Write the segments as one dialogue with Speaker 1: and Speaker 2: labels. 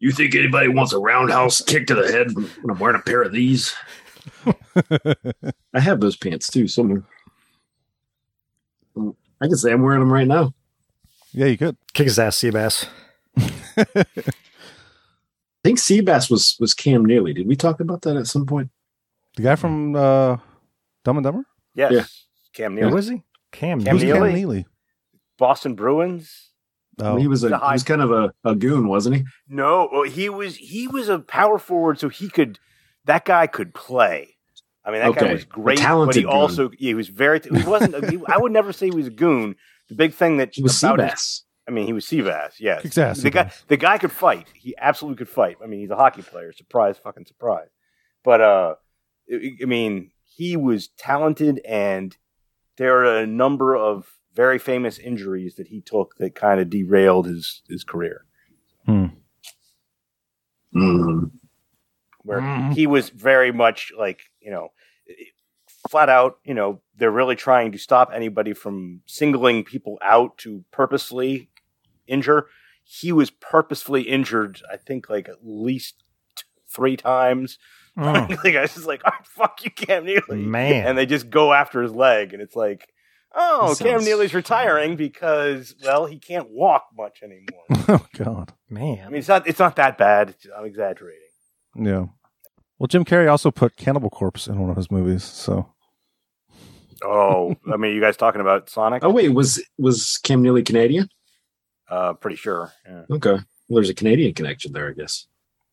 Speaker 1: You think anybody wants a roundhouse kick to the head when I'm wearing a pair of these? I have those pants too somewhere. I can say I'm wearing them right now.
Speaker 2: Yeah, you could.
Speaker 3: Kick his ass, Seabass.
Speaker 1: I think Seabass was was Cam Neely. Did we talk about that at some point?
Speaker 2: The guy from uh, Dumb and Dumber?
Speaker 4: Yes.
Speaker 1: Yeah.
Speaker 4: Cam
Speaker 1: Yeah.
Speaker 4: Neely.
Speaker 3: Who is he? Cam.
Speaker 4: Cam
Speaker 2: Who's
Speaker 3: Neely.
Speaker 4: Neely?
Speaker 2: Cam Neely?
Speaker 4: Boston Bruins.
Speaker 2: Oh,
Speaker 1: He was a
Speaker 4: The
Speaker 1: he was
Speaker 4: high-
Speaker 1: kind of a, a goon, wasn't he?
Speaker 4: No, well, he was he was a power forward, so he could that guy could play. I mean, that
Speaker 1: Okay.
Speaker 4: guy was great, but
Speaker 1: talented
Speaker 4: he
Speaker 1: goon.
Speaker 4: also he was very. He wasn't. a- he, I would never say he was a goon. The big thing that
Speaker 1: He was
Speaker 4: about his-
Speaker 1: Seabass.
Speaker 4: I mean, he was Seabass. Yes,
Speaker 2: Kicks ass,
Speaker 4: The guy,
Speaker 2: Seabass.
Speaker 4: the guy could fight. He absolutely could fight. I mean, he's a hockey player. Surprise, fucking surprise. But uh, I I mean, he was talented, and there are a number of very famous injuries that he took that kind of derailed his his career.
Speaker 1: Mm.
Speaker 4: Where
Speaker 2: Mhm.
Speaker 4: he was very much like you know, flat out. You know, they're really trying to stop anybody from singling people out to purposely injure. He was purposefully injured. I think like at least t- three times.
Speaker 3: Mm,
Speaker 4: like I was just like, oh, fuck you, Cam Neely.
Speaker 3: man.
Speaker 4: And they just go after his leg, and it's like, oh,
Speaker 1: This
Speaker 4: Cam
Speaker 1: sounds-
Speaker 4: Neely's retiring because well, he can't walk much anymore.
Speaker 2: oh God.
Speaker 3: man.
Speaker 4: I mean, it's not it's not that bad. It's- I'm exaggerating.
Speaker 2: Yeah. Well, Jim Carrey also put Cannibal Corpse in one of his movies, so
Speaker 4: Oh, I mean, you guys talking about Sonic?
Speaker 1: Oh wait, was was Cam Neely Canadian?
Speaker 4: Uh, pretty sure. Yeah.
Speaker 1: Okay, well, there's a Canadian connection there, I guess.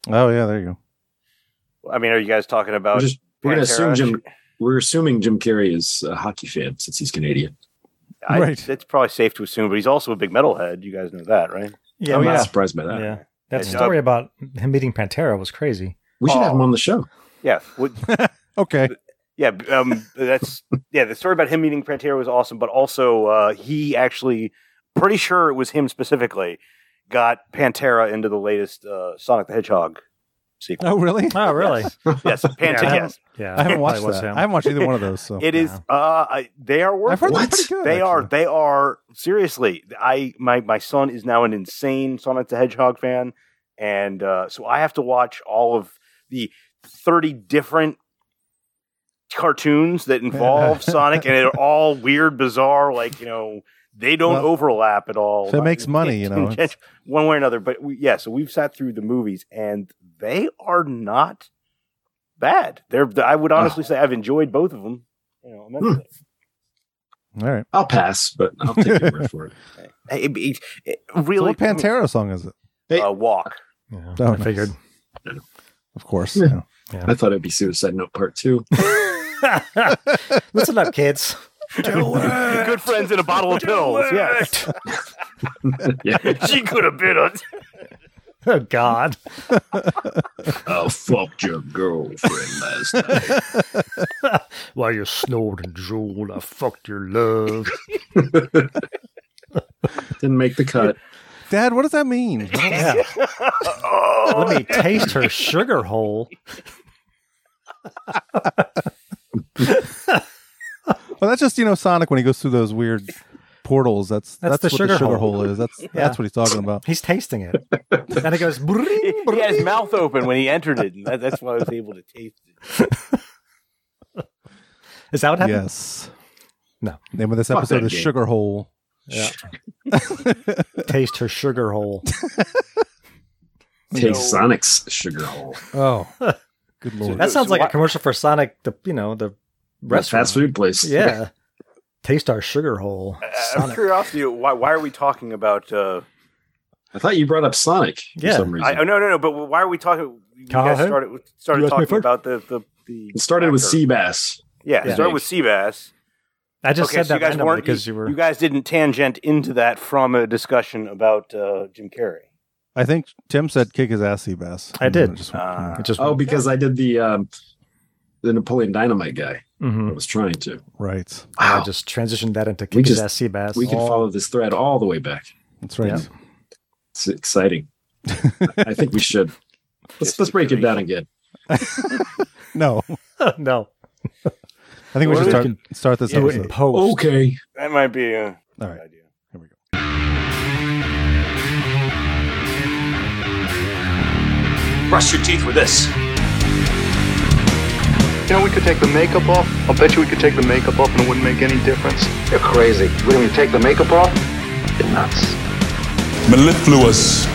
Speaker 2: oh yeah, there you go.
Speaker 4: I mean, are you guys talking
Speaker 1: We're
Speaker 3: Uh,
Speaker 4: about?
Speaker 1: just we're gonna assume
Speaker 4: Pantera?
Speaker 1: Jim. We're assuming Jim Carrey is a hockey fan since he's Canadian.
Speaker 4: I,
Speaker 2: Right.
Speaker 4: It's probably safe to assume, but he's also a big metalhead. You guys know that, right?
Speaker 3: yeah, oh,
Speaker 1: I'm
Speaker 3: yeah.
Speaker 1: not surprised by that.
Speaker 3: yeah. That
Speaker 4: Yeah.
Speaker 3: story about him meeting Pantera was crazy.
Speaker 1: We should have him
Speaker 4: Oh.
Speaker 1: on the show.
Speaker 4: Yeah. Would,
Speaker 2: Okay.
Speaker 4: Yeah, b- um, that's yeah. The story about him meeting Pantera was awesome, but also uh, he actually, pretty sure it was him specifically, got Pantera into the latest uh, Sonic the Hedgehog sequel.
Speaker 2: Oh really?
Speaker 3: Oh, really?
Speaker 4: Yes, yes Pantera.
Speaker 3: Yeah.
Speaker 4: yes,
Speaker 3: Yeah.
Speaker 2: I haven't
Speaker 3: it
Speaker 2: watched
Speaker 3: probably was
Speaker 2: that.
Speaker 3: him.
Speaker 2: I haven't watched either one of those. So
Speaker 4: it is.
Speaker 3: Wow.
Speaker 4: Uh, I, they are worth.
Speaker 2: I've heard
Speaker 1: What?
Speaker 2: they're pretty good.
Speaker 4: They are.
Speaker 2: actually.
Speaker 4: They are seriously. I my my son is now an insane Sonic the Hedgehog fan, and uh, so I have to watch all of the thirty different cartoons that involve Sonic, and they're all weird, bizarre. Like you know, they don't
Speaker 2: Well,
Speaker 4: overlap at all.
Speaker 2: if it makes money, you know, it's-
Speaker 4: one way or another. But we, yeah, so we've sat through the movies, and they are not bad. They're. I would honestly say I've enjoyed both of them. You know, immensely.
Speaker 2: All right.
Speaker 1: I'll pass, but I'll take your word for it.
Speaker 4: It, it- it
Speaker 2: So
Speaker 4: really
Speaker 2: what Pantera song is it?
Speaker 1: Hey.
Speaker 4: uh, walk.
Speaker 3: Yeah,
Speaker 2: Oh,
Speaker 3: I
Speaker 2: nice.
Speaker 3: figured.
Speaker 2: Of course.
Speaker 1: Yeah.
Speaker 3: Yeah.
Speaker 1: I thought it'd be Suicide Note Part Two.
Speaker 3: Listen up, kids.
Speaker 4: Good friends in a bottle of pills. Yes.
Speaker 1: yeah.
Speaker 4: she could have been a
Speaker 3: Oh God.
Speaker 1: I fucked your girlfriend last night.
Speaker 3: While you snored and drooled, I fucked your love.
Speaker 1: Didn't make the cut.
Speaker 2: Dad, what does that mean?
Speaker 3: Yeah.
Speaker 4: oh.
Speaker 3: Let me taste her sugar hole.
Speaker 2: Well, that's just you know Sonic when he goes through those weird portals. That's
Speaker 3: That's
Speaker 2: that's,
Speaker 3: the
Speaker 2: what the
Speaker 3: sugar
Speaker 2: sugar hole,
Speaker 3: hole.
Speaker 2: is. That's that's what he's talking about.
Speaker 3: He's tasting it, and it goes. "Bring,
Speaker 4: He he had his
Speaker 3: bring."
Speaker 4: mouth open when he entered it, and that, that's why I was able to taste it.
Speaker 3: Is that what happened?
Speaker 2: Yes.
Speaker 3: No.
Speaker 2: Name of this
Speaker 1: Fuck
Speaker 2: episode
Speaker 1: that
Speaker 2: is
Speaker 1: game.
Speaker 2: Sugar Hole.
Speaker 3: Taste her sugar hole.
Speaker 1: Take
Speaker 4: No.
Speaker 1: Sonic's sugar hole.
Speaker 2: Oh, good lord.
Speaker 3: That
Speaker 4: That's-
Speaker 3: sounds
Speaker 4: So
Speaker 3: like a
Speaker 4: what-
Speaker 3: commercial for Sonic. The you know the restaurant.
Speaker 1: Fast food place.
Speaker 3: Yeah. Taste our sugar hole.
Speaker 4: uh, Out of
Speaker 3: Sonic.
Speaker 4: curiosity, why, why are we talking about? Uh,
Speaker 1: I thought you brought up Sonic for
Speaker 3: Yeah,
Speaker 1: some
Speaker 4: I,
Speaker 1: reason.
Speaker 4: oh, no, no, no. But why are we talking? You guys
Speaker 3: Kyle?
Speaker 4: started with- started
Speaker 3: You asked me
Speaker 4: talking
Speaker 3: first?
Speaker 4: about the the. the
Speaker 1: it started with
Speaker 4: actor.
Speaker 1: Seabass.
Speaker 4: Yeah, it
Speaker 1: Yeah.
Speaker 4: started with Seabass.
Speaker 3: I just
Speaker 4: okay,
Speaker 3: said
Speaker 4: so
Speaker 3: that
Speaker 4: you guys
Speaker 3: randomly
Speaker 4: weren't
Speaker 3: because you, were.
Speaker 4: You guys didn't tangent into that from a discussion about uh, Jim Carrey.
Speaker 2: I think Tim said kick his ass, Seabass.
Speaker 3: I
Speaker 2: And
Speaker 3: did.
Speaker 2: then it just went-
Speaker 4: Uh,
Speaker 3: it just
Speaker 1: Oh, because I did the um, the Napoleon Dynamite guy.
Speaker 3: Mhm.
Speaker 1: I was trying to.
Speaker 2: right.
Speaker 3: I
Speaker 1: Wow.
Speaker 3: just transitioned that into kick his
Speaker 1: just-
Speaker 3: ass sea bass.
Speaker 1: we
Speaker 4: Oh,
Speaker 1: can follow this thread all the way back.
Speaker 2: That's right.
Speaker 1: It's exciting. I think we should. Let's, let's break it down again.
Speaker 2: No,
Speaker 3: no,
Speaker 2: I think we
Speaker 4: What
Speaker 2: should
Speaker 4: do
Speaker 2: start
Speaker 3: we-
Speaker 2: start this
Speaker 3: do it in
Speaker 2: episode.
Speaker 3: post.
Speaker 1: Okay.
Speaker 4: That might be a
Speaker 2: All
Speaker 4: good
Speaker 2: right.
Speaker 4: idea.
Speaker 2: Here we go.
Speaker 5: Brush your teeth with this.
Speaker 6: You know, we could take the makeup off. I'll bet you we could take the makeup off and it wouldn't make any difference.
Speaker 7: You're crazy. What do you mean, take the makeup off? You're nuts.
Speaker 8: Mellifluous.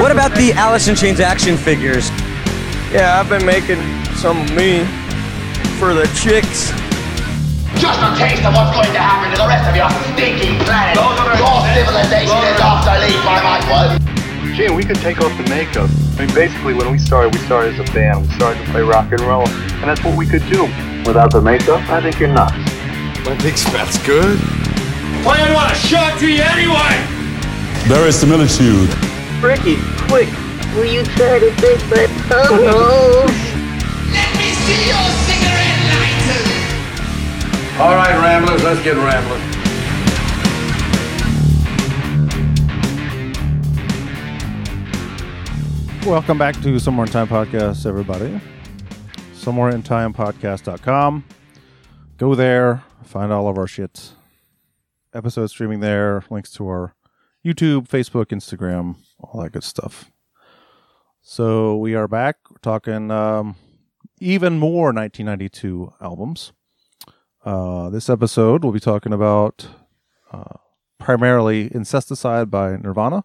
Speaker 9: What about the Alice in Chains action figures?
Speaker 10: Yeah, I've been making some of me for the chicks.
Speaker 11: Just a taste of what's going to happen to the rest of your stinking planet. Your civilization is off the lead by my foot.
Speaker 6: Gee, we could take off the makeup. I mean, basically, when we started, we started as a band. We started to play rock and roll, and that's what we could do.
Speaker 7: Without the makeup, I think you're nuts.
Speaker 12: I think that's good.
Speaker 5: Playing what a shot to you anyway!
Speaker 8: There is similitude.
Speaker 13: Ricky, quick! Will you try to take my photos?
Speaker 11: Let me see your cigarette lighter!
Speaker 14: All right, Ramblers, let's get rambling.
Speaker 2: Welcome back to Somewhere in Time Podcast, everybody. Somewhere in Time Podcast.com. Go there, find all of our shit. Episode streaming there, links to our YouTube, Facebook, Instagram, all that good stuff. So we are back We're talking um, even more 1992 albums. Uh, this episode, we'll be talking about uh, primarily Incesticide by Nirvana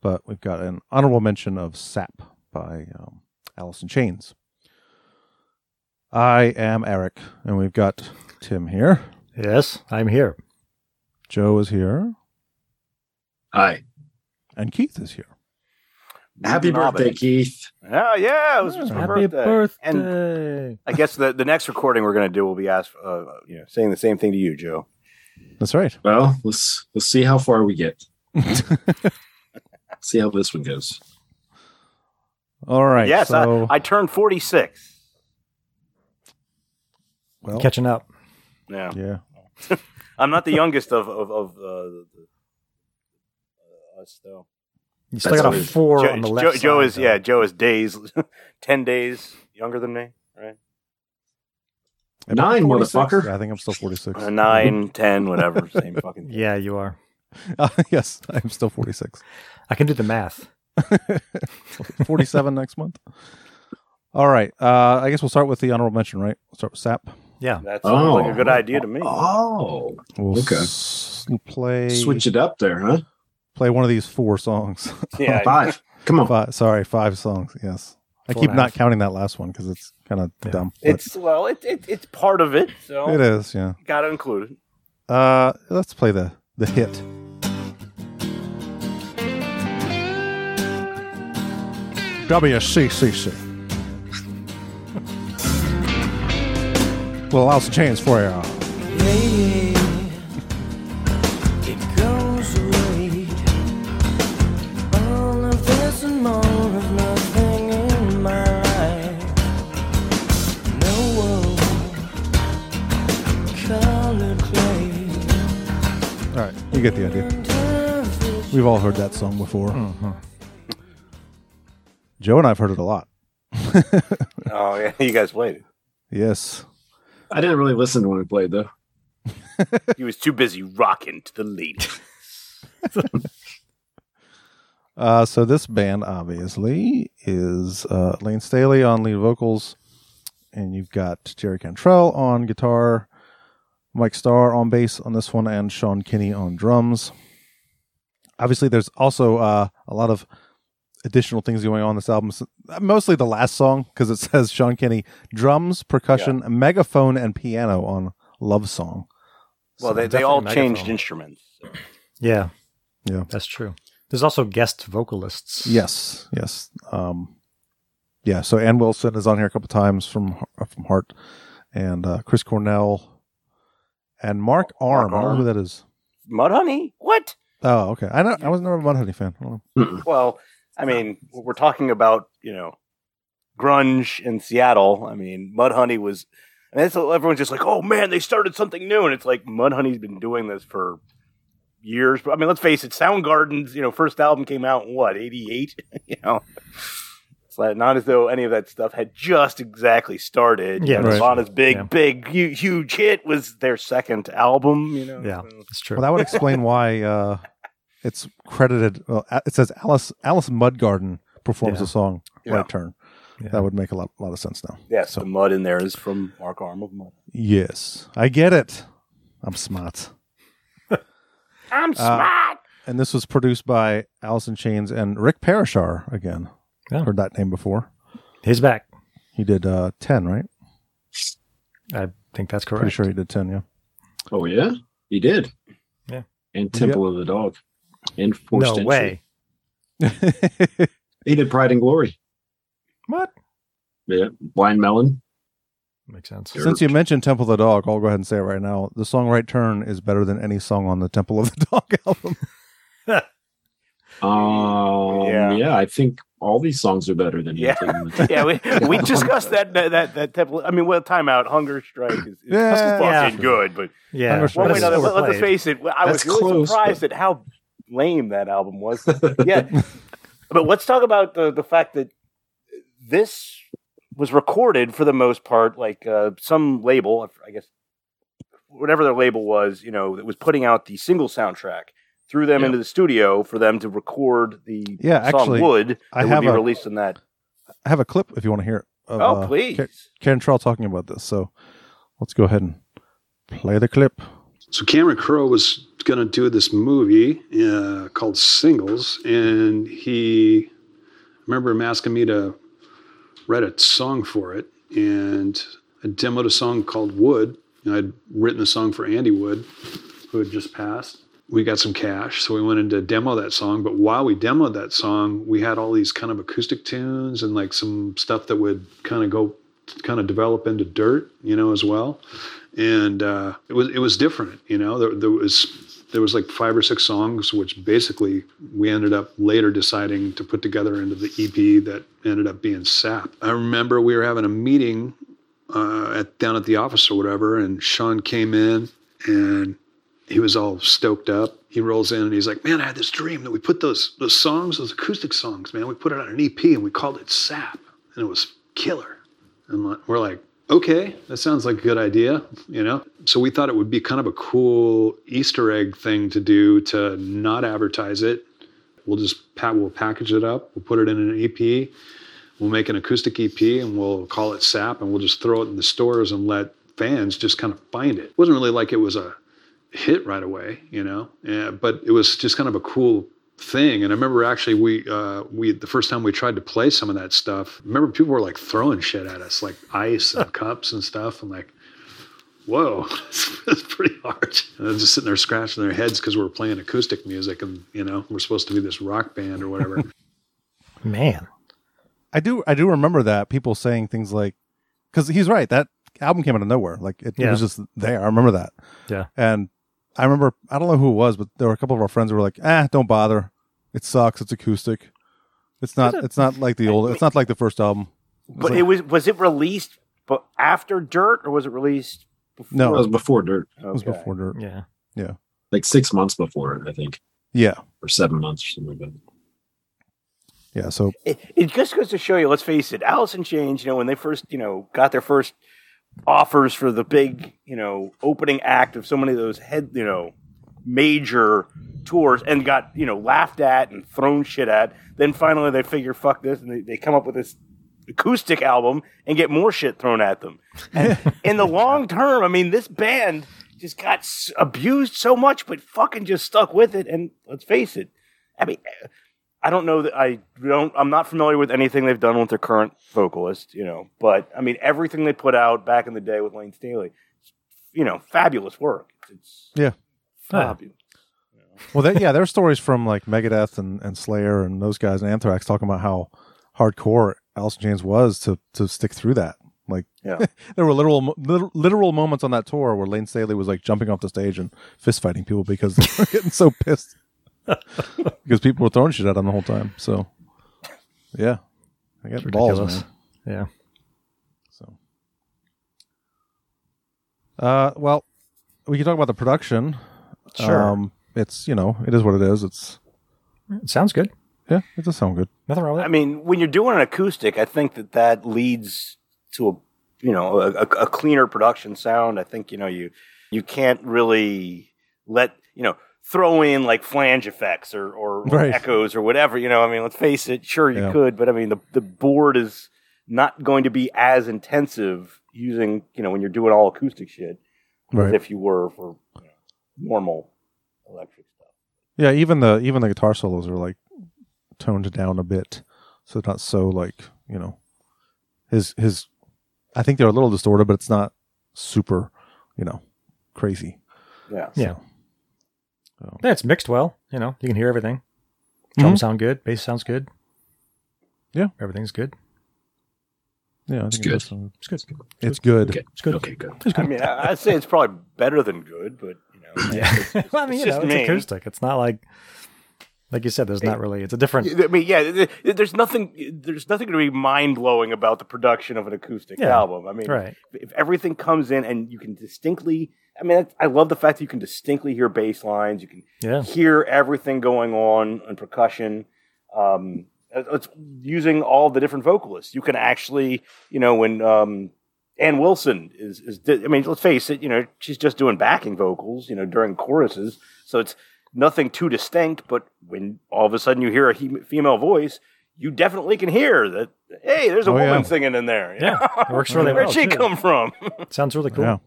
Speaker 2: but we've got an honorable mention of Sap by um, Alice in Chains. I am Eric, and we've got Tim here.
Speaker 3: Yes, I'm here.
Speaker 2: Joe is here.
Speaker 1: Hi.
Speaker 2: And Keith is here.
Speaker 1: Happy Robin. birthday, Keith.
Speaker 4: Oh, yeah, it was just my
Speaker 3: Happy
Speaker 4: birthday.
Speaker 3: birthday.
Speaker 4: And I guess the, the next recording we're going to do will be asked, uh, you know, saying the same thing to you, Joe.
Speaker 2: That's right.
Speaker 1: Well, let's let's see how far we get. see how this one goes.
Speaker 2: All right.
Speaker 4: Yes, so, I, I, turned 46.
Speaker 3: Well, catching up.
Speaker 4: Yeah.
Speaker 2: Yeah.
Speaker 4: I'm not the youngest of of, of uh, us though.
Speaker 3: You still That's got a four Joe, on the left.
Speaker 4: Joe,
Speaker 3: side,
Speaker 4: Joe is
Speaker 3: though.
Speaker 4: yeah. Joe is days, ten days younger than me. Right.
Speaker 2: I'm
Speaker 1: nine, motherfucker.
Speaker 2: I think I'm still 46.
Speaker 4: Uh, nine, ten, whatever. Same fucking. Thing.
Speaker 3: Yeah, you are.
Speaker 2: Uh, yes, I'm still 46.
Speaker 3: I can do the math.
Speaker 2: 47 next month. All right. Uh, I guess we'll start with the honorable mention, right? We'll start with SAP.
Speaker 3: Yeah.
Speaker 4: That sounds oh. like a good idea to me.
Speaker 1: Oh.
Speaker 2: We'll
Speaker 1: okay.
Speaker 2: S- play.
Speaker 1: Switch it up there, huh?
Speaker 2: Play one of these four songs.
Speaker 4: Yeah.
Speaker 1: five. Come on.
Speaker 2: Five, sorry, five songs. Yes. Four I keep not half. counting that last one because it's kind of yeah. dumb.
Speaker 4: It's, well, it, it, it's part of it. So
Speaker 2: It is, yeah.
Speaker 4: Got to include
Speaker 2: it. Uh, let's play the, the hit. WCCC. well, I'll change for you. Hey, it goes right. All of this and more of nothing in my life. No All right, you get the idea. We've all heard that song before. Mm-hmm. Joe and I've heard it a lot.
Speaker 4: oh yeah, you guys played it.
Speaker 2: Yes.
Speaker 1: I didn't really listen to when we played though.
Speaker 4: he was too busy rocking to the lead.
Speaker 2: uh, so this band obviously is uh, Lane Staley on lead vocals, and you've got Jerry Cantrell on guitar, Mike Starr on bass on this one, and Sean Kinney on drums. Obviously, there's also uh, a lot of additional things going on this album. uh, Mostly the last song because it says Sean Kenny drums, percussion, yeah. megaphone, and piano on Love Song.
Speaker 4: Well, so they, they all megaphone. changed instruments. So.
Speaker 3: Yeah,
Speaker 2: yeah,
Speaker 3: that's true. There's also guest vocalists.
Speaker 2: Yes, yes, um, yeah. So Ann Wilson is on here a couple times from uh, from Heart, and uh, Chris Cornell, and Mark Arm. Mark Arm. I don't know who that is.
Speaker 4: Mudhoney. What?
Speaker 2: Oh, okay. I know. I was never a Mudhoney fan.
Speaker 4: Well, I mean, we're talking about you know grunge in Seattle. I mean, Mudhoney was, and it's, everyone's just like, oh man, they started something new, and it's like Mudhoney's been doing this for years. But I mean, let's face it, Soundgarden's you know first album came out in what eighty eight, you know. It's like not as though any of that stuff had just exactly started.
Speaker 3: Yeah, right.
Speaker 4: Nirvana's Sure. big, yeah. big, hu- huge hit was their second album. You know,
Speaker 3: yeah, that's true.
Speaker 2: Well, that would explain why uh, it's credited. Well, it says Alice Alice Mudgarden performs
Speaker 4: Yeah.
Speaker 2: the song
Speaker 4: Yeah.
Speaker 2: Right Turn. That would make a lot, lot of sense now.
Speaker 4: Yes, the mud in there is from Mark Arm of Mud.
Speaker 2: Yes, I get it. I'm smart.
Speaker 4: I'm
Speaker 2: Uh, and this was produced by Allison Chains and Rick Parashar again. Heard that name before.
Speaker 15: He's back.
Speaker 2: He did uh, 10, right?
Speaker 15: I think that's correct.
Speaker 2: Pretty sure he did 10, yeah.
Speaker 1: Oh yeah, he did.
Speaker 15: Yeah.
Speaker 1: And Temple of the Dog, and Forced
Speaker 15: No
Speaker 1: Entry.
Speaker 15: way.
Speaker 1: he did Pride and Glory.
Speaker 15: What?
Speaker 1: Yeah, Blind Melon.
Speaker 15: Makes sense.
Speaker 2: Since you mentioned Temple of the Dog, I'll go ahead and say it right now. The song Right Turn is better than any song on the Temple of the Dog album.
Speaker 1: Um,
Speaker 4: Yeah.
Speaker 1: yeah. I think all these songs are better than
Speaker 4: Yeah,
Speaker 1: Taking the Time.
Speaker 4: yeah. We, we discussed that that that, that template. I mean, well, timeout, hunger strike is, is
Speaker 2: Yeah.
Speaker 4: fucking
Speaker 2: Yeah.
Speaker 4: good, but
Speaker 2: Yeah. Hunger
Speaker 4: One
Speaker 2: Strike
Speaker 4: way or
Speaker 2: is
Speaker 4: another, let- let's
Speaker 2: overplayed.
Speaker 4: face it. I was
Speaker 2: That's
Speaker 4: really
Speaker 2: close,
Speaker 4: surprised at how lame that album was. yeah, but let's talk about the the fact that this was recorded for the most part, like uh, some label, I guess, whatever their label was, you know, that was putting out the single soundtrack. Threw them into the studio for them to record the
Speaker 2: Yeah,
Speaker 4: song
Speaker 2: actually,
Speaker 4: "Wood" that
Speaker 2: I
Speaker 4: would
Speaker 2: have
Speaker 4: be
Speaker 2: a-
Speaker 4: released in that
Speaker 2: I have a clip if you want to hear it. of,
Speaker 4: Oh,
Speaker 2: uh,
Speaker 4: please.
Speaker 2: Ka- Karen Trell talking about this. So let's go ahead and play the clip.
Speaker 16: So Cameron Crowe was going to do this movie uh, called Singles, and he I remember him asking me to write a song for it, and I demoed a song called Wood, and I'd written a song for Andy Wood, who had just passed. We got some cash, so we went in to demo that song. But while we demoed that song, we had all these kind of acoustic tunes and like some stuff that would kind of go, kind of develop into dirt, you know, as well and uh, it was it was different. You know, there, there was there was like five or six songs, which basically we ended up later deciding to put together into the EP that ended up being Sap. I remember we were having a meeting uh, at down at the office or whatever, and Sean came in and he was all stoked up. He rolls in and he's like, "Man, I had this dream that we put those those songs, those acoustic songs, man, we put it on an EP and we called it Sap, and it was killer." And li- we're like, okay, that sounds like a good idea, you know? So we thought it would be kind of a cool Easter egg thing to do to not advertise it. We'll just pa- we'll package it up, we'll put it in an EP, we'll make an acoustic EP and we'll call it SAP and we'll just throw it in the stores and let fans just kind of find it. It wasn't really like it was a hit right away, you know, yeah, but it was just kind of a cool thing. And I remember actually we uh, we the first time we tried to play some of that stuff. Remember people were like throwing shit at us, like ice and cups and stuff. I'm like, whoa, it's pretty hard. And they're just sitting there scratching their heads because we were playing acoustic music, and you know we're supposed to be this rock band or whatever.
Speaker 15: Man.
Speaker 2: I do I do remember that people saying things like because he's right that album came out of nowhere like it, it
Speaker 15: Yeah.
Speaker 2: was just there I remember that
Speaker 15: Yeah.
Speaker 2: and I remember I don't know who it was but there were a couple of our friends who were like ah don't bother it sucks it's acoustic it's not
Speaker 4: Is it-
Speaker 2: it's not like the old it's not like the first album It's
Speaker 4: But
Speaker 2: like-
Speaker 4: it was was it released but after Dirt or was it released? Before?
Speaker 2: no
Speaker 1: It was before Dirt.
Speaker 2: it was
Speaker 4: Okay.
Speaker 2: before Dirt
Speaker 15: yeah
Speaker 2: yeah
Speaker 1: Like six months before it, I think,
Speaker 2: yeah
Speaker 1: or seven months or something like that.
Speaker 2: yeah so
Speaker 4: It, it just goes to show you. Let's face it, Alice in Chains. You know when they first you know got their first offers for the big you know opening act of so many of those head you know major tours and got you know laughed at and thrown shit at. Then finally they figure fuck this and they, they come up with this acoustic album and get more shit thrown at them. And in the long term, I mean, this band just got s- abused so much, but fucking just stuck with it. And let's face it, I mean, eh, I don't know that I don't. I'm not familiar with anything they've done with their current vocalist, you know. But I mean, everything they put out back in the day with Lane Staley, you know, fabulous work. It's
Speaker 2: yeah
Speaker 4: fabulous.
Speaker 2: well, that, yeah, there are stories from like Megadeth and, and Slayer and those guys and Anthrax talking about how hardcore Alice in Chains was to to stick through that. Like,
Speaker 4: Yeah.
Speaker 2: there were literal, mo- lit- literal moments on that tour where Lane Staley was like jumping off the stage and fist fighting people because they were getting so pissed because people were throwing shit at him the whole time. So, yeah, I got
Speaker 15: It's
Speaker 2: balls,
Speaker 15: ridiculous.
Speaker 2: man.
Speaker 15: Yeah.
Speaker 2: Uh, well, we can talk about the production. Um,
Speaker 15: Sure.
Speaker 2: it's you know it is what it is. It's
Speaker 15: it sounds good.
Speaker 2: Yeah, it does sound good.
Speaker 15: Nothing wrong with
Speaker 4: I mean, when you're doing an acoustic, I think that that leads to a you know a, a- a cleaner production sound. I think you know you you can't really let you know throw in like flange effects or, or, or
Speaker 2: Right.
Speaker 4: echoes or whatever. You know, I mean, let's face it, sure you
Speaker 2: Yeah.
Speaker 4: could, but I mean, the, the board is not going to be as intensive using, you know, when you're doing all acoustic shit as
Speaker 2: Right.
Speaker 4: if you were for you know, normal electric.
Speaker 2: Yeah, even the even the guitar solos are like toned down a bit, so it's not so like you know, his his. I think they're a little distorted, but it's not super, you know, crazy.
Speaker 4: Yeah.
Speaker 15: Yeah. Yeah, it's mixed well. You know, you can hear everything. Drums sound good. Bass sounds good.
Speaker 2: Yeah.
Speaker 15: Everything's good.
Speaker 2: Yeah, I
Speaker 15: It's
Speaker 2: think
Speaker 15: good.
Speaker 2: that's-
Speaker 15: It's good.
Speaker 2: It's good.
Speaker 15: Okay. It's good.
Speaker 2: Okay,
Speaker 15: good.
Speaker 4: I mean, I, I'd say it's probably better than good, but you know,
Speaker 15: Yeah.
Speaker 4: it's, it's-
Speaker 15: well, I mean,
Speaker 4: it's
Speaker 15: you
Speaker 4: just
Speaker 15: know, it's
Speaker 4: me.
Speaker 15: acoustic. It's not like, like you said, there's not really, it's a different.
Speaker 4: I mean, yeah, th- th- there's nothing, there's nothing to be mind blowing about the production of an acoustic
Speaker 15: Yeah,
Speaker 4: album. I mean,
Speaker 15: right.
Speaker 4: if everything comes in and you can distinctly, I mean, that's- I love the fact that you can distinctly hear bass lines, you can
Speaker 15: Yeah.
Speaker 4: hear everything going on and percussion. Um, it- it's using all the different vocalists. You can actually, you know, when um, Ann Wilson is, is, di- I mean, let's face it, you know, she's just doing backing vocals, you know, during choruses. So it's nothing too distinct. But when all of a sudden you hear a he- female voice, you definitely can hear that. Hey, there's a
Speaker 2: Oh, yeah.
Speaker 4: woman singing in there. you
Speaker 15: Yeah,
Speaker 4: know?
Speaker 15: it works really
Speaker 4: Where'd
Speaker 15: well,
Speaker 4: she
Speaker 15: too.
Speaker 4: come from?
Speaker 15: Sounds really cool.
Speaker 2: Yeah,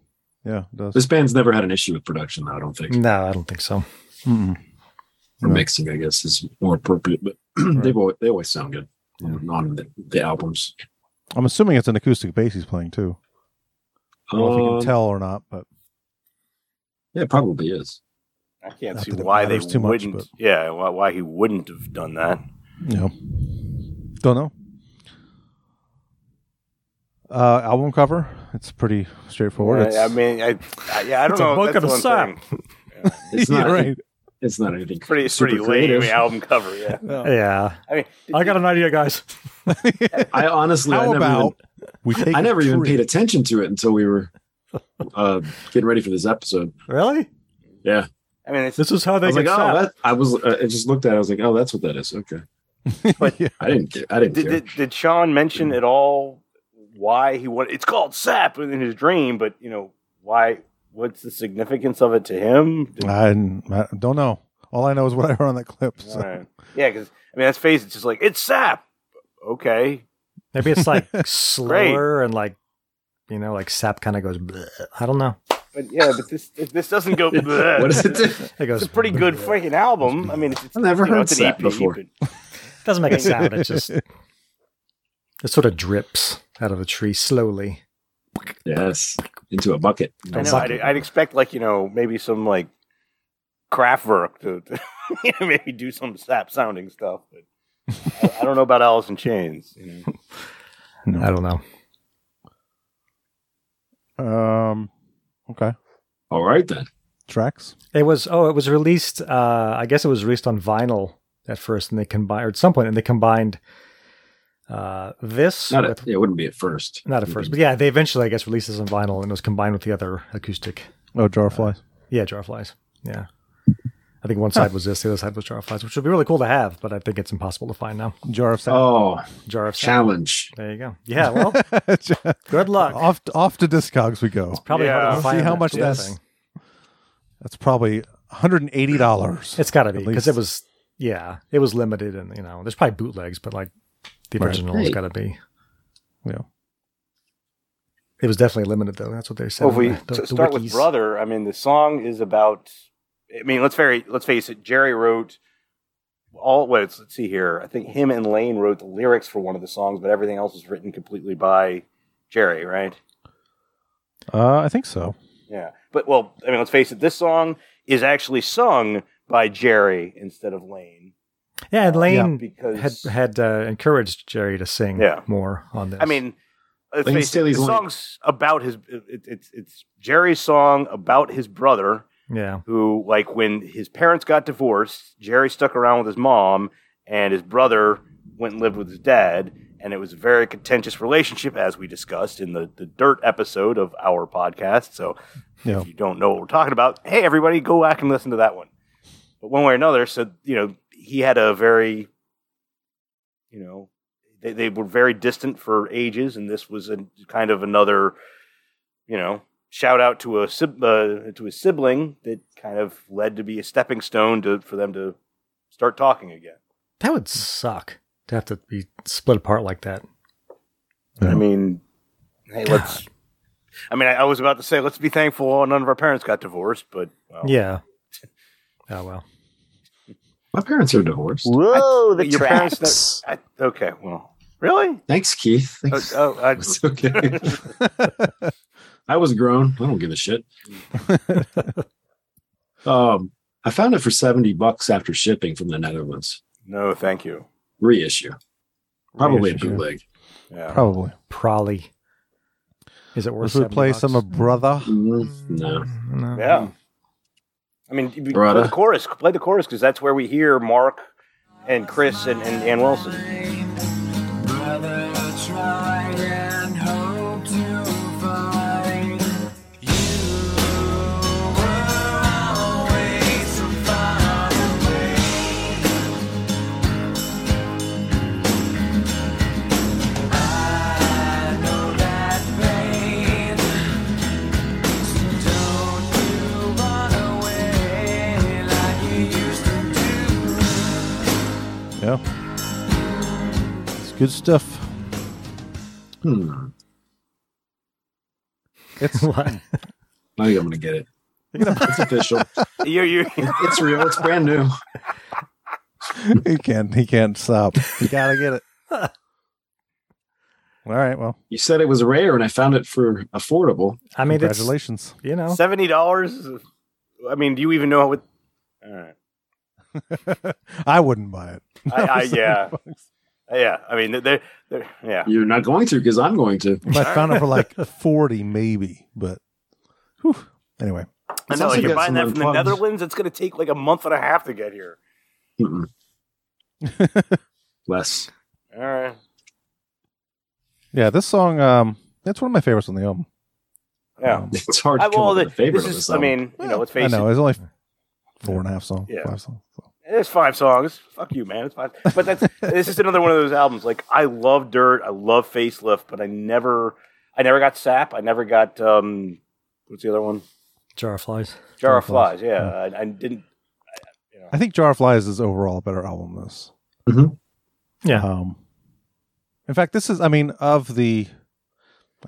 Speaker 2: yeah, it does.
Speaker 1: This band's never had an issue with production, though. I don't
Speaker 2: Mm,
Speaker 1: think.
Speaker 15: No, I don't think so.
Speaker 2: Mm-mm.
Speaker 1: Or mixing, I guess, is more appropriate. But they always, they always sound good you know, on the, the albums.
Speaker 2: I'm assuming it's an acoustic bass he's playing too. I don't know if you
Speaker 1: Um,
Speaker 2: can tell or not, but
Speaker 1: Yeah, it probably is.
Speaker 4: I can't
Speaker 2: Not
Speaker 4: see
Speaker 2: that it
Speaker 4: why they
Speaker 2: matters too much,
Speaker 4: wouldn't.
Speaker 2: but-
Speaker 4: Yeah, why, why he wouldn't have done that.
Speaker 2: you know, don't know. Uh, album cover, it's pretty straightforward.
Speaker 4: I, I
Speaker 2: It's-
Speaker 4: mean, I, I, yeah, I don't
Speaker 15: It's a
Speaker 4: know.
Speaker 15: book of
Speaker 4: That's
Speaker 15: a
Speaker 4: one
Speaker 15: song.
Speaker 4: thing.
Speaker 1: It's
Speaker 2: Yeah,
Speaker 1: not
Speaker 2: right.
Speaker 1: It's not anything.
Speaker 4: Pretty, it's pretty
Speaker 1: super
Speaker 4: lame
Speaker 1: creative.
Speaker 4: album cover. Yeah.
Speaker 15: Yeah.
Speaker 4: I mean,
Speaker 15: I got an idea, guys.
Speaker 1: I honestly, I
Speaker 2: How
Speaker 1: never,
Speaker 2: about
Speaker 1: even,
Speaker 2: we take
Speaker 1: I
Speaker 2: a
Speaker 1: never even
Speaker 2: tree?
Speaker 1: paid attention to it until we were uh, getting ready for this episode.
Speaker 15: Really?
Speaker 1: Yeah,
Speaker 4: I mean, it's,
Speaker 15: This is how
Speaker 1: I
Speaker 15: they
Speaker 1: was
Speaker 15: get
Speaker 1: like,
Speaker 15: shot.
Speaker 1: oh, that, I was. Uh, I just looked at. it. I was like, oh, that's what that is. Okay,
Speaker 4: But-
Speaker 1: I didn't. Care. I didn't
Speaker 4: did,
Speaker 1: care.
Speaker 4: did, did Sean mention at all why he wanted? It's called Sap in his dream, but you know why? What's the significance of it to him?
Speaker 2: I, didn't- I don't know. All I know is what I heard on that clip.
Speaker 4: All
Speaker 2: So.
Speaker 4: right. Yeah, because I mean, let's face it. It's just like it's Sap. Okay,
Speaker 15: Maybe it's like slower and like, you know, like sap kind of goes, bleh. I don't know.
Speaker 4: but yeah, but this this doesn't go. bleh.
Speaker 15: What does it do? It goes
Speaker 4: It's a pretty good freaking album. I mean, it's, it's
Speaker 1: I've never
Speaker 4: you know,
Speaker 1: heard
Speaker 4: it's an
Speaker 1: Sap
Speaker 4: EP,
Speaker 1: before.
Speaker 4: but-
Speaker 15: doesn't make a sound. It just, it sort of drips out of the tree slowly.
Speaker 1: Yes, into a bucket.
Speaker 4: I know. I'd, I'd expect like you know maybe some like craft work to, to you know, maybe do some sap sounding stuff. But I, I don't know about Alice in Chains. You know?
Speaker 15: I don't know.
Speaker 2: Um, okay.
Speaker 1: All right then.
Speaker 2: Tracks.
Speaker 15: It was oh, it was released. Uh, I guess it was released on vinyl at first, and they combined or at some point, and they combined uh, this
Speaker 1: Not.
Speaker 15: with
Speaker 1: At, yeah, it wouldn't be at first.
Speaker 15: not at first, but yeah, they eventually I guess released this on vinyl, and it was combined with the other acoustic.
Speaker 2: Oh, Jarflies.
Speaker 15: Yeah, Jarflies. Yeah, I think one side was this, the other side was Jarflies, which would be really cool to have, but I think it's impossible to find now.
Speaker 2: Uh, Jar of Sound.
Speaker 1: Oh,
Speaker 15: Jar of Sound.
Speaker 1: challenge.
Speaker 15: There you go. Yeah, well, good luck.
Speaker 2: off off to Discogs we go.
Speaker 15: Probably
Speaker 4: Yeah.
Speaker 15: hard to find
Speaker 2: See how
Speaker 15: that
Speaker 2: much
Speaker 15: damn
Speaker 2: that's
Speaker 15: thing.
Speaker 2: that's probably 180 dollars.
Speaker 15: It's got to be
Speaker 2: At
Speaker 15: because it
Speaker 2: least.
Speaker 15: was yeah, it was limited, and you know, there's probably bootlegs, but like the
Speaker 2: Right.
Speaker 15: original has
Speaker 1: Right.
Speaker 15: got to be.
Speaker 2: Yeah.
Speaker 15: It was definitely limited, though. That's what they said.
Speaker 4: Well, if we
Speaker 15: on the- the-
Speaker 4: s-
Speaker 15: the
Speaker 4: start with
Speaker 15: wikis.
Speaker 4: brother, I mean the song is about. I mean let's very let's face it. Jerry wrote all. What it's, let's see here. I think him and Lane wrote the lyrics for one of the songs, but everything else was written completely by Jerry. Right.
Speaker 2: Uh, I think so.
Speaker 4: Yeah. But well, I mean, let's face it. This song is actually sung by Jerry instead of Lane.
Speaker 15: Yeah, and Lane
Speaker 4: because-
Speaker 15: had had uh, encouraged Jerry to sing
Speaker 4: Yeah.
Speaker 15: more on this.
Speaker 4: I mean, let's
Speaker 1: Lane
Speaker 4: face it, the
Speaker 1: Staley's Lane.
Speaker 4: song's about his. It, it's it's Jerry's song about his brother,
Speaker 15: yeah,
Speaker 4: who like when his parents got divorced, Jerry stuck around with his mom, and his brother went and lived with his dad. And it was a very contentious relationship, as we discussed in the, the dirt episode of our podcast. So
Speaker 2: Yeah.
Speaker 4: if you don't know what we're talking about, hey everybody, go back and listen to that one. But one way or another, so you know, he had a very, you know, they, they were very distant for ages, and this was a kind of another, you know, shout out to a sib- uh, to a sibling that kind of led to be a stepping stone to for them to start talking again.
Speaker 15: That would suck to have to be split apart like that.
Speaker 4: I mean, hey, let's. I mean, I, I was about to say let's be thankful none of our parents got divorced, but well,
Speaker 15: Yeah. Oh well.
Speaker 1: My parents are divorced.
Speaker 4: Whoa, the tracks. okay, well, really?
Speaker 1: Thanks, Keith. Thanks.
Speaker 4: Oh, oh, I-
Speaker 1: It's okay. I was grown. I don't give a shit. um, I found it for seventy bucks after shipping from the Netherlands.
Speaker 4: No, thank you.
Speaker 1: Reissue, probably
Speaker 15: Reissue.
Speaker 1: a bootleg.
Speaker 4: Yeah.
Speaker 2: Probably.
Speaker 15: Probably. Is it worth
Speaker 2: Let's replace
Speaker 15: some
Speaker 2: some of Brother.
Speaker 1: No,
Speaker 4: Yeah. I mean, you- play
Speaker 2: Brother.
Speaker 4: the chorus. Play the chorus because that's where we hear Mark and Chris and, and Ann Wilson.
Speaker 5: Brother, try and hope to find
Speaker 2: Yeah. It's good stuff.
Speaker 1: Hmm.
Speaker 2: It's what?
Speaker 1: I think I'm gonna get it. it's official.
Speaker 4: You, you,
Speaker 1: it's real. It's brand new.
Speaker 2: he can't he can't stop. You gotta get it. All right, well.
Speaker 1: You said it was rare, and I found it for affordable.
Speaker 15: I mean, it's-
Speaker 2: Congratulations.
Speaker 15: You know,
Speaker 4: seventy dollars. I mean, do you even know what? All right.
Speaker 2: I wouldn't buy it.
Speaker 4: I, I, yeah. Yeah. I mean, they're, they're, yeah.
Speaker 1: You're not going to because I'm going to.
Speaker 2: If I found it for like forty maybe, but whew. anyway.
Speaker 4: I know you're buying that from the Netherlands. It's going to take like a month and a half to get here.
Speaker 1: Mm-mm. Less.
Speaker 4: All right.
Speaker 2: Yeah, this song, um, that's one of my favorites on the album. Um,
Speaker 4: Yeah.
Speaker 1: It's hard to
Speaker 4: I,
Speaker 1: come
Speaker 4: Uh, well,
Speaker 1: up with a
Speaker 4: the-
Speaker 1: favorite
Speaker 4: this
Speaker 1: of
Speaker 4: is-
Speaker 1: this
Speaker 4: I
Speaker 1: album.
Speaker 4: mean, you know, let's
Speaker 2: I
Speaker 4: face
Speaker 2: know,
Speaker 4: it.
Speaker 2: it's only four and a half songs.
Speaker 4: Yeah.
Speaker 2: Five songs.
Speaker 4: It's five songs. Fuck you, man. It's five. But that's it's just another one of those albums. Like I love Dirt. I love Facelift, but I never, I never got Sap. I never got um, what's the other one?
Speaker 15: Jar of Flies.
Speaker 4: Jar of Flies. Yeah, I, I didn't.
Speaker 2: I think Jar of Flies is overall a better album than this.
Speaker 1: Mhm.
Speaker 4: Mm-hmm.
Speaker 15: Yeah.
Speaker 2: Um, in fact, this is, I mean, of the,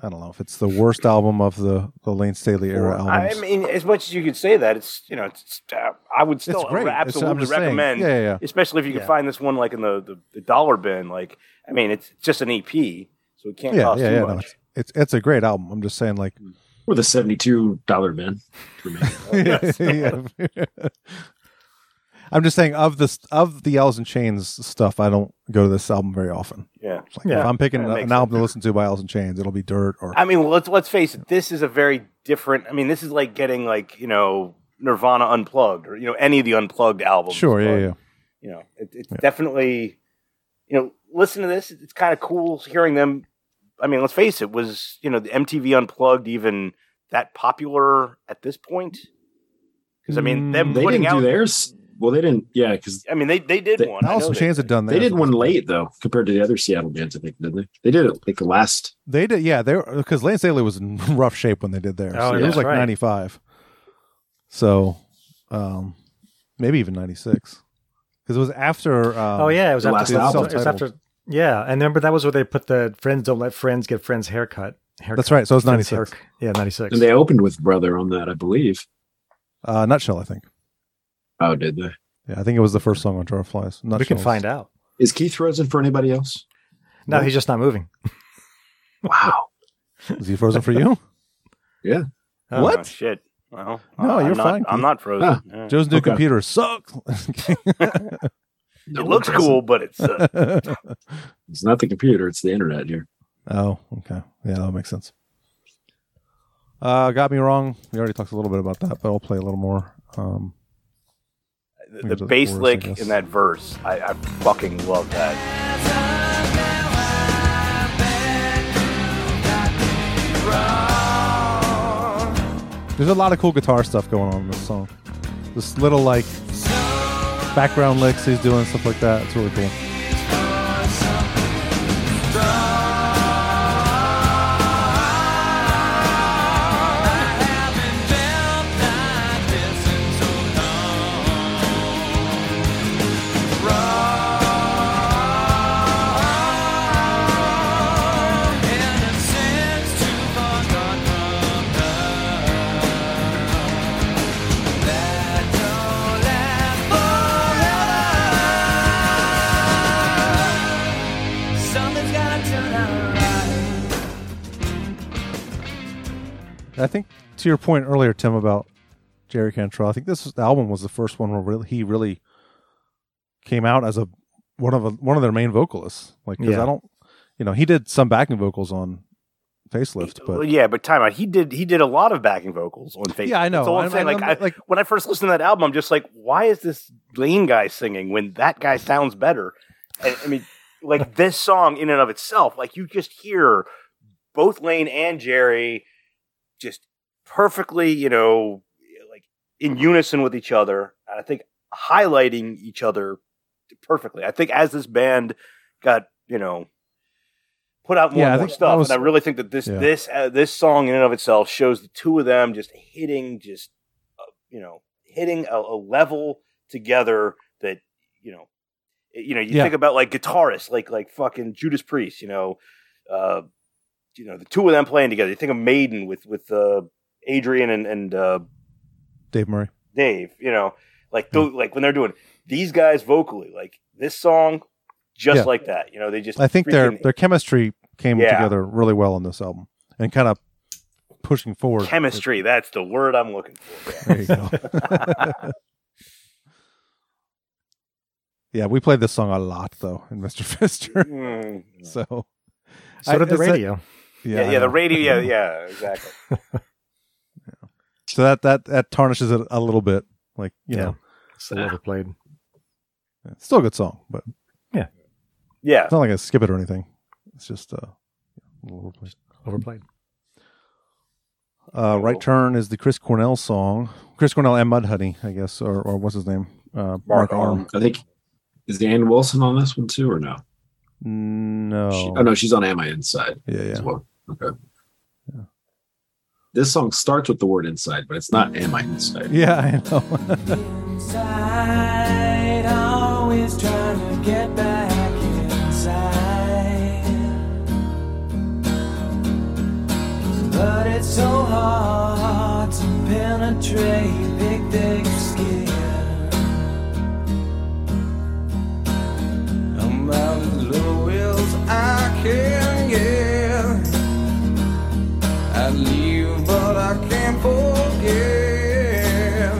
Speaker 2: I don't know if it's the worst album of the, the Lane Staley era
Speaker 4: I
Speaker 2: albums.
Speaker 4: mean, as much as you could say that, it's you know, it's. uh, I would still
Speaker 2: It's great. It's- I'm
Speaker 4: absolutely
Speaker 2: just saying.
Speaker 4: recommend,
Speaker 2: Yeah, yeah, yeah.
Speaker 4: especially if you
Speaker 2: Yeah.
Speaker 4: can find this one like in the, the, the dollar bin. Like, I mean, it's just an EP, so it can't
Speaker 2: yeah,
Speaker 4: cost
Speaker 2: yeah,
Speaker 4: too
Speaker 2: yeah. No,
Speaker 4: much.
Speaker 2: it's, it's, it's a great album. I'm just saying, like,
Speaker 1: With a seventy-two dollar bin. for me.
Speaker 2: Yeah. I'm just saying of this of the Alice in Chains stuff, I don't go to this album very often.
Speaker 4: Yeah.
Speaker 2: It's like, If
Speaker 4: Yeah.
Speaker 2: I'm picking
Speaker 4: That
Speaker 2: an,
Speaker 4: makes
Speaker 2: an album to listen to by Alice in Chains, it'll be Dirt or
Speaker 4: I mean, well, let's let's face it. This is a very different. I mean, this is like getting like you know Nirvana unplugged or you know any of the unplugged albums.
Speaker 2: sure, yeah,
Speaker 4: But,
Speaker 2: yeah.
Speaker 4: You know, it, it's definitely you know listen to this. It's kind of cool hearing them. I mean, let's face it. Was you know the MTV unplugged even that popular at this point? Because I mean, them
Speaker 1: Mm, they
Speaker 4: putting
Speaker 1: didn't
Speaker 4: out.
Speaker 1: do theirs. Well, they didn't. Yeah, because
Speaker 4: I mean, they they did
Speaker 1: They-
Speaker 4: one. I know they-
Speaker 2: had done
Speaker 1: they
Speaker 2: theirs
Speaker 1: did
Speaker 2: at
Speaker 1: one
Speaker 2: this point.
Speaker 1: late though, compared to the other Seattle bands. I think didn't they? They did it like the last.
Speaker 2: They did, yeah. They because Lane Staley was in rough shape when they did theirs.
Speaker 15: Oh,
Speaker 2: it
Speaker 15: yeah.
Speaker 2: was like
Speaker 15: Right.
Speaker 2: '95, so um, maybe even '96, because it was after. Um,
Speaker 15: oh yeah, it was after. It was
Speaker 2: self-titled.
Speaker 15: after. Yeah, and remember that was where they put the friends don't let friends get friends haircut. haircut.
Speaker 2: That's right, so it's
Speaker 15: Friends
Speaker 2: 96.
Speaker 15: hairc- Yeah, ninety six.
Speaker 1: And they opened with Brother on that, I believe.
Speaker 2: uh, Nutshell, I think.
Speaker 1: Oh, did they?
Speaker 2: Yeah, I think it was the first song on Jar of Flies. Nutshell
Speaker 15: We can
Speaker 2: was-
Speaker 15: find out.
Speaker 1: Is Keith Rosen for anybody else?
Speaker 15: No, he's just not moving.
Speaker 1: Wow.
Speaker 2: Is he frozen for you?
Speaker 1: Yeah.
Speaker 4: Oh,
Speaker 2: What?
Speaker 4: shit? Well,
Speaker 2: No,
Speaker 4: I'm
Speaker 2: you're
Speaker 4: not-
Speaker 2: fine.
Speaker 4: I'm
Speaker 2: Keith.
Speaker 4: not frozen. Yeah.
Speaker 2: Joe's new
Speaker 4: Okay.
Speaker 2: computer sucks.
Speaker 4: It looks cool, but uh, it sucks.
Speaker 1: It's not the computer; it's the internet here.
Speaker 2: oh, okay. Yeah, that makes sense. Uh, got me wrong. We already talked a little bit about that, but I'll play a little more. Um,
Speaker 4: the
Speaker 2: the
Speaker 4: bass
Speaker 2: chorus, I
Speaker 4: lick
Speaker 2: guess.
Speaker 4: in that verse. I, I fucking love that.
Speaker 2: There's a lot of cool guitar stuff going on in this song. This little like background licks he's doing stuff like that. It's really cool.
Speaker 5: gonna turn out right.
Speaker 2: I think to your point earlier, Tim, about Jerry Cantrell, I think this album was the first one where really, he really came out as a one of a, one of their main vocalists. Like, 'cause
Speaker 4: Yeah.
Speaker 2: I don't, you know, he did some backing vocals on Facelift, but
Speaker 4: Well, yeah, but time out. He did he did a lot of backing vocals on Facebook.
Speaker 2: Yeah, I know.
Speaker 4: That's all I'm
Speaker 2: I-
Speaker 4: saying.
Speaker 2: I-
Speaker 4: like,
Speaker 2: I'm-
Speaker 4: I, when I first listened to that album, I'm just like, why is this Lane guy singing when that guy sounds better? And, I mean, like this song in and of itself, like you just hear both Lane and Jerry just perfectly, you know, like in unison with each other. And I think highlighting each other perfectly. I think as this band got, you know, put out more,
Speaker 2: Yeah, I
Speaker 4: and more
Speaker 2: think
Speaker 4: stuff,
Speaker 2: that was-
Speaker 4: and I really think that this
Speaker 2: Yeah.
Speaker 4: this uh, this song in and of itself shows the two of them just hitting, just uh, you know, hitting a, a level together that you know, you know, you
Speaker 2: Yeah.
Speaker 4: think about like guitarists, like like fucking Judas Priest, you know, uh, you know, the two of them playing together. You think of Maiden with with uh, Adrian and and uh,
Speaker 2: Dave Murray.
Speaker 4: Dave, you know, like tho-
Speaker 2: Hmm.
Speaker 4: like when they're doing these guys vocally, like this song, just
Speaker 2: Yeah.
Speaker 4: like that. You know, they just
Speaker 2: I think their
Speaker 4: freaking
Speaker 2: their chemistry came
Speaker 4: Yeah.
Speaker 2: together really well on this album and kind of pushing forward.
Speaker 4: chemistry. That's the word I'm looking for.
Speaker 2: There you go. yeah, we played this song a lot though in Mr. Fister.
Speaker 4: Mm.
Speaker 2: so
Speaker 15: So did the
Speaker 2: it's that-
Speaker 15: radio.
Speaker 4: yeah, yeah,
Speaker 2: I
Speaker 4: the
Speaker 2: know.
Speaker 4: radio. Yeah, yeah, exactly.
Speaker 2: So that that that tarnishes it a little bit. Like you
Speaker 15: Yeah.
Speaker 2: know,
Speaker 15: It's a little played.
Speaker 2: it's still a good song, but
Speaker 4: Yeah.
Speaker 2: it's not like I skip it or anything. It's just uh, a little overplayed.
Speaker 15: Overplayed.
Speaker 2: Uh, right turn is the Chris Cornell song. Chris Cornell and Mudhoney, I guess, or, or what's his name? Uh, Mark,
Speaker 4: Um,
Speaker 2: Arm.
Speaker 1: I think is Ann Wilson on this one too, or no?
Speaker 2: No.
Speaker 1: She- oh no, she's on "Am I Inside?"
Speaker 2: Yeah, yeah.
Speaker 1: As well. Okay. This song starts with the word "inside," but it's not "Am I Inside?"
Speaker 2: Yeah, I know.
Speaker 5: Inside, always trying to get back inside. But it's so hard to penetrate big, thick skin. I'm out of low wheels I can get. I leave, but I can't forget.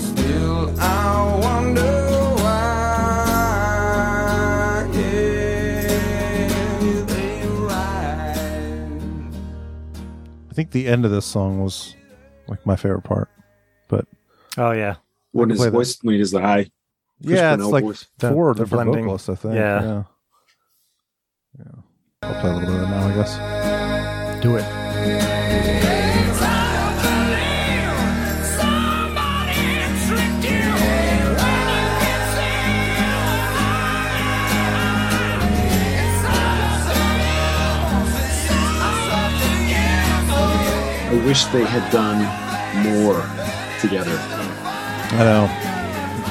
Speaker 5: Still, I wonder why. Yeah, they ride.
Speaker 2: I think the end of this song was like my favorite part. But
Speaker 15: Oh yeah.
Speaker 1: When
Speaker 2: I can
Speaker 1: his
Speaker 2: play that.
Speaker 1: voice, when he does the high, Chris
Speaker 2: yeah, it's
Speaker 1: Cornell
Speaker 2: like
Speaker 1: voice.
Speaker 2: four
Speaker 15: The- the
Speaker 2: different
Speaker 15: blending.
Speaker 2: vocalists, I think.
Speaker 15: Yeah.
Speaker 2: Yeah. yeah. I'll play a little bit of it now, I guess.
Speaker 15: Do it.
Speaker 1: I wish they had done more together.
Speaker 2: I know.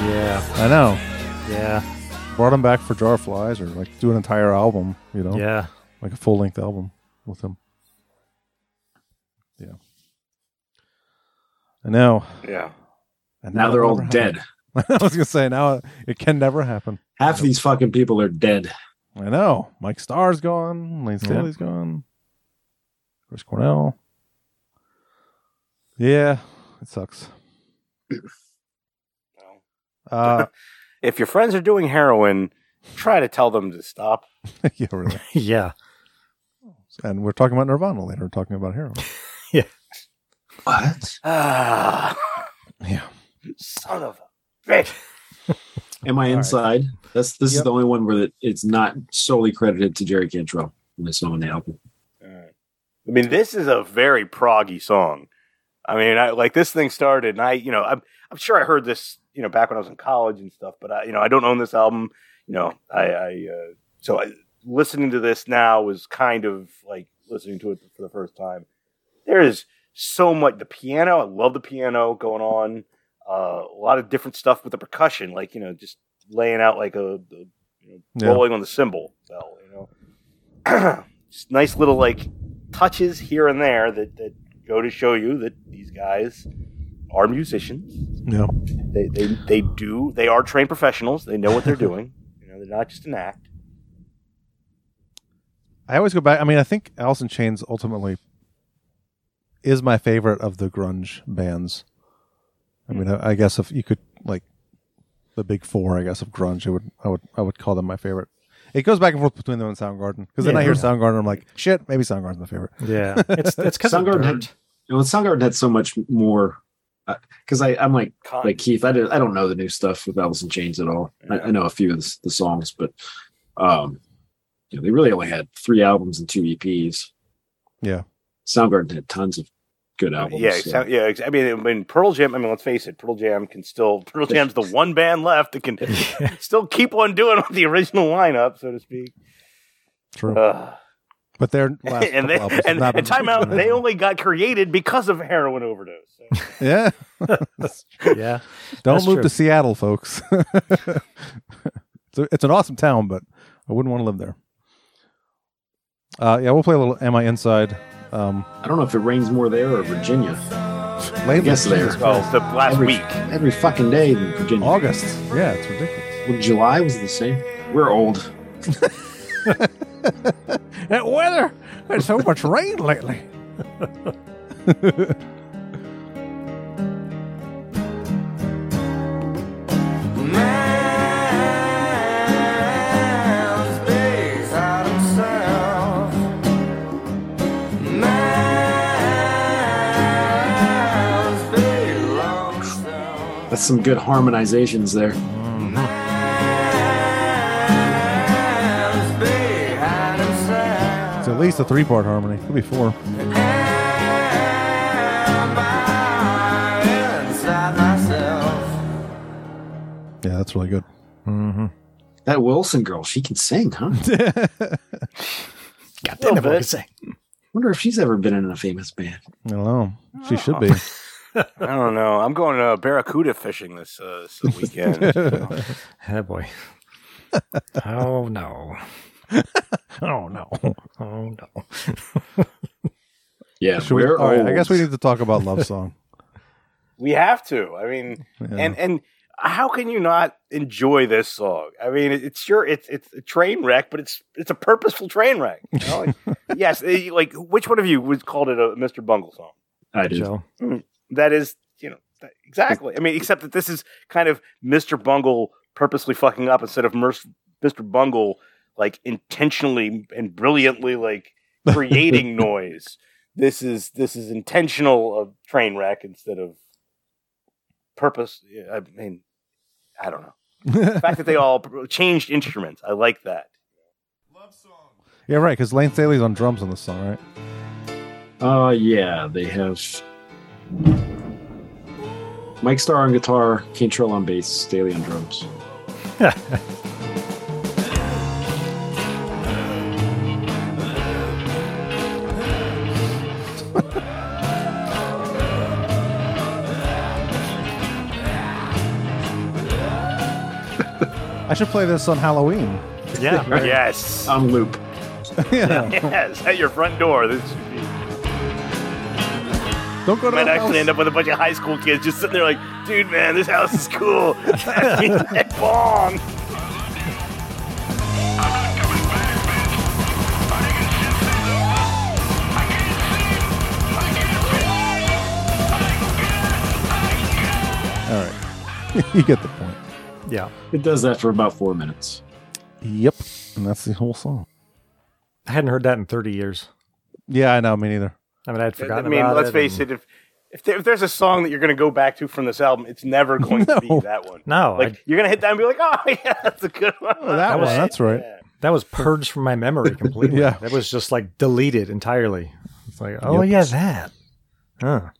Speaker 15: Yeah.
Speaker 2: I know.
Speaker 15: Yeah.
Speaker 2: Brought him back for Jar of Flies or like do an entire album, you know?
Speaker 15: Yeah.
Speaker 2: Like a full length album with him. Yeah. I know.
Speaker 4: Yeah.
Speaker 2: And
Speaker 1: Now they're
Speaker 2: it'll
Speaker 1: all
Speaker 2: never
Speaker 1: dead.
Speaker 2: happen. I was going to say, now it can never happen.
Speaker 1: Half of these fucking people are dead.
Speaker 2: I know. Mike Starr's gone. Lane
Speaker 1: Yeah.
Speaker 2: Staley's gone. Chris Cornell. Yeah, it sucks. Uh,
Speaker 4: if your friends are doing heroin, try to tell them to stop.
Speaker 2: yeah, really.
Speaker 15: yeah.
Speaker 2: And we're talking about Nirvana later, talking about heroin.
Speaker 1: What?
Speaker 4: Ah,
Speaker 2: Yeah.
Speaker 4: son of a bitch.
Speaker 1: Am I inside? That's this is
Speaker 4: Yep.
Speaker 1: the only one where that it's not solely credited to Jerry Cantrell in this song on the album.
Speaker 4: I mean, this is a very proggy song. I mean, I like this thing started, and I, you know, I'm, I'm sure I heard this, you know, back when I was in college and stuff. But I, you know, I don't own this album. You know, I, I uh, so I, listening to this now was kind of like listening to it for the first time. There is so much the piano. I love the piano going on. Uh, a lot of different stuff with the percussion, like you know, just laying out like a, a you know,
Speaker 2: Yeah.
Speaker 4: rolling on the cymbal bell. You know, just nice little like touches here and there that, that go to show you that these guys are musicians.
Speaker 2: Yeah.
Speaker 4: They, they they do they are trained professionals. They know what they're doing. You know, they're not just an act.
Speaker 2: I always go back. I mean, I think Alice in Chains ultimately is my favorite of the grunge bands. I mean, I, I guess if you could like the big four, I guess of grunge, I would, I would, I would call them my favorite. It goes back and forth between them and Soundgarden because then
Speaker 15: Yeah.
Speaker 2: I hear Soundgarden, I'm like, shit, maybe Soundgarden's my favorite.
Speaker 15: Yeah, it's it's because
Speaker 1: Soundgarden had, you know, Soundgarden had so much more. Because I, I'm like like Keith, I, did, I don't know the new stuff with Alice in Chains at all. I, I know a few of the, s- the songs, but um, you know, they really only had three albums and two EPs.
Speaker 2: Yeah.
Speaker 1: Soundgarden had tons of good albums.
Speaker 4: Yeah,
Speaker 1: so-
Speaker 4: so, yeah. ex- I mean, I mean, Pearl Jam. I mean, let's face it, Pearl Jam can still. Pearl Jam's the one band left that can still keep on doing the original lineup, so to speak.
Speaker 2: True.
Speaker 4: Ugh.
Speaker 2: But their last couple
Speaker 4: and they,
Speaker 2: albums have
Speaker 4: and,
Speaker 2: not
Speaker 4: and
Speaker 2: been-
Speaker 4: time out, they only got created because of heroin overdose.
Speaker 2: yeah.
Speaker 15: yeah.
Speaker 2: Don't
Speaker 15: That's
Speaker 2: move
Speaker 15: true.
Speaker 2: to Seattle, folks. it's, a, it's an awesome town, but I wouldn't want to live there. Uh, yeah, we'll play a little Am I Inside? Um,
Speaker 1: I don't know if it rains more there or Virginia.
Speaker 2: Lately,
Speaker 1: I guess there.
Speaker 2: Jesus Christ.
Speaker 4: the last
Speaker 1: every,
Speaker 4: week.
Speaker 1: Every fucking day in Virginia.
Speaker 2: August. Yeah, it's ridiculous.
Speaker 1: Well, July was the same. We're old.
Speaker 2: that weather. There's so much rain lately.
Speaker 5: Man's base out himself. Man's belongs
Speaker 1: That's some good harmonizations there.
Speaker 5: behind himself.
Speaker 2: It's at least a three part harmony. Could be four.
Speaker 5: Inside myself.
Speaker 2: Yeah, that's really good. Mm-hmm.
Speaker 1: That Wilson girl, she can sing, huh? God damn
Speaker 15: can
Speaker 1: sing. Wonder if she's ever been in a famous band.
Speaker 2: I don't know. She should be.
Speaker 1: Ah.
Speaker 4: I don't know. I'm going uh, barracuda fishing this uh, this weekend. so.
Speaker 15: Oh boy. oh no. oh no. Oh no.
Speaker 1: Yeah,
Speaker 2: Should we,
Speaker 1: we're
Speaker 2: all right, I guess we
Speaker 1: old.
Speaker 2: need to talk about Love Song.
Speaker 4: We have to. I mean, and and how can you not enjoy this song? I mean, it- it's your it's it's a train wreck, but it's it's a purposeful train wreck. you know? Like, yes, eh, like which one of you was called it a Mr. Bungle song?
Speaker 1: I do.
Speaker 15: Joe.
Speaker 4: Mm, That is, you know, that- exactly. I mean, except that this is kind of Mr. Bungle purposely fucking up instead of Merc- Mr. Bungle like intentionally and brilliantly like creating noise. This is this is intentional of train wreck instead of purpose. yeah, I mean, I don't know. the fact that they all pr- changed instruments, I like that.
Speaker 2: Yeah, right, because Lane Staley's on drums on this song, right?
Speaker 1: Uh, yeah, they have Mike Starr on guitar, Cantrell on bass, Staley on drums.
Speaker 2: I should play this on Halloween.
Speaker 15: Yeah.
Speaker 4: yes.
Speaker 1: On loop.
Speaker 2: yeah.
Speaker 4: yes, at your front door. This should be.
Speaker 2: Don't go
Speaker 4: to Might actually end up with a bunch of high school kids just sitting there like, dude, man, this house is cool. That bong.
Speaker 2: All right. you get the point.
Speaker 15: Yeah.
Speaker 1: It does that for about four minutes.
Speaker 2: Yep. And that's the whole song.
Speaker 15: I hadn't heard that in 30 years.
Speaker 2: Yeah, I know. Me neither.
Speaker 15: I mean, I had
Speaker 4: I
Speaker 15: forgotten
Speaker 4: mean,
Speaker 15: about
Speaker 4: let's
Speaker 15: it
Speaker 4: face
Speaker 15: and-
Speaker 4: it, if if, there, if there's a song that you're going to go back to from this album, it's never going to be
Speaker 15: No.
Speaker 4: that one.
Speaker 15: No,
Speaker 4: like
Speaker 15: I-
Speaker 4: you're going to hit that and be like, oh yeah, that's a good one.
Speaker 2: That,
Speaker 15: was-
Speaker 2: one. That's right.
Speaker 15: That was purged from my memory completely.
Speaker 2: Yeah.
Speaker 15: That was just like deleted entirely. It's like, oh,
Speaker 2: Yep.
Speaker 15: yeah, that. Huh.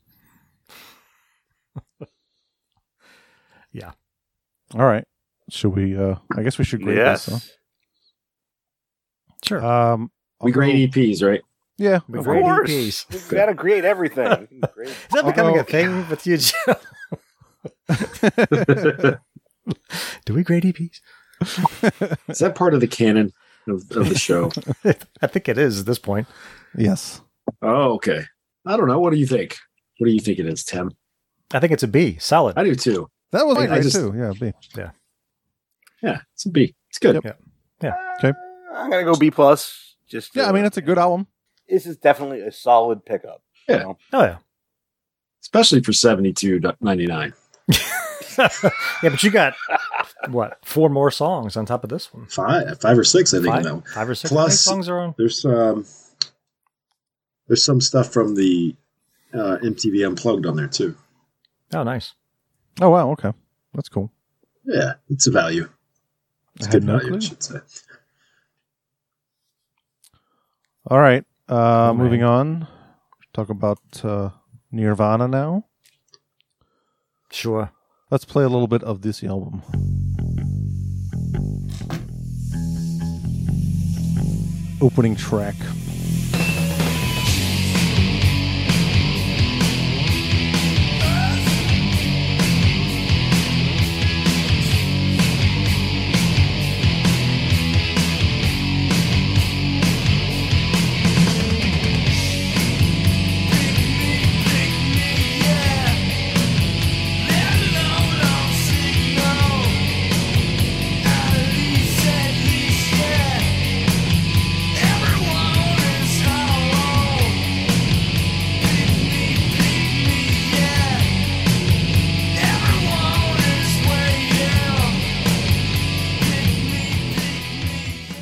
Speaker 15: yeah.
Speaker 2: All right. Should we? uh I guess we should grade
Speaker 4: Yes.
Speaker 2: this. Huh?
Speaker 15: Sure.
Speaker 2: Um,
Speaker 1: We grade EPs, right?
Speaker 2: Yeah.
Speaker 15: We
Speaker 2: of
Speaker 15: grade
Speaker 2: course.
Speaker 15: EPs.
Speaker 4: We've got to create everything. Great.
Speaker 15: E Is that becoming a
Speaker 2: Although-
Speaker 15: thing with you, Joe? Do we grade E EPs?
Speaker 1: Is that part of the canon of, of the show?
Speaker 15: I think it is at this point.
Speaker 2: Yes.
Speaker 1: oh, okay. I don't know. What do you think? What do you think it is, Tim?
Speaker 15: I think it's a B. Solid.
Speaker 1: I do too.
Speaker 2: That was
Speaker 1: I-
Speaker 2: my
Speaker 1: I
Speaker 2: grade
Speaker 1: just-
Speaker 2: too. Yeah, B.
Speaker 15: Yeah.
Speaker 1: Yeah, it's a B. It's good.
Speaker 15: Yeah. Yeah.
Speaker 2: Okay.
Speaker 4: I'm going to Uh, go B plus. Just
Speaker 2: yeah, I mean it's a good album.
Speaker 4: This is definitely a solid pickup.
Speaker 1: Yeah.
Speaker 4: know?
Speaker 15: Oh yeah.
Speaker 1: Especially for seventy two ninety nine.
Speaker 15: yeah, but you got what four more songs on top of this one?
Speaker 1: Five, five or six, I think.
Speaker 15: Five-
Speaker 1: now.
Speaker 15: five or six. How many
Speaker 1: Plus,
Speaker 15: songs are on?
Speaker 1: There's um, there's some stuff from the uh, MTV Unplugged on there too.
Speaker 15: Oh, nice.
Speaker 2: Oh wow, okay, that's cool.
Speaker 1: Yeah, it's a value. It's
Speaker 2: I had
Speaker 1: good
Speaker 2: no
Speaker 1: value, I
Speaker 2: clue.
Speaker 1: should say.
Speaker 2: All right, uh, moving on. Talk about uh, Nirvana now.
Speaker 15: Sure.
Speaker 2: Let's play a little bit of this album. Opening track.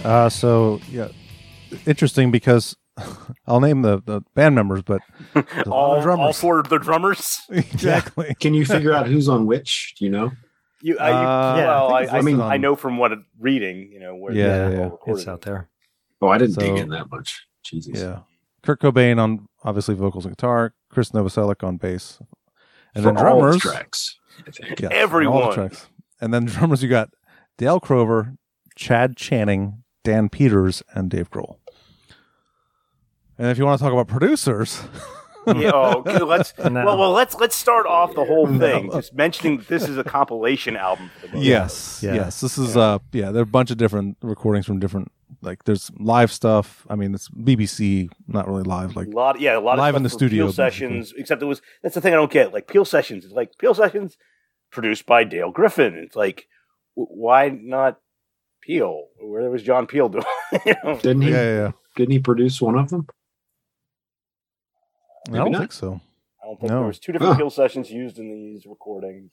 Speaker 2: Uh, so yeah, interesting because I'll name the, the band members, but there's a lot
Speaker 4: all,
Speaker 2: of drummers.
Speaker 4: all four of the drummers.
Speaker 2: Exactly.
Speaker 1: Can you figure out who's on which? Do you know?
Speaker 4: You, I, you,
Speaker 1: Uh, Yeah,
Speaker 4: well,
Speaker 1: I think
Speaker 4: I, I,
Speaker 1: it's listed
Speaker 4: mean,
Speaker 1: on-
Speaker 4: I know from what I'm reading, you know, where
Speaker 2: Yeah,
Speaker 4: they're
Speaker 2: yeah,
Speaker 4: all
Speaker 2: yeah.
Speaker 4: recorded.
Speaker 15: It's out there.
Speaker 1: Oh, I didn't
Speaker 2: So-
Speaker 1: dig in that much. Jesus.
Speaker 2: Yeah. Kurt Cobain on obviously vocals and guitar, Chris Novoselic on bass, and
Speaker 1: For
Speaker 2: then
Speaker 1: all the
Speaker 2: drummers.
Speaker 1: tracks, I think.
Speaker 2: Yes,
Speaker 4: Everyone.
Speaker 2: all the tracks. And then drummers, you got Dale Crover, Chad Channing, Dan Peters, and Dave Grohl. And if you want to talk about producers,
Speaker 4: Yeah, oh, okay, let's
Speaker 2: No.
Speaker 4: well, well, let's let's start off the whole
Speaker 2: No.
Speaker 4: thing just mentioning that this is a compilation album. For the most
Speaker 2: yes,
Speaker 4: part.
Speaker 2: yes, this is uh, yeah, there are a bunch of different recordings from different like there's live stuff. I mean, it's BBC, not really live, like
Speaker 4: a lot, yeah, a lot
Speaker 2: live
Speaker 4: of
Speaker 2: in the
Speaker 4: stuff for
Speaker 2: studio,
Speaker 4: Peel
Speaker 2: basically.
Speaker 4: sessions. Except it was that's the thing I don't get. Like Peel sessions, it's like Peel sessions produced by Dale Griffin. It's like w- why not Peel? Where was John Peel doing? you know?
Speaker 1: Didn't he?
Speaker 2: Yeah, yeah, yeah.
Speaker 1: Didn't he produce one of them?
Speaker 2: I don't
Speaker 1: not.
Speaker 2: think so.
Speaker 4: I don't think
Speaker 2: No.
Speaker 4: there was two different
Speaker 1: Huh.
Speaker 4: Peel sessions used in these recordings.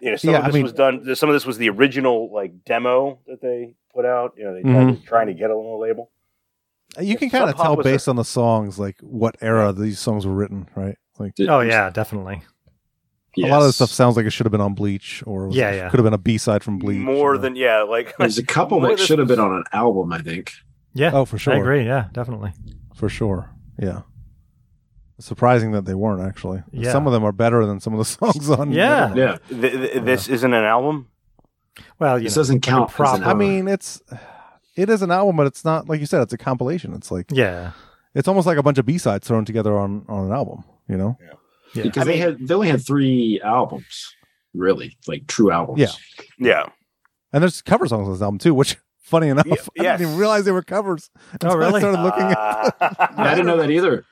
Speaker 4: You know, some
Speaker 2: Yeah,
Speaker 4: of
Speaker 2: I
Speaker 4: this
Speaker 2: mean-
Speaker 4: was done. Some of this was the original like demo that they put out. You know, they
Speaker 2: Mhm.
Speaker 4: tried, trying to get it on a label.
Speaker 2: You can
Speaker 4: Sub
Speaker 2: kind of
Speaker 4: Pop
Speaker 2: tell
Speaker 4: was a-
Speaker 2: based on the songs, like what era these songs were written, right? Like,
Speaker 15: Oh yeah, definitely.
Speaker 2: a lot of
Speaker 1: Yes.
Speaker 2: this stuff sounds like it should have been on Bleach, or was-
Speaker 15: Yeah, yeah.
Speaker 2: could have been a B side from Bleach.
Speaker 4: More than yeah, like
Speaker 1: There's a couple
Speaker 4: more
Speaker 1: that
Speaker 4: than-
Speaker 1: should have been on an album, I think.
Speaker 15: Yeah.
Speaker 2: Oh, for sure.
Speaker 15: I agree. Yeah, definitely.
Speaker 2: for sure. Yeah, it's surprising that they weren't actually.
Speaker 15: Yeah.
Speaker 2: Some of them are better than some of the songs on.
Speaker 15: Yeah.
Speaker 1: Yeah.
Speaker 4: Th- th- this isn't an album.
Speaker 15: Well, you
Speaker 1: This
Speaker 15: know,
Speaker 1: doesn't count.
Speaker 15: a
Speaker 1: as an
Speaker 15: proper-
Speaker 2: I
Speaker 1: album.
Speaker 2: mean, it's it is an album, but it's not like you said. It's a compilation. It's like
Speaker 15: yeah,
Speaker 2: it's almost like a bunch of B sides thrown together on on an album. You know?
Speaker 15: yeah.
Speaker 1: because they had they only had three albums, really, like true albums.
Speaker 2: Yeah.
Speaker 4: Yeah,
Speaker 2: And there's cover songs on this album too, which funny enough, I
Speaker 4: yes.
Speaker 2: didn't even realize they were covers. until I
Speaker 15: Oh, really? Uh,
Speaker 2: started looking at.
Speaker 4: Ah.
Speaker 1: I didn't know that either.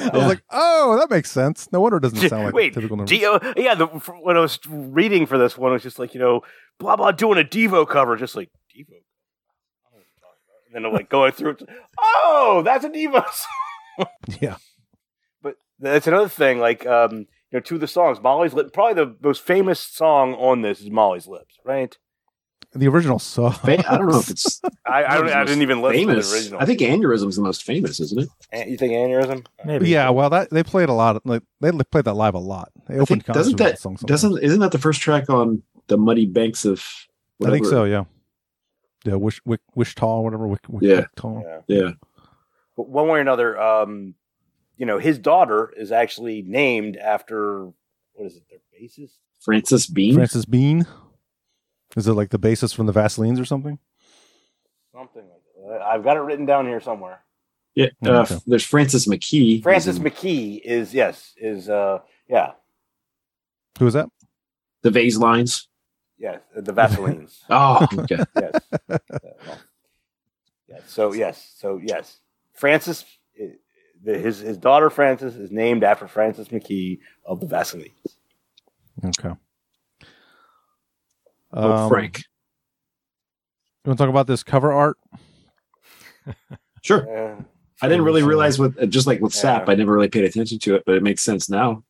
Speaker 2: I was like, oh, that makes sense. No wonder it doesn't sound like
Speaker 4: Wait,
Speaker 2: a typical. Nirvana.
Speaker 4: Dio, yeah. The, f- when I was reading for this one, it was just like you know, blah blah, doing a Devo cover, just like Devo. And then I'm like going through it. Oh, that's a Devo. song.
Speaker 2: Yeah.
Speaker 4: but that's another thing. Like um, you know, two of the songs, Molly's Lip, probably the most famous song on this is Molly's Lips, right?
Speaker 2: The original song.
Speaker 1: Fa- I don't know if it's
Speaker 4: I I, don't, I didn't even listen
Speaker 1: famous.
Speaker 4: to the original.
Speaker 1: I think Aneurysm's the most famous, isn't it?
Speaker 4: An- you think aneurysm?
Speaker 15: Maybe.
Speaker 2: Yeah, well, that they played a lot. Of, like they li- played that live a lot. They
Speaker 1: I
Speaker 2: opened
Speaker 1: think,
Speaker 2: concerts
Speaker 1: doesn't
Speaker 2: with that
Speaker 1: that
Speaker 2: song. sometimes.
Speaker 1: doesn't isn't that the first track on the Muddy Banks of?
Speaker 2: I think so.
Speaker 1: whatever?
Speaker 2: Yeah, yeah. Wish Wish Wish Tall, whatever. Wick, Wick,
Speaker 1: Yeah.
Speaker 2: Wick Tall.
Speaker 4: Yeah.
Speaker 1: Yeah,
Speaker 4: But one way or another, um, you know, his daughter is actually named after what is it? Their bassist.
Speaker 1: Francis Bean.
Speaker 2: Francis Bean. Is it like the basis from the Vaseline's or something?
Speaker 4: Something like that. I've got it written down here somewhere.
Speaker 1: yeah. Uh,
Speaker 2: Okay.
Speaker 1: f- There's Francis McKee.
Speaker 4: Francis
Speaker 1: He's in
Speaker 4: McKee is yes is uh yeah
Speaker 2: Who is that?
Speaker 1: the Vase Lines.
Speaker 4: yes the Vaseline's
Speaker 1: Oh, okay.
Speaker 4: yes Uh, well, yeah, so yes so yes Francis uh, the, his his daughter Francis is named after Francis McKee of the Vaseline.
Speaker 2: Okay.
Speaker 1: oh,
Speaker 2: Um,
Speaker 1: Frank. Oh,
Speaker 2: You want to talk about this cover art?
Speaker 1: Sure. I didn't
Speaker 2: uh,
Speaker 1: really realize what, uh, just like with SAP, I never really paid attention to it, but it makes sense now.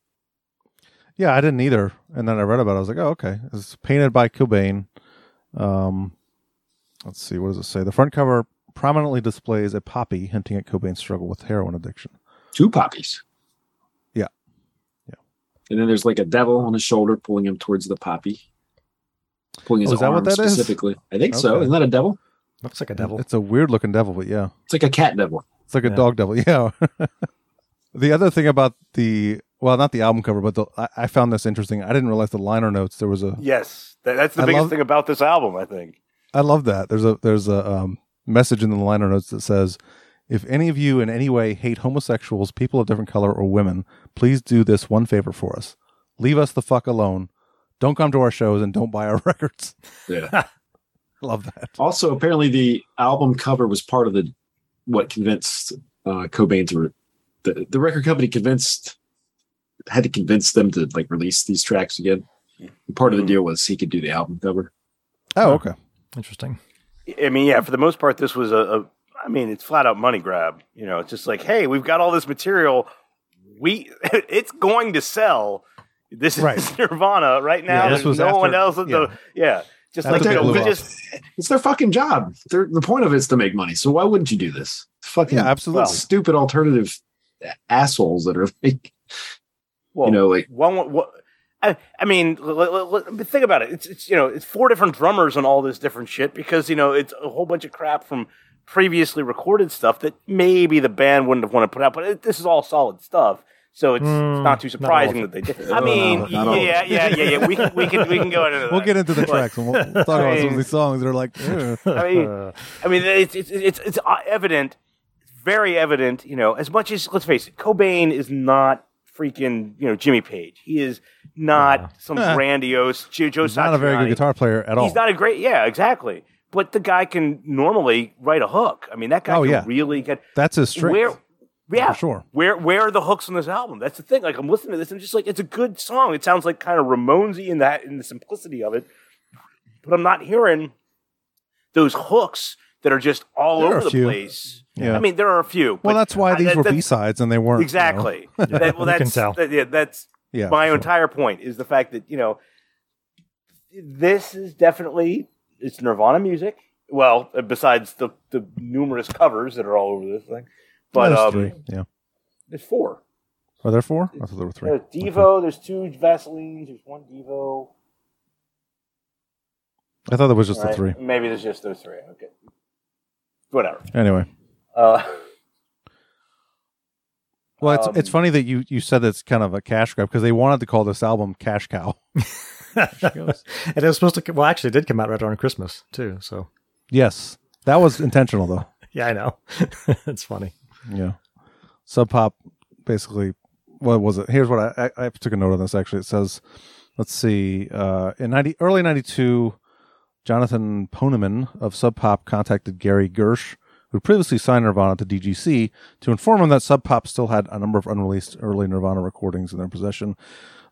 Speaker 2: Yeah, I didn't either. And then I read about it. I was like, oh, okay. It's painted by Cobain. Um, let's see, what does it say? The front cover prominently displays a poppy hinting at Cobain's struggle with heroin addiction.
Speaker 1: Two poppies.
Speaker 2: Yeah.
Speaker 1: Yeah. And then there's like a devil on his shoulder pulling him towards the poppy. Pulling his
Speaker 2: Oh, is that
Speaker 1: arm
Speaker 2: what that is?
Speaker 1: specifically. I think so.
Speaker 2: Okay.
Speaker 1: Isn't that a devil?
Speaker 15: Looks like a devil.
Speaker 2: It's a weird looking devil, but yeah.
Speaker 1: It's like a cat devil.
Speaker 2: It's like a dog devil. Yeah. the other thing about the well, not the album cover, but the I, I found this interesting. I didn't realize the liner notes. There was a
Speaker 4: Yes, that, that's the
Speaker 2: I
Speaker 4: biggest
Speaker 2: love-
Speaker 4: thing about this album, I think.
Speaker 2: I love that. There's a there's a um, message in the liner notes that says, "If any of you in any way hate homosexuals, people of different color, or women, please do this one favor for us: leave us the fuck alone. Don't come to our shows and don't buy our records."
Speaker 1: Yeah.
Speaker 2: Love that.
Speaker 1: Also, apparently the album cover was part of the what convinced uh, Cobain to re- the, the record company convinced had to convince them to like release these tracks again. And part of
Speaker 4: Hmm.
Speaker 1: the deal was he could do the album cover.
Speaker 2: Oh, okay.
Speaker 15: Interesting.
Speaker 4: I mean, yeah, for the most part, this was a, a I mean, it's flat out money grab. You know, it's just like, hey, we've got all this material. We, it's going to sell. This is
Speaker 1: Right.
Speaker 4: Nirvana right now.
Speaker 1: Yeah, this
Speaker 4: There's
Speaker 1: was
Speaker 4: no
Speaker 1: after-
Speaker 4: one else. at the, yeah. Just like, you know, we just,
Speaker 1: it's their fucking job. Their, the point of it is to make money. So why wouldn't you do this? Fucking
Speaker 2: Yeah, absolutely.
Speaker 1: stupid alternative assholes that are like,
Speaker 4: Well,
Speaker 1: you know, like
Speaker 4: one, one, one- I, I mean, l- l- l- but think about it. It's, it's you know, it's four different drummers and all this different shit because you know it's a whole bunch of crap from previously recorded stuff that maybe the band wouldn't have wanted to put out. But it, this is all solid stuff, so it's, it's
Speaker 2: Mm,
Speaker 4: not
Speaker 2: not all
Speaker 4: too
Speaker 2: of
Speaker 4: surprising
Speaker 2: it.
Speaker 4: that they did.
Speaker 2: Oh,
Speaker 4: I
Speaker 2: no,
Speaker 4: mean,
Speaker 2: not all of
Speaker 4: yeah,
Speaker 2: it.
Speaker 4: yeah, yeah, yeah. We can we can we can go into that.
Speaker 2: We'll get into the
Speaker 4: But-
Speaker 2: tracks and we'll, we'll talk
Speaker 4: I
Speaker 2: about some
Speaker 4: mean-
Speaker 2: of these songs. They're like, "Ugh."
Speaker 4: I mean, I mean, it's it's it's, it's evident, very evident. You know, as much as let's face it, Cobain is not freaking you know Jimmy Page. He is not some
Speaker 2: Eh.
Speaker 4: grandiose Joe. Joe
Speaker 2: not a very good guitar player at all.
Speaker 4: He's not a great. Yeah, exactly. But the guy can normally write a hook. I mean, that guy
Speaker 2: Oh,
Speaker 4: can
Speaker 2: yeah.
Speaker 4: really get.
Speaker 2: That's his strength.
Speaker 4: Where, yeah,
Speaker 2: For sure.
Speaker 4: Where where are the hooks on this album? That's the thing. Like I'm listening to this, I'm just like, it's a good song. It sounds like kind of Ramonesy in that in the simplicity of it, but I'm not hearing those hooks that are just all
Speaker 2: There are
Speaker 4: over
Speaker 2: a
Speaker 4: the
Speaker 2: few.
Speaker 4: place.
Speaker 2: Yeah.
Speaker 4: I mean, there are a few.
Speaker 2: well,
Speaker 4: but
Speaker 2: that's why
Speaker 4: I-
Speaker 2: these
Speaker 4: that-
Speaker 2: were
Speaker 4: that's-
Speaker 2: B sides and they weren't. you know.
Speaker 4: Exactly. That- well, that's that- yeah, that's
Speaker 2: Yeah,
Speaker 4: my
Speaker 2: sure.
Speaker 4: entire point is the fact that you know this is definitely it's Nirvana music. Well, uh, besides the the numerous covers that are all over this thing, but
Speaker 2: There's
Speaker 4: um,
Speaker 2: three. Yeah.
Speaker 4: there's four.
Speaker 2: Are there four? I thought there were three.
Speaker 4: There's Devo. There's two Vaselines. There's one Devo.
Speaker 2: I thought there was just the
Speaker 4: All
Speaker 2: three.
Speaker 4: right, Maybe there's just those three. Okay. Whatever.
Speaker 2: Anyway.
Speaker 4: Uh,
Speaker 2: Well, it's
Speaker 4: Um,
Speaker 2: it's funny that you you said it's kind of a cash grab because they wanted to call this album Cash Cow.
Speaker 15: and it was supposed to. co- Well, actually, it did come out right around Christmas too. So
Speaker 2: yes, that was intentional though.
Speaker 15: yeah, I know. it's funny.
Speaker 2: Yeah, Sub Pop basically. What was it? Here's what I, I I took a note on this actually. It says, let's see, uh, in ninety early ninety two, Jonathan Poneman of Sub Pop contacted Gary Gersh, who previously signed Nirvana to DGC, to inform him that Sub Pop still had a number of unreleased early Nirvana recordings in their possession.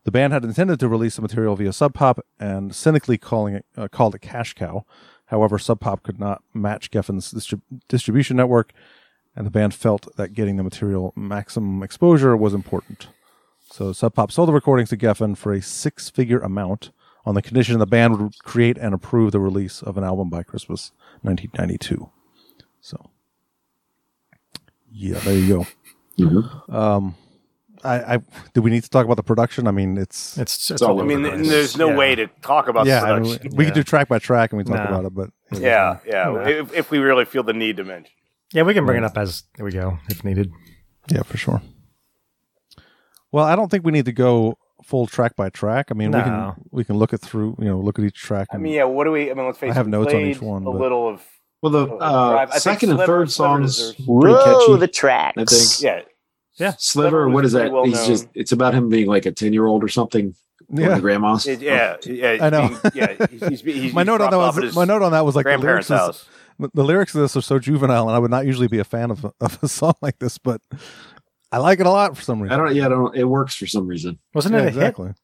Speaker 2: The band had intended to release the material via Sub Pop and cynically calling it uh, called it Cash Cow. However, Sub Pop could not match Geffen's distrib- distribution network, and the band felt that getting the material maximum exposure was important. So Sub Pop sold the recordings to Geffen for a six-figure amount on the condition the band would create and approve the release of an album by Christmas 1992. So, yeah, there you go. Um, I, I do we need to talk about the production? I mean, it's
Speaker 15: it's,
Speaker 4: I mean, there's no way to talk about
Speaker 2: yeah,
Speaker 4: yeah,
Speaker 2: I mean,
Speaker 4: production.
Speaker 2: we could do track by track and we talk
Speaker 15: Nah.
Speaker 2: about it, but
Speaker 4: yeah, yeah.
Speaker 15: Nah.
Speaker 4: If, if we really feel the need to mention,
Speaker 15: Yeah, we can bring it up as we go if needed.
Speaker 2: Yeah, for sure. Well, I don't think we need to go full track by track. I mean, we
Speaker 4: No.
Speaker 2: can we can look at through, you know, look at each track.
Speaker 4: I
Speaker 2: and-
Speaker 4: mean, yeah. What do we? I mean, let's face it.
Speaker 2: have
Speaker 4: we
Speaker 2: notes on
Speaker 4: played
Speaker 2: each one,
Speaker 4: A
Speaker 2: but-
Speaker 4: little of
Speaker 1: Well, the
Speaker 4: of
Speaker 1: uh,
Speaker 4: Drive. I think
Speaker 1: second and
Speaker 4: Sliver-
Speaker 1: third
Speaker 4: Sliver
Speaker 1: songs
Speaker 4: deserves-
Speaker 1: pretty catchy.
Speaker 17: the tracks.
Speaker 1: I think.
Speaker 4: Yeah.
Speaker 15: Yeah.
Speaker 1: Sliver,
Speaker 4: Sliver
Speaker 1: what
Speaker 4: was
Speaker 1: is that?
Speaker 4: pretty well
Speaker 1: He's just it's about him being like a ten year old or something. going
Speaker 2: Yeah.
Speaker 1: to grandma's.
Speaker 4: It- yeah, yeah.
Speaker 2: I know.
Speaker 4: Being, yeah, he's, he's, he's,
Speaker 2: my
Speaker 4: he's
Speaker 2: note on
Speaker 4: dropped
Speaker 2: that
Speaker 4: off at
Speaker 2: was
Speaker 4: his
Speaker 2: my note on that was like the lyrics.
Speaker 4: grandparents' house.
Speaker 2: Is, the lyrics of this are so juvenile, and I would not usually be a fan of of a song like this, but I like it a lot for some reason.
Speaker 1: I don't. Yeah, I don't. It works for some reason.
Speaker 15: Wasn't
Speaker 2: Yeah,
Speaker 15: it a
Speaker 2: exactly.
Speaker 15: hit?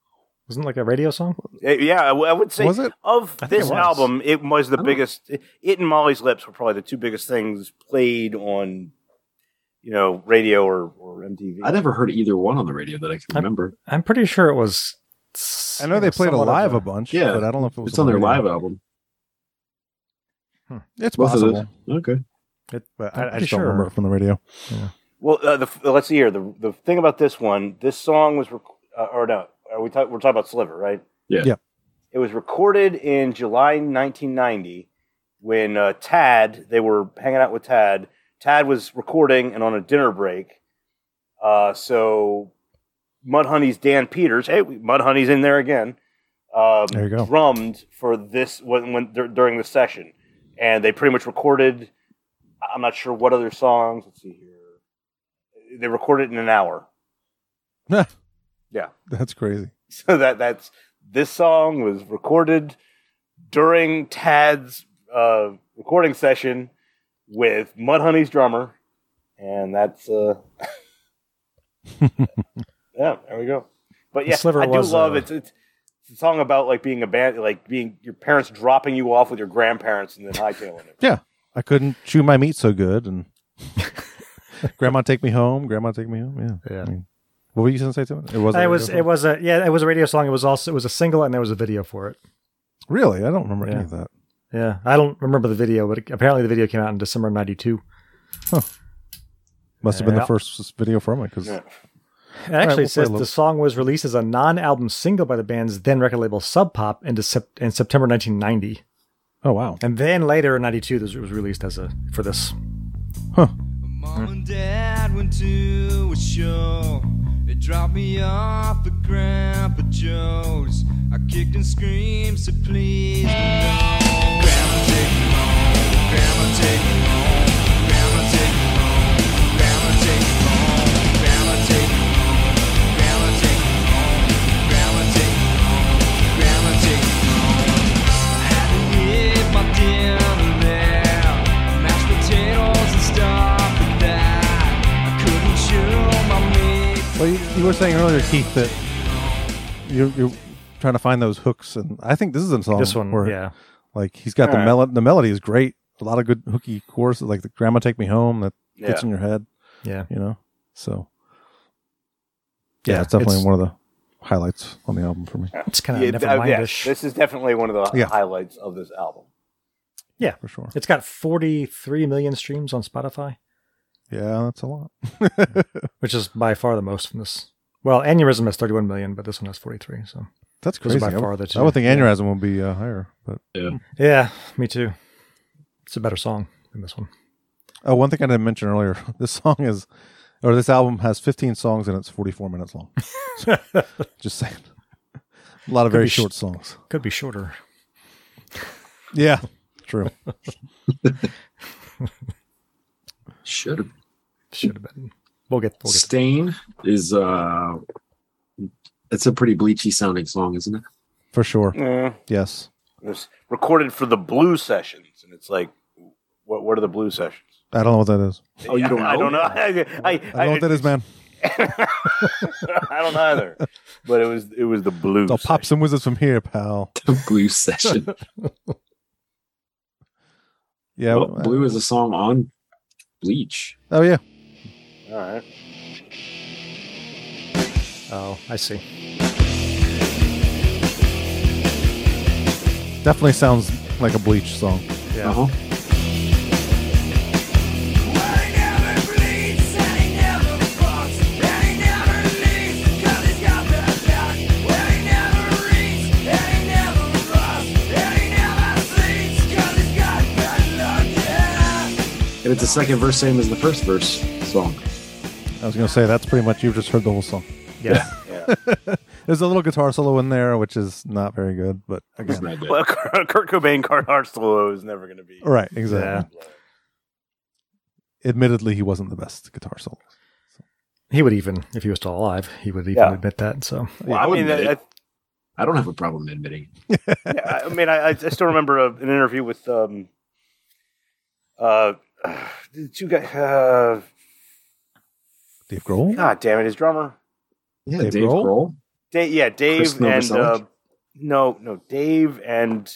Speaker 15: Wasn't it like a radio song?
Speaker 4: Uh, Yeah, I w- I would say
Speaker 15: Was it?
Speaker 4: of
Speaker 15: I think
Speaker 4: this
Speaker 15: it was.
Speaker 4: album, it was the
Speaker 15: I don't-
Speaker 4: biggest. It and Molly's Lips were probably the two biggest things played on, you know, radio or, or MTV.
Speaker 1: I never heard either one on the radio that I can remember.
Speaker 15: I'm pretty sure it was.
Speaker 2: I know they played it
Speaker 1: somewhat of
Speaker 2: live
Speaker 1: a-
Speaker 2: a bunch,
Speaker 1: Yeah,
Speaker 2: but I don't know if it was
Speaker 1: it's on their
Speaker 2: radio.
Speaker 1: live album.
Speaker 2: It's
Speaker 1: Both of those.
Speaker 2: possible.
Speaker 1: Okay.
Speaker 15: but
Speaker 2: I,
Speaker 15: I'm
Speaker 2: I
Speaker 15: pretty
Speaker 2: just don't remember it from the radio.
Speaker 4: Well, uh, the, f- let's see here. The the thing about this one, this song was, rec- uh, or no, are we talk, we're talking about Sliver, right?
Speaker 1: Yeah.
Speaker 2: Yeah.
Speaker 4: It was recorded in July 1990 when uh, Tad, they were hanging out with Tad. Tad was recording and on a dinner break. Uh, so Mudhoney's Dan Peters, hey, we- Mudhoney's in there again, um,
Speaker 2: There you go.
Speaker 4: drummed for this when, when dur- during the session. And they pretty much recorded, I'm not sure what other songs. Let's see here. They recorded in an hour. Yeah.
Speaker 2: That's crazy.
Speaker 4: So that that's this song was recorded during Tad's uh, recording session with Mudhoney's drummer, and that's uh, yeah, there we go. But
Speaker 15: The
Speaker 4: yeah,
Speaker 15: Sliver
Speaker 4: I do
Speaker 15: was,
Speaker 4: love
Speaker 15: uh,
Speaker 4: it's, it's it's a song about like being a band, like being your parents dropping you off with your grandparents and then hightailing it.
Speaker 2: Yeah, I couldn't chew my meat so good, and Grandma take me home. Grandma take me home. Yeah, yeah. what were you going to say to it? It wasn't.
Speaker 15: it
Speaker 2: a
Speaker 15: was
Speaker 2: radio
Speaker 15: it
Speaker 2: song?
Speaker 15: was a yeah it was a radio song. It was also it was a single and there was a video for it.
Speaker 2: really. I don't remember any
Speaker 15: Yeah.
Speaker 2: of that.
Speaker 15: Yeah, I don't remember the video, but it- apparently the video came out in December of '92.
Speaker 2: Must have been
Speaker 15: Yeah.
Speaker 2: the first video from it because
Speaker 15: It actually says the song was released as a non-album single by the band's then record label Sub Pop in, Decep in September 1990.
Speaker 2: Oh wow!
Speaker 15: And then later in '92, this was released as a for this.
Speaker 17: Mom and dad went to a show. They dropped me off at Grandpa Joe's. I kicked and screamed, so please don't go. Grandma take me home. Grandma take me home. Grandma take me home. Grandma take me home. Grandma take me home. Grandma take me home. Grandma take me home. Grandma take me home. I had to eat my dinner there. Mashed potatoes and stuff like that. I couldn't chew my meat.
Speaker 2: Well, you, you were saying earlier, Keith, that you're, you're trying to find those hooks, and I think this is a song.
Speaker 15: This one,
Speaker 2: where,
Speaker 15: yeah.
Speaker 2: Like he's got the
Speaker 15: Alright.
Speaker 2: mel- the melody is great. A lot of good hooky choruses, like the "Grandma Take Me Home" that gets
Speaker 15: Yeah.
Speaker 2: in your head.
Speaker 15: Yeah.
Speaker 2: you know. So, yeah,
Speaker 15: Yeah,
Speaker 2: it's definitely
Speaker 15: it's-
Speaker 2: one of the highlights on the album for me.
Speaker 15: It's kind of
Speaker 4: Yeah,
Speaker 15: never
Speaker 4: th- yeah,
Speaker 15: mindish.
Speaker 4: This is definitely one of the
Speaker 2: Yeah.
Speaker 4: highlights of this album.
Speaker 15: Yeah,
Speaker 2: for sure.
Speaker 15: It's got 43 million streams on Spotify,
Speaker 2: Yeah, that's a lot.
Speaker 15: which is by far the most from this. Well, Aneurysm has 31 million, but this one has 43. So
Speaker 2: That's
Speaker 15: Those are
Speaker 2: crazy.
Speaker 15: By
Speaker 2: I would-
Speaker 15: far the two.
Speaker 2: I would think
Speaker 15: Yeah.
Speaker 2: aneurysm would be uh, higher, but
Speaker 1: yeah.
Speaker 15: Yeah, me too. It's a better song than this one.
Speaker 2: Oh, one thing I didn't mention earlier. This song is, or this album has 15 songs and it's 44 minutes long. So, just saying. A lot of
Speaker 15: Could
Speaker 2: very
Speaker 15: be sh-
Speaker 2: short songs.
Speaker 15: Could be shorter.
Speaker 2: Yeah, true.
Speaker 1: Should have.
Speaker 15: Should have been. We'll get. We'll get
Speaker 1: Stain is uh, it's a pretty bleachy sounding song, isn't it?
Speaker 2: For sure.
Speaker 4: Yeah.
Speaker 2: Yes.
Speaker 4: It was recorded for the Blue Sessions, and it's like, what what are the Blue Sessions?
Speaker 2: I don't know what that is.
Speaker 1: Oh, you don't
Speaker 4: I
Speaker 1: know?
Speaker 4: don't know. I, I,
Speaker 2: I don't know what that is, man.
Speaker 4: I don't either. But it was it was the blue.
Speaker 2: They'll pop some wizards from here, pal.
Speaker 1: The blue session.
Speaker 2: yeah.
Speaker 1: Well,
Speaker 2: well,
Speaker 1: Blue is a song on Bleach.
Speaker 2: oh, yeah.
Speaker 4: All right.
Speaker 15: Oh, I see.
Speaker 2: Definitely sounds like a Bleach song.
Speaker 15: Yeah.
Speaker 1: Uh-huh. And it's the second verse, same as the first verse song.
Speaker 2: I was going to say, that's pretty much, you've just heard the whole song.
Speaker 1: Yeah.
Speaker 2: There's a little guitar solo in there, which is not very good, but again.
Speaker 4: Well, Kurt Kurt Cobain card art solo is never going to be
Speaker 2: Right, exactly. Admittedly, he wasn't the best guitar solo.
Speaker 15: He would even, if he was still alive, he would even
Speaker 4: Yeah.
Speaker 15: admit that. So
Speaker 4: Well, I mean, I,
Speaker 1: I don't have a problem admitting.
Speaker 4: I- yeah, I mean, I, I still remember a, an interview with um, uh, the two guys. Uh,
Speaker 2: Dave Grohl?
Speaker 4: God damn it, his drummer.
Speaker 1: Yeah,
Speaker 2: Dave
Speaker 1: Uh, Dave, Grohl.
Speaker 4: Da- yeah, Dave
Speaker 1: Novoselic?
Speaker 4: and uh, no, no, Dave and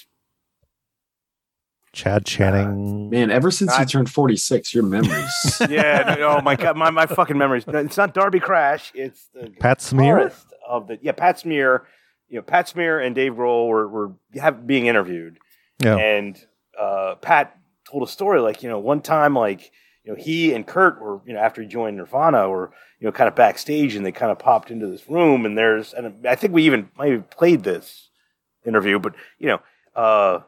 Speaker 2: Chad Channing.
Speaker 1: Man, ever since you turned 46, your memories.
Speaker 4: yeah. no, oh my god, my, my fucking memories. No, It's not Darby Crash. It's the
Speaker 2: Pat Smear?
Speaker 4: guitarist of the yeah Pat Smear. You know, Pat Smear and Dave Grohl were were have, being interviewed,
Speaker 2: Yeah.
Speaker 4: and uh, Pat told a story like you know one time like you know he and Kurt were you know after he joined Nirvana were you know kind of backstage and they kind of popped into this room and there's and I think we even maybe played this interview but you know uh,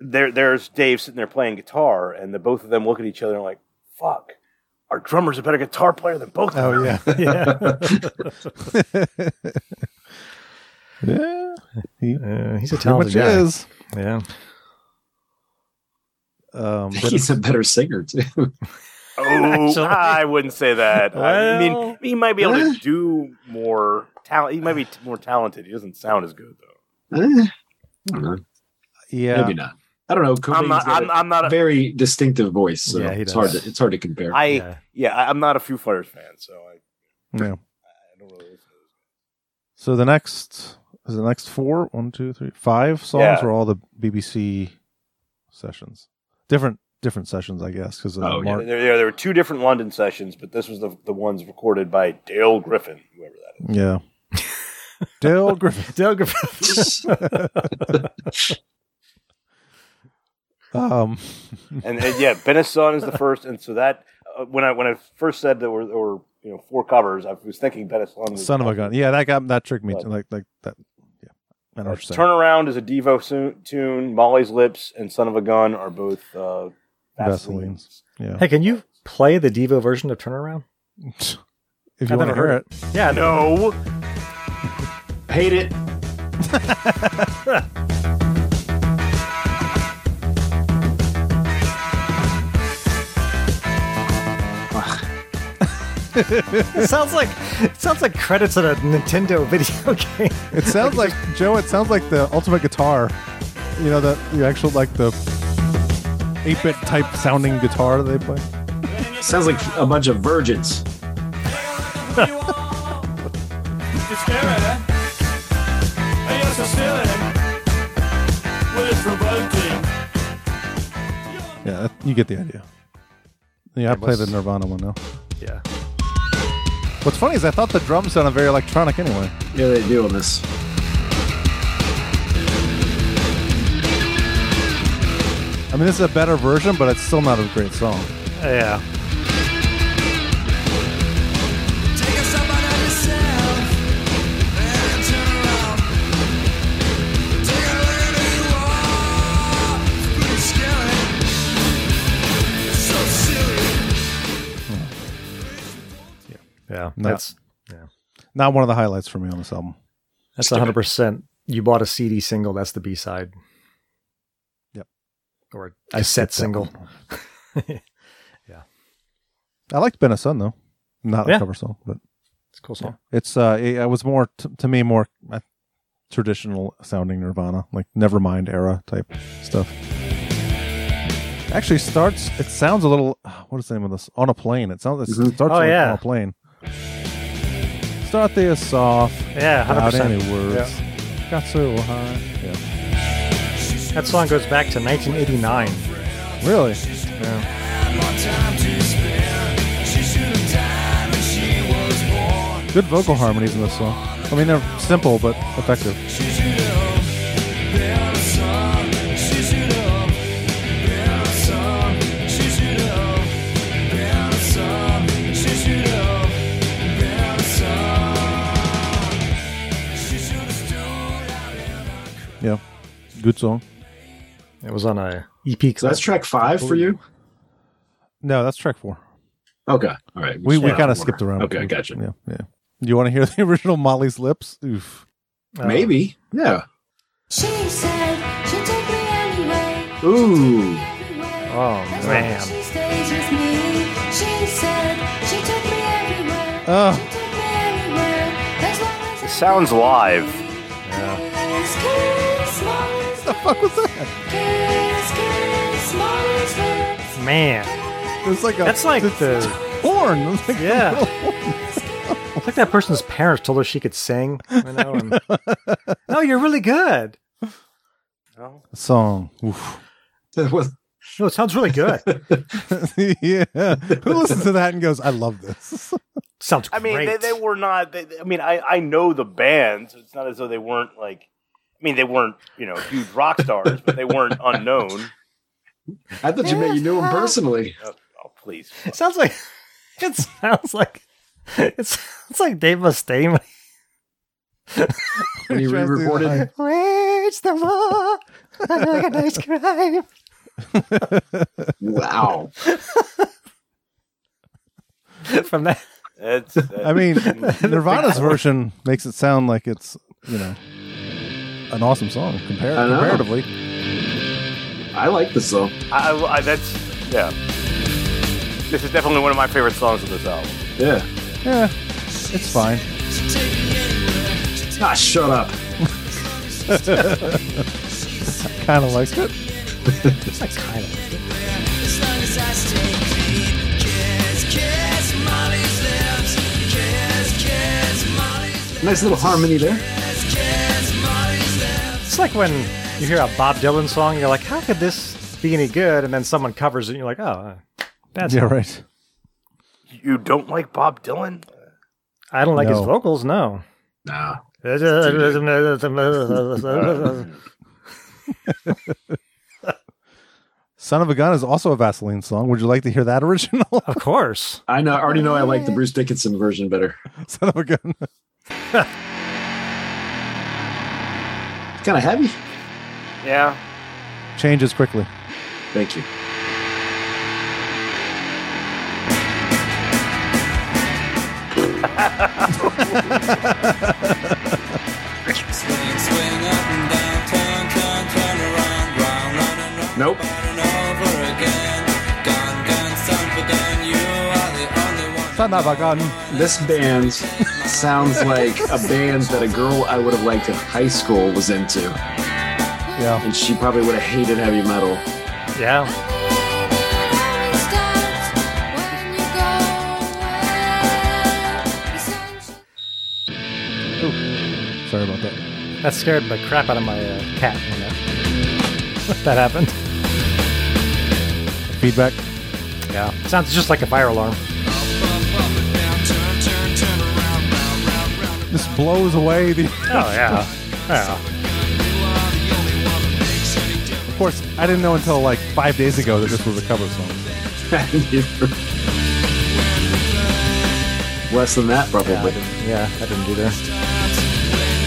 Speaker 4: there there's Dave sitting there playing guitar and the both of them look at each other and like fuck our drummer's a better guitar player than both
Speaker 2: Oh,
Speaker 4: of
Speaker 2: yeah.
Speaker 4: them
Speaker 2: yeah. He,
Speaker 15: Uh, he's
Speaker 2: pretty
Speaker 15: a
Speaker 2: much
Speaker 15: talented guy.
Speaker 2: is.
Speaker 15: Yeah.
Speaker 2: Um,
Speaker 1: He's a better singer, too.
Speaker 4: Oh, I wouldn't say that. I mean,
Speaker 1: Well,
Speaker 4: he might be able
Speaker 1: eh.
Speaker 4: to do more talent. He might be t- more talented. He doesn't sound as good
Speaker 1: Eh, I don't know.
Speaker 2: Yeah.
Speaker 1: Maybe not. I don't know.
Speaker 4: I'm not-
Speaker 1: Cobain's got
Speaker 4: I'm- I'm not a-
Speaker 1: very distinctive voice. So
Speaker 4: Yeah, he
Speaker 1: it's hard
Speaker 4: does.
Speaker 1: to it's hard to compare.
Speaker 4: though. I yeah, I, I'm not a Foo Fighters fan, so I,
Speaker 2: Yeah.
Speaker 4: I don't really. Listen.
Speaker 2: So the next is the next four, one, two, three, five songs
Speaker 4: Yeah.
Speaker 2: were all the BBC sessions, different different sessions, I guess. Because uh,
Speaker 4: Oh,
Speaker 2: Mark,
Speaker 4: yeah. There, there, there were two different London sessions, but this was the the ones recorded by Dale Griffin, whoever that is.
Speaker 2: yeah, Dale Griffith.
Speaker 15: Dale Griffin.
Speaker 2: um,
Speaker 4: and, and yeah, Bennis Sun is the first, and so that uh, when I when I first said there were there were you know four covers, I was thinking Bennis Sun. Was
Speaker 2: son of a gun. Yeah, that got that tricked me. too. Like like that. Yeah, I know what you're saying.
Speaker 4: Turnaround is a Devo su- tune. Molly's Lips and Son of a Gun are both uh, Vaseline.
Speaker 2: Vaseline's. Yeah.
Speaker 15: Hey, can you play the Devo version of Turnaround?
Speaker 2: If you
Speaker 15: I've
Speaker 2: want to
Speaker 15: never heard
Speaker 2: hear it,
Speaker 15: Yeah.
Speaker 4: No.
Speaker 1: Hate it.
Speaker 15: it sounds like it sounds like credits on a Nintendo video game.
Speaker 2: it sounds like Joe. It sounds like the ultimate guitar. You know the the actual like the eight bit type sounding guitar that they play.
Speaker 1: Sounds like a bunch of virgins.
Speaker 11: Just stare at her. I guess I stare at her. Well, it's provoking.
Speaker 2: Yeah, that, you get the idea. Yeah, I play the Nirvana one now.
Speaker 15: Yeah.
Speaker 2: What's funny is I thought the drums sounded very electronic anyway.
Speaker 1: Yeah, they do on this.
Speaker 2: I mean, this is a better version, but it's still not a great song.
Speaker 15: Yeah.
Speaker 11: Take somebody yourself and turn around. Take a look at who you are. It's pretty scary. It's so silly.
Speaker 15: Yeah.
Speaker 2: No.
Speaker 15: That's yeah.
Speaker 2: Not one of the highlights for me on this album.
Speaker 15: That's hundred percent. You bought a CD single. That's the B side.
Speaker 2: Yep.
Speaker 15: Or a
Speaker 2: I
Speaker 15: cassette
Speaker 2: skipped that
Speaker 15: single.
Speaker 2: I liked Ben a Sun though, not
Speaker 15: Yeah.
Speaker 2: a cover song, but
Speaker 15: It's a cool song.
Speaker 2: it's uh, it, it was more t- to me more uh, traditional sounding Nirvana, like Nevermind era type stuff. Actually, starts. It sounds a little. What is the name of this? On a plane. It sounds. It
Speaker 15: Mhm.
Speaker 2: starts
Speaker 15: Oh,
Speaker 2: like
Speaker 15: yeah.
Speaker 2: on a plane. Start this off.
Speaker 15: Yeah,
Speaker 2: without
Speaker 15: 100%.
Speaker 2: any words. Got so high. Yeah.
Speaker 15: That song goes back to 1989.
Speaker 2: Really?
Speaker 15: Yeah.
Speaker 11: More time to spare. She should have died when she was born.
Speaker 2: Good vocal harmonies in this song. I mean, they're simple but effective.
Speaker 11: She should have been a son. She should have been a son. She should have been a son. She should have been a son. She should have stood out in the
Speaker 2: Yeah. Good song.
Speaker 15: It was on a E EP.
Speaker 1: So that's track five for you?
Speaker 2: No, that's track four.
Speaker 1: Okay. All right.
Speaker 2: We, we
Speaker 1: Yeah.
Speaker 2: kind of skipped around.
Speaker 1: Okay, I gotcha.
Speaker 2: Yeah, yeah. Do you want to hear the original Molly's lips? Oof. Uh,
Speaker 1: Maybe. Yeah.
Speaker 11: She said she'd take me anyway.
Speaker 1: Ooh.
Speaker 15: Oh
Speaker 11: As long as She stays with me. She said she took me everywhere.
Speaker 2: Oh,
Speaker 11: Took me everywhere. As long as
Speaker 4: It sounds live.
Speaker 11: kiss, kiss, Molly's
Speaker 2: the fuck was that?
Speaker 11: lips, kiss, Molly's lips.
Speaker 15: Man.
Speaker 2: It's like a,
Speaker 15: That's like
Speaker 2: it's
Speaker 15: the-
Speaker 2: horn. It's like a
Speaker 15: Yeah.
Speaker 2: little horn.
Speaker 15: It's like that person's parents told her she could sing. You know, and- no, you're really good.
Speaker 2: Song. Oof.
Speaker 15: No, it sounds really good.
Speaker 2: yeah. Who listens to that and goes, I love this?
Speaker 15: Sounds
Speaker 4: I mean, they, they were not. They, I mean, I, I know the band, so it's not as though they weren't like. I mean, they weren't you know huge rock stars, but they weren't unknown.
Speaker 1: I thought you meant you knew him personally.
Speaker 4: Oh, oh, please.
Speaker 15: It sounds like it sounds like it sounds like Dave Mustaine
Speaker 1: when he re-recorded.
Speaker 11: Where's the wall? I like an ice cream.
Speaker 1: Wow.
Speaker 15: from that.
Speaker 4: That's,
Speaker 2: I mean, Nirvana's version makes it sound like it's, you know, an awesome song compar-
Speaker 1: I know.
Speaker 2: comparatively.
Speaker 1: I like this song.
Speaker 4: I, I, that's yeah. This is definitely one of my favorite songs of this album.
Speaker 1: Yeah.
Speaker 2: Yeah. It's fine.
Speaker 1: Ah, shut up.
Speaker 2: kind of liked it.
Speaker 15: I kind of.
Speaker 11: As long as I stay clean, kiss, kiss Molly's lips, kiss, kiss Molly's
Speaker 1: Nice little harmony there.
Speaker 11: lips, kiss Molly's lips.
Speaker 15: It's like when you hear a Bob Dylan song, you're like, how could this be any good? And then someone covers it, and you're like, oh, uh, that's
Speaker 2: yeah, right.
Speaker 4: You don't like Bob Dylan?
Speaker 15: I don't like his
Speaker 2: No.
Speaker 15: vocals. No.
Speaker 1: Nah.
Speaker 2: Son of a Gun is also a Vaseline song. Would you like to hear that original?
Speaker 15: of course.
Speaker 1: I know. I already know. I like the Bruce Dickinson version better.
Speaker 2: Son of a Gun.
Speaker 1: It's kind of heavy.
Speaker 4: Yeah.
Speaker 2: Changes quickly.
Speaker 1: Thank you.
Speaker 11: Swing, swing up and down, turn, turn, turn around, round, round and round,
Speaker 1: Nope.
Speaker 11: and over again. Gone, gone, son of a gun, you are the only one.
Speaker 2: Son of a Gun.
Speaker 1: This band sounds like a band that a girl I would have liked in high school was into,
Speaker 2: Yeah.
Speaker 1: and she probably would have hated heavy metal.
Speaker 15: Yeah.
Speaker 2: Sorry about that.
Speaker 15: That scared the crap out of my uh, cat when that, that happened.
Speaker 2: Feedback.
Speaker 15: Yeah. Sounds just like a fire alarm.
Speaker 2: This blows away the.
Speaker 15: Oh, yeah. Yeah.
Speaker 2: Of course, I didn't know until like five days ago that this was a cover song.
Speaker 1: Less than that,
Speaker 15: Yeah, I
Speaker 1: probably.
Speaker 15: didn't, yeah, I didn't do that.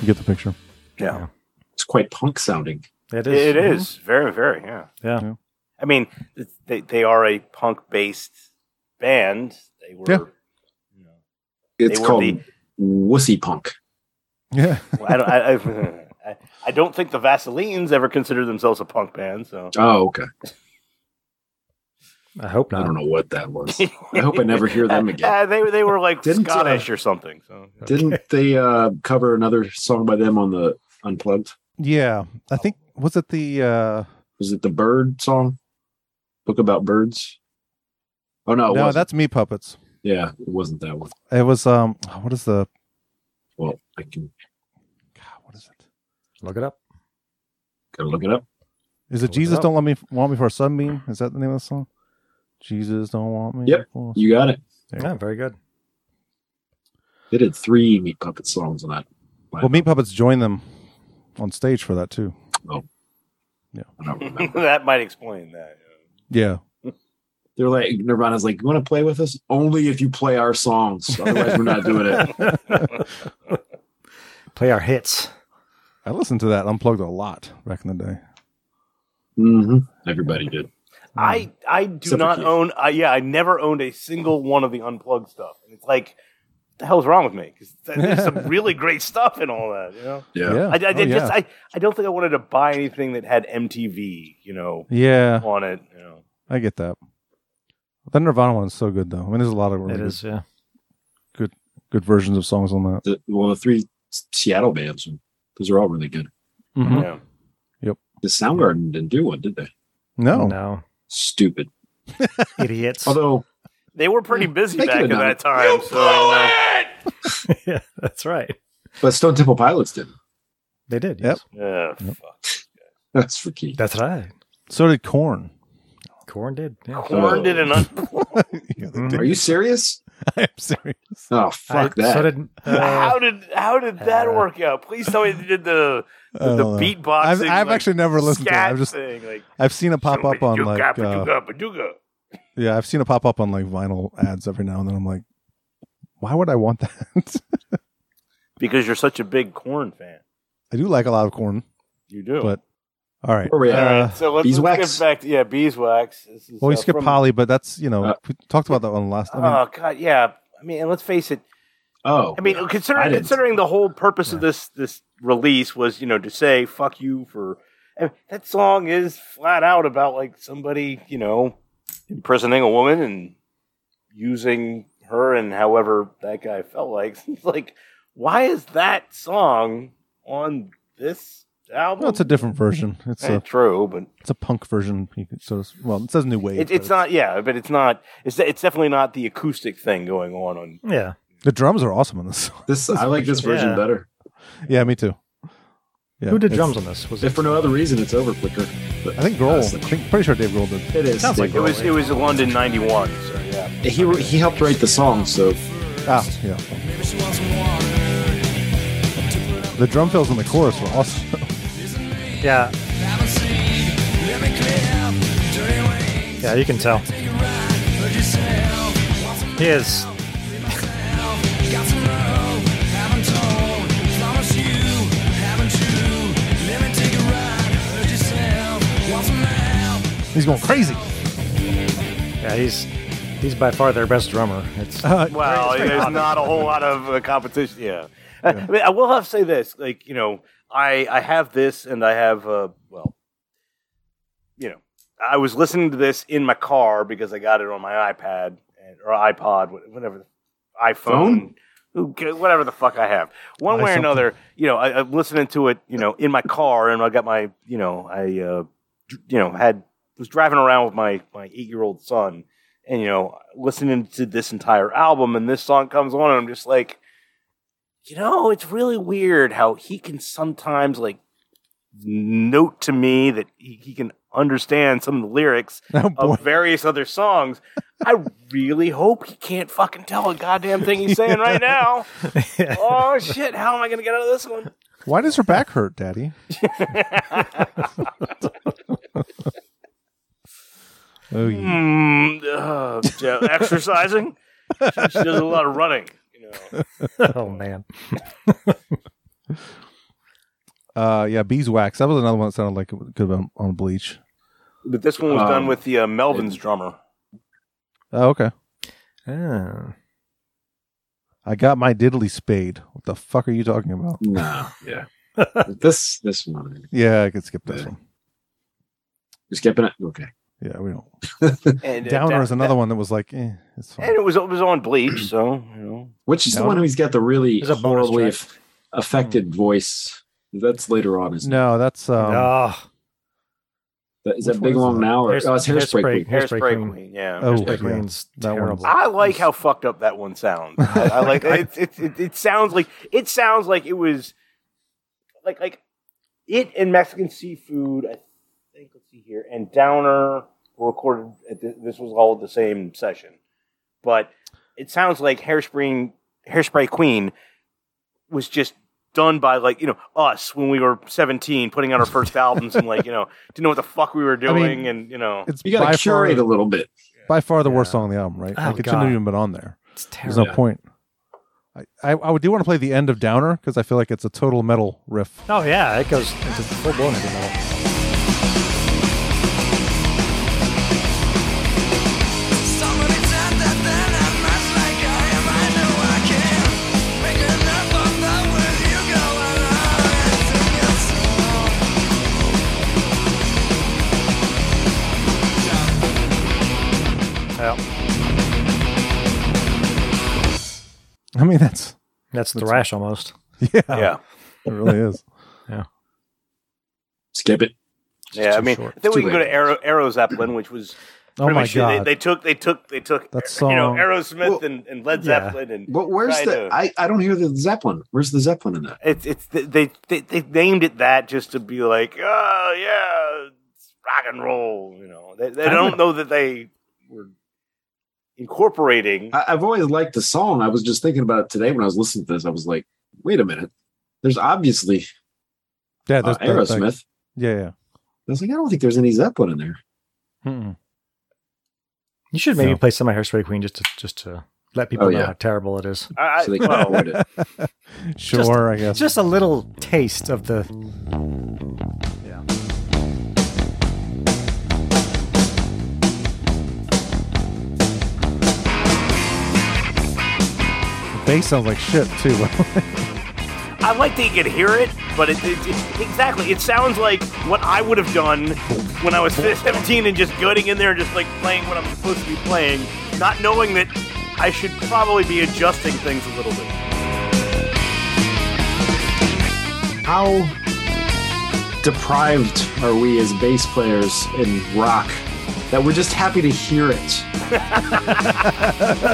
Speaker 2: You get the picture.
Speaker 4: Yeah.
Speaker 1: It's quite punk sounding.
Speaker 15: It is.
Speaker 4: It is very, very. Yeah.
Speaker 15: Yeah.
Speaker 4: I mean, it's- they they are a punk based band. They were.
Speaker 2: Yeah.
Speaker 1: It's
Speaker 4: They were
Speaker 1: called
Speaker 4: the-
Speaker 1: wussy punk.
Speaker 2: Yeah.
Speaker 4: I don't. I, I, I, I don't think the Vaseline's ever considered themselves a punk band. So.
Speaker 1: Oh, okay.
Speaker 15: I hope
Speaker 1: I
Speaker 15: not.
Speaker 1: don't know what that was. I hope I never hear them again.
Speaker 4: Yeah, they they were like
Speaker 1: Didn't, uh,
Speaker 4: Scottish or something. So.
Speaker 1: Didn't they uh, cover another song by them on the Unplugged?
Speaker 2: Yeah. I think, was it the. uh
Speaker 1: Was it the Bird song? Book about birds? Oh no, it
Speaker 2: No,
Speaker 1: wasn't.
Speaker 2: that's Me Puppets.
Speaker 1: yeah, it wasn't that one.
Speaker 2: It was, um, what is the.
Speaker 1: Well, I can
Speaker 2: God, what is it?
Speaker 15: Look it up.
Speaker 1: gotta look it up.
Speaker 2: Is it
Speaker 15: it
Speaker 2: Jesus
Speaker 15: up.
Speaker 2: Don't Let Me Want Me for a Sunbeam? Is that the name of the song? Jesus Don't Want Me.
Speaker 1: Yep.
Speaker 2: For a
Speaker 1: You got it.
Speaker 2: There.
Speaker 15: Yeah, very good.
Speaker 1: They did three Meat Puppet songs on that.
Speaker 2: Well, Meat Puppets joined them on stage for that too.
Speaker 1: I don't remember.
Speaker 4: that might explain that.
Speaker 2: Yeah.
Speaker 1: They're like Nirvana's like, you want to play with us? Only if you play our songs. Otherwise, we're not doing it.
Speaker 15: Play our hits.
Speaker 2: I listened to that unplugged a lot back in the day.
Speaker 1: hmm Everybody did.
Speaker 4: I I do
Speaker 1: Hmm. Except for
Speaker 4: not
Speaker 1: Keith.
Speaker 4: own. I yeah, I never owned a single one of the unplugged stuff. And it's like, what the hell's wrong with me? Because there's some really great stuff and all that. You know,
Speaker 1: Yeah.
Speaker 4: I, I
Speaker 2: Oh,
Speaker 4: did just
Speaker 2: yeah.
Speaker 4: I, I don't think I wanted to buy anything that had MTV. You know,
Speaker 2: yeah,
Speaker 4: on it. You know,
Speaker 2: I get that. The Nirvana one's so good though. I mean, there's a lot of really
Speaker 15: It
Speaker 2: good,
Speaker 15: is, yeah.
Speaker 2: good versions of songs on that.
Speaker 1: The, well, the three S- Seattle bands, those are all really good.
Speaker 2: Mhm.
Speaker 1: Hmm.
Speaker 4: yeah.
Speaker 15: Oh.
Speaker 1: The Soundgarden didn't do one, did they?
Speaker 2: No,
Speaker 15: No.
Speaker 1: Stupid.
Speaker 15: Idiots.
Speaker 1: Although
Speaker 4: They were pretty busy
Speaker 1: They
Speaker 4: back
Speaker 1: could've done
Speaker 4: in that
Speaker 1: it.
Speaker 4: time. so, uh,
Speaker 15: yeah, that's right.
Speaker 1: But Stone Temple Pilots didn't.
Speaker 15: They did.
Speaker 2: Yep.
Speaker 4: Yeah.
Speaker 1: That's for key.
Speaker 15: That's right.
Speaker 2: So did Corn.
Speaker 15: Corn did. Yeah.
Speaker 4: Corn did an. Un- Mm-hmm.
Speaker 1: Are you serious?
Speaker 2: I'm serious.
Speaker 1: Oh fuck that.
Speaker 15: So did
Speaker 2: Uh,
Speaker 15: uh,
Speaker 4: how did how did that work out? Please tell me they did the
Speaker 2: I don't
Speaker 4: the
Speaker 2: know.
Speaker 4: beatboxing.
Speaker 2: I've, I've
Speaker 4: like,
Speaker 2: actually never listened to it.
Speaker 4: scat
Speaker 2: I've just
Speaker 4: thing, like,
Speaker 2: I've seen it pop up on like uh,
Speaker 4: "Badooga, badooga."
Speaker 2: yeah, I've seen it pop up on like vinyl ads every now and then. I'm like, why would I want that?
Speaker 4: because you're such a big corn fan.
Speaker 2: I do like a lot of corn.
Speaker 4: You do.
Speaker 2: but all right.
Speaker 4: All
Speaker 2: Uh,
Speaker 4: right, so let's, let's get back to yeah, beeswax. This is,
Speaker 2: well, we
Speaker 4: uh,
Speaker 2: skipped
Speaker 4: from- uh,
Speaker 2: Polly, but that's you know we talked about that one last. I mean,
Speaker 4: oh god, yeah. I mean, and let's face it.
Speaker 1: Oh,
Speaker 4: I mean, considering
Speaker 2: I didn't.
Speaker 4: considering the whole purpose of this this release was, you know, to say "fuck you" for I mean, that song is flat out about like somebody, you know, imprisoning a woman and using her and however that guy felt like. It's like, why is that song on this album?
Speaker 2: no, it's a different version. It's
Speaker 4: Eh,
Speaker 2: a,
Speaker 4: true, but
Speaker 2: it's a punk version. You could sort of, well, it says new wave.
Speaker 4: It, it's not, yeah, but it's not. It's it's definitely not the acoustic thing going on on
Speaker 15: Yeah.
Speaker 2: The drums are awesome on this. song.
Speaker 1: This I like this version
Speaker 2: Yeah.
Speaker 1: better.
Speaker 2: Yeah, me too. Yeah,
Speaker 15: Who did
Speaker 2: it's-
Speaker 15: drums on this? Was
Speaker 1: If for no other reason, it's over quicker. But
Speaker 2: I think Grohl. I think pretty sure Dave Grohl did.
Speaker 1: It is.
Speaker 4: it was it was London '91. So yeah,
Speaker 1: He he helped write the song, so
Speaker 2: Ah, yeah. The drum fills in the chorus were awesome.
Speaker 15: Yeah. Yeah, you can tell. He is.
Speaker 2: He's going crazy.
Speaker 15: Yeah, he's he's by far their best drummer. It's
Speaker 4: Well, there's not a whole lot of uh, competition. Yeah. I- I, mean, I will have to say this. Like, you know, I, I have this and I have, uh, well, you know, I was listening to this in my car because I got it on my iPad and, or iPod, wh- whatever, iPhone, who ca- whatever the fuck I have. One
Speaker 15: Buy
Speaker 4: way or
Speaker 15: something.
Speaker 4: another, you know, I, I'm listening to it, you know, in my car and I got my, you know, I, uh, dr- you know, had, was driving around with my, my eight year old son and you know listening to this entire album and this song comes on and i'm just like you know it's really weird how he can sometimes like note to me that he, he can understand some of the lyrics
Speaker 15: Oh.
Speaker 4: of various other songs i really hope he can't fucking tell a goddamn thing he's saying right now oh shit how am i gonna get out of this one
Speaker 2: Why does her back hurt, Daddy? oh, yeah.
Speaker 4: Hmm, uh, yeah, exercising she, she does a lot of running you know
Speaker 15: oh man.
Speaker 2: Uh, yeah, beeswax. That was another one that sounded like it could have been on Bleach.
Speaker 4: but this one was done
Speaker 2: Um,
Speaker 4: with the uh, melvin's drummer
Speaker 2: Oh, okay.
Speaker 15: Oh.
Speaker 2: I got my diddly spade. What the fuck are you talking about?
Speaker 1: no, yeah. this this one,
Speaker 2: Yeah, I could skip this one.
Speaker 1: you skipping it? Okay.
Speaker 2: Yeah, we don't.
Speaker 4: and uh,
Speaker 2: Downer
Speaker 4: that-
Speaker 2: is another
Speaker 4: that-
Speaker 2: one that was like, eh, it's fine.
Speaker 4: And it was it was on Bleach, so you know.
Speaker 1: Which is the
Speaker 2: No.
Speaker 1: one who's got the really
Speaker 15: There's a bonus
Speaker 1: horribly
Speaker 15: track.
Speaker 1: aff-
Speaker 4: Hmm.
Speaker 1: affected voice? That's later on, isn't
Speaker 2: No, that's um,
Speaker 15: Ah,
Speaker 1: it? Is
Speaker 2: which
Speaker 1: that
Speaker 2: one
Speaker 1: Big
Speaker 2: is
Speaker 1: Long
Speaker 2: that?
Speaker 1: Now? Or, oh, it's Hairspray. Queen.
Speaker 4: Hairspray Queen, yeah.
Speaker 2: Oh,
Speaker 15: Hairspray
Speaker 2: yeah.
Speaker 15: Queen's
Speaker 2: That one.
Speaker 15: terrible.
Speaker 4: I like how fucked up that one sounds. I, I like it, it, it. It sounds like it sounds like it was like like it and Mexican seafood. I think let's see here and Downer were recorded. At the, this was all at the same session, but it sounds like Hairspray Hairspray Queen was just done by like you know us when we were 17 putting out our first albums and like you know didn't know what the fuck we were
Speaker 2: I
Speaker 4: doing
Speaker 2: mean,
Speaker 4: and you know
Speaker 2: It's
Speaker 1: You got
Speaker 2: by
Speaker 1: to curate
Speaker 2: far,
Speaker 1: a little bit.
Speaker 2: by far the worst song on the album, right?
Speaker 15: Oh,
Speaker 2: like it
Speaker 15: God.
Speaker 2: shouldn't have even been on there.
Speaker 15: it's
Speaker 2: There's
Speaker 15: terrible.
Speaker 2: no point. I, I, I would do want to play the end of Downer because I feel like it's a total metal riff.
Speaker 15: Oh yeah, it goes into full blown heavy metal. Yeah,
Speaker 2: I mean, that's
Speaker 15: that's thrash almost.
Speaker 2: yeah,
Speaker 4: yeah
Speaker 2: it really is.
Speaker 1: Skip it.
Speaker 4: Yeah, I mean,
Speaker 15: short.
Speaker 4: then
Speaker 1: It's
Speaker 4: we
Speaker 1: too
Speaker 4: can go
Speaker 1: late.
Speaker 4: to Arrow, Arrow Zeppelin, which was
Speaker 2: Oh
Speaker 4: Pretty
Speaker 2: my
Speaker 4: much, they-
Speaker 2: God.
Speaker 4: They, took they took they took
Speaker 2: That
Speaker 4: you know
Speaker 2: song-
Speaker 4: Aerosmith and, and Led Zeppelin and
Speaker 1: But where's
Speaker 4: tried
Speaker 1: the?
Speaker 4: to-
Speaker 1: I I don't hear the Zeppelin. Where's the Zeppelin in that?
Speaker 4: it's it's they they, they named it that just to be like oh yeah it's rock and roll you know they, they
Speaker 1: I
Speaker 4: don't
Speaker 1: would-
Speaker 4: know that they were incorporating
Speaker 1: I, I've always liked the song. I was just thinking about it today when I was listening to this. I was like, wait a minute. There's obviously
Speaker 2: Yeah,
Speaker 1: uh,
Speaker 2: there's that thing.
Speaker 1: Aerosmith.
Speaker 2: Yeah, yeah.
Speaker 1: I was like, I don't think there's any Zeppelin in there.
Speaker 2: Mm-mm.
Speaker 15: You should maybe
Speaker 1: No.
Speaker 15: play some of Hairspray Queen just to just to let people
Speaker 2: Oh,
Speaker 15: know
Speaker 2: yeah.
Speaker 15: how terrible it is.
Speaker 4: I- So they can well- avoid it.
Speaker 2: Sure,
Speaker 15: Just-
Speaker 2: I guess.
Speaker 15: Just a little taste of the. Yeah.
Speaker 2: The bass sounds like shit too.
Speaker 4: I like that you could hear it, but it, it, it- exactly it sounds like what I would have done when I was 17 and just going in there and just like playing what I'm supposed to be playing, not knowing that I should probably be adjusting things a little bit.
Speaker 1: How deprived are we as bass players in rock that we're just happy to hear it?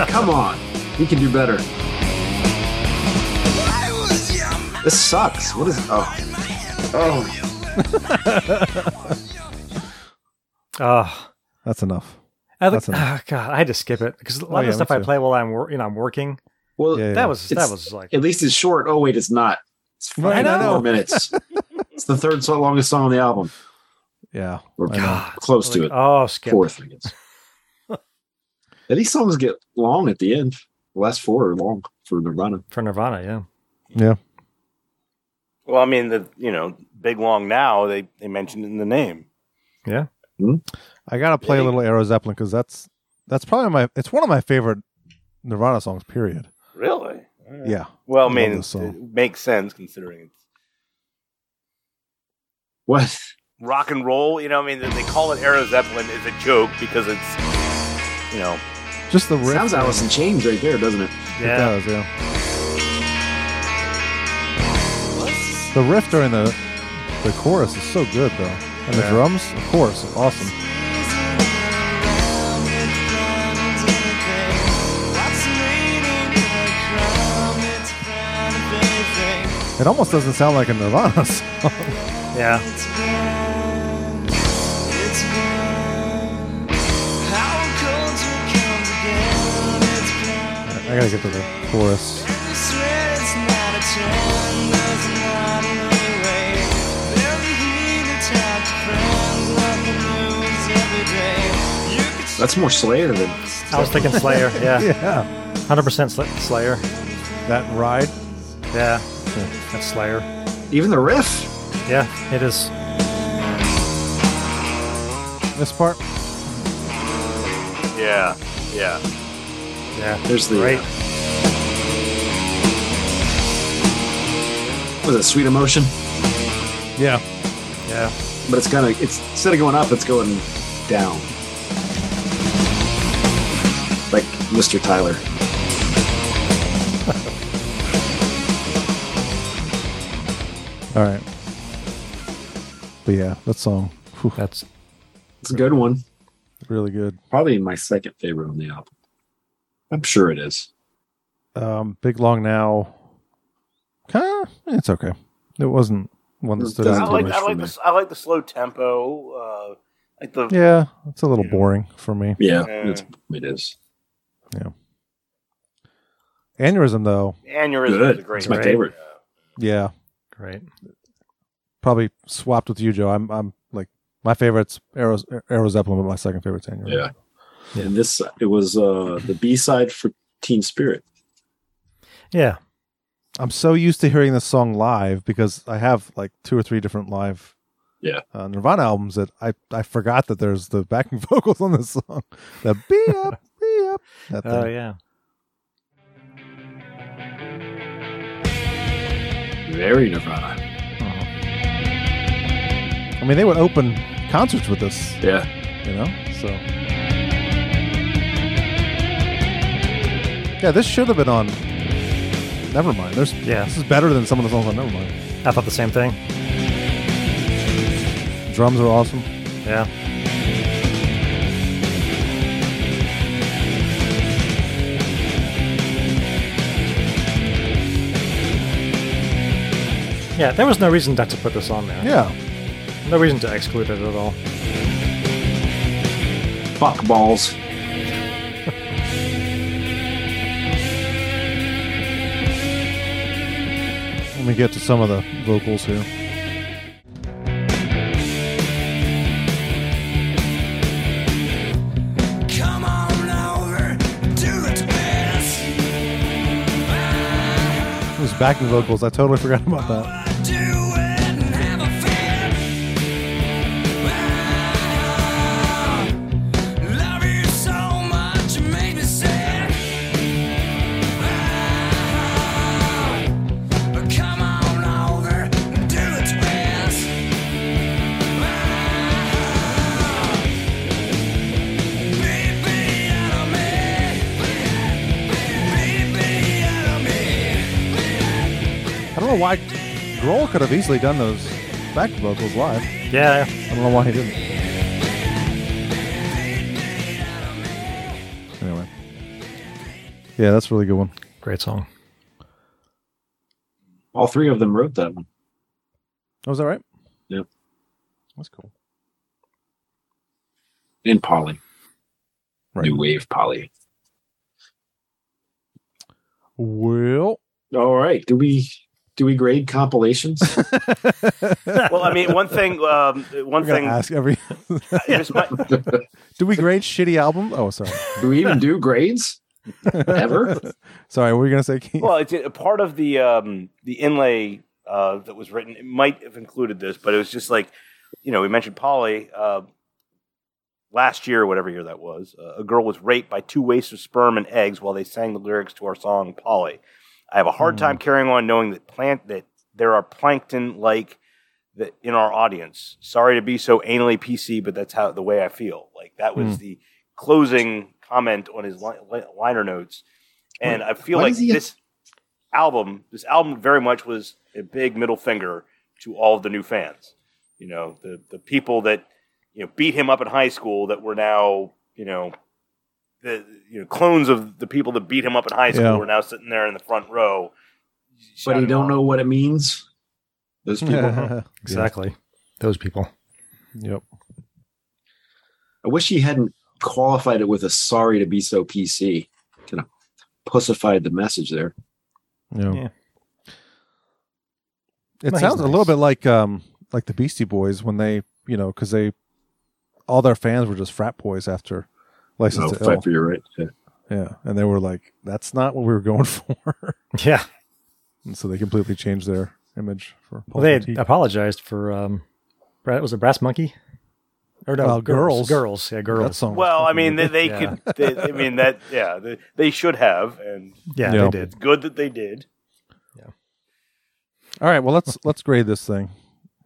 Speaker 1: Come on, we can do better. This sucks. What is? Oh, oh.
Speaker 15: Ah,
Speaker 2: that's enough.
Speaker 15: I look,
Speaker 2: That's enough.
Speaker 15: oh God, I had to skip it because a lot
Speaker 2: Oh,
Speaker 15: of
Speaker 2: yeah,
Speaker 15: the stuff
Speaker 2: me
Speaker 15: I
Speaker 2: too.
Speaker 15: play while I'm wor- you know I'm working.
Speaker 1: Well,
Speaker 15: that was that
Speaker 1: It's-
Speaker 15: was like
Speaker 1: at least it's short. Oh wait, it's not. It's
Speaker 15: Right,
Speaker 1: five
Speaker 15: I know.
Speaker 1: more minutes. it's the third so longest song on the album.
Speaker 2: Yeah,
Speaker 1: or
Speaker 2: I know.
Speaker 1: close to it.
Speaker 15: Oh, skip.
Speaker 1: Fourth, I guess. Yeah, These songs get long at the end. The last four are long for Nirvana.
Speaker 15: For Nirvana, yeah.
Speaker 2: Yeah.
Speaker 4: Well, I mean the you know big long now they they mentioned it in the name.
Speaker 15: Yeah.
Speaker 2: I gotta play a little Aero Zeppelin because that's that's probably my it's one of my favorite Nirvana songs. Period.
Speaker 4: Really?
Speaker 2: Yeah. I
Speaker 4: Well, I
Speaker 2: love
Speaker 4: mean
Speaker 2: this
Speaker 4: it,
Speaker 2: song.
Speaker 4: it makes sense considering it's
Speaker 1: What?
Speaker 4: rock and roll. You know, I mean they they call it Aero Zeppelin is a joke because it's you know
Speaker 2: Just the riff.
Speaker 1: Sounds Alice in Chains right there, doesn't it?
Speaker 2: It does. Yeah. The riff during the the chorus is so good though, and the
Speaker 11: Yeah.
Speaker 2: drums, of course, are awesome. It almost doesn't sound like a Nirvana song.
Speaker 15: Yeah.
Speaker 2: I gotta get to the chorus.
Speaker 1: That's more Slayer than.
Speaker 15: I was thinking Slayer. Yeah.
Speaker 2: yeah.
Speaker 15: Hundred percent Slayer.
Speaker 2: That ride.
Speaker 15: Yeah. That's Slayer.
Speaker 1: Even the riff.
Speaker 15: Yeah, it is.
Speaker 2: This part.
Speaker 4: yeah yeah.
Speaker 15: Yeah.
Speaker 1: There's the. Right.
Speaker 15: uh,
Speaker 1: was it Sweet Emotion?
Speaker 2: Yeah.
Speaker 15: Yeah.
Speaker 1: But it's kind of it's instead of going up, it's going down. Like Mr. Tyler.
Speaker 2: All right. But yeah, that song. whew,
Speaker 15: That's
Speaker 1: It's a good one.
Speaker 2: really good.
Speaker 1: Probably my second favorite on the album. I'm sure it is.
Speaker 2: Um, Big Long Now. Kind of, it's okay. It wasn't one that stood
Speaker 4: I
Speaker 2: out too
Speaker 4: like
Speaker 2: much
Speaker 4: I
Speaker 2: for
Speaker 4: like
Speaker 2: me.
Speaker 4: the, I like the slow tempo. Uh, like the
Speaker 2: Yeah, it's a little boring for me.
Speaker 1: Yeah,
Speaker 4: Yeah.
Speaker 1: It's, it is.
Speaker 2: Yeah. Aneurysm though.
Speaker 4: Aneurysm is
Speaker 1: Good.
Speaker 4: a great.
Speaker 1: It's my favorite.
Speaker 2: Yeah,
Speaker 15: Great.
Speaker 2: probably swapped with you, Joe. I'm I'm like my favorite's Arrow Arrow Zeppelin, but my second favorite's Aneurysm.
Speaker 1: Yeah. And this it was uh the B side for Teen Spirit.
Speaker 15: Yeah.
Speaker 2: I'm so used to hearing this song live because I have like two or three different live
Speaker 1: Yeah.
Speaker 2: uh, Nirvana albums that I I forgot that there's the backing vocals on this song. The beep up, beep up. that
Speaker 15: Oh
Speaker 2: thing.
Speaker 15: yeah.
Speaker 1: Very Nirvana.
Speaker 2: I mean, they would open concerts with this.
Speaker 1: Yeah.
Speaker 2: You know, so yeah, this should have been on. Never mind. There's
Speaker 15: Yeah.
Speaker 2: this is better than some of the songs on Nevermind.
Speaker 15: I thought the same thing.
Speaker 2: Drums are awesome.
Speaker 15: Yeah. Yeah, there was no reason not to put this on there.
Speaker 2: Yeah.
Speaker 15: No reason to exclude it at all.
Speaker 1: Fuck balls.
Speaker 2: Let me get to some of the vocals here.
Speaker 11: Come on over, do it best.
Speaker 2: It was backing vocals. I totally forgot about that.
Speaker 11: Love you so much, you make me sad. Ah, come on over and do its best. Ah, beat me out of me. Beat me out of me.
Speaker 2: I don't know why Grohl could have easily done those back vocals live.
Speaker 15: Yeah.
Speaker 2: I don't know why he didn't. Anyway. Yeah, that's a really good one.
Speaker 15: Great song.
Speaker 1: All three of them wrote that one.
Speaker 2: Oh, is that right?
Speaker 1: Yep.
Speaker 2: That's cool.
Speaker 1: In Polly.
Speaker 2: Right.
Speaker 1: New Wave Polly.
Speaker 2: Well,
Speaker 1: All right. Do we do we grade compilations?
Speaker 4: well, I mean, one thing. Um, one
Speaker 2: I gotta
Speaker 4: thing. uh,
Speaker 2: ask every.
Speaker 4: This might-
Speaker 2: do we grade shitty album? Oh, sorry.
Speaker 1: Do we even do grades? Ever?
Speaker 2: sorry, what were you gonna say? Keith?
Speaker 4: well, it's a part of the um, the inlay uh, that was written. It might have included this, but it was just like, you know, we mentioned Polly uh, last year, whatever year that was. Uh, a girl was raped by two wastes of sperm and eggs while they sang the lyrics to our song Polly. I have a hard
Speaker 1: Hmm.
Speaker 4: time carrying on knowing that plant that there are plankton like that in our audience. Sorry to be so anally PC, but that's how the way I feel. Like that was
Speaker 2: Hmm.
Speaker 4: the closing comment on his li- li- liner notes, and I feel
Speaker 1: why
Speaker 4: like
Speaker 1: does he-
Speaker 4: this album, this album, very much was a big middle finger to all of the new fans. You know, the the people that you know beat him up in high school that were now you know the you know clones of the people that beat him up in high school
Speaker 1: Yeah.
Speaker 4: were now sitting there in the front row.
Speaker 1: but you don't know what it means. Those people.
Speaker 15: exactly. Those people.
Speaker 2: Yep.
Speaker 1: I wish he hadn't qualified it with a sorry to be so PC. Kind of pussified the message there.
Speaker 2: Yeah.
Speaker 15: Yeah.
Speaker 2: It
Speaker 15: Well, he's
Speaker 2: sounds a little bit like um like the Beastie Boys when they you know because they all their fans were just frat boys after
Speaker 1: Oh,
Speaker 2: License to
Speaker 1: fight
Speaker 2: Ill.
Speaker 1: for your right. Yeah.
Speaker 2: Yeah, and they were like, "That's not what we were going for."
Speaker 15: Yeah.
Speaker 2: and so they completely changed their image for. Paul
Speaker 15: Well, they
Speaker 2: Petit.
Speaker 15: had apologized for um, Bra- was it Brass Monkey? Or no,
Speaker 2: Well,
Speaker 15: girls,
Speaker 2: Uh, girls.
Speaker 15: girls, yeah, girls.
Speaker 2: That song was
Speaker 4: Well, I mean, they, they
Speaker 15: Yeah.
Speaker 4: could. They, I mean, that yeah, they, they should have, and
Speaker 15: Yeah,
Speaker 2: Yeah.
Speaker 15: they did.
Speaker 4: it's good that they did.
Speaker 2: All right, well let's let's grade this thing.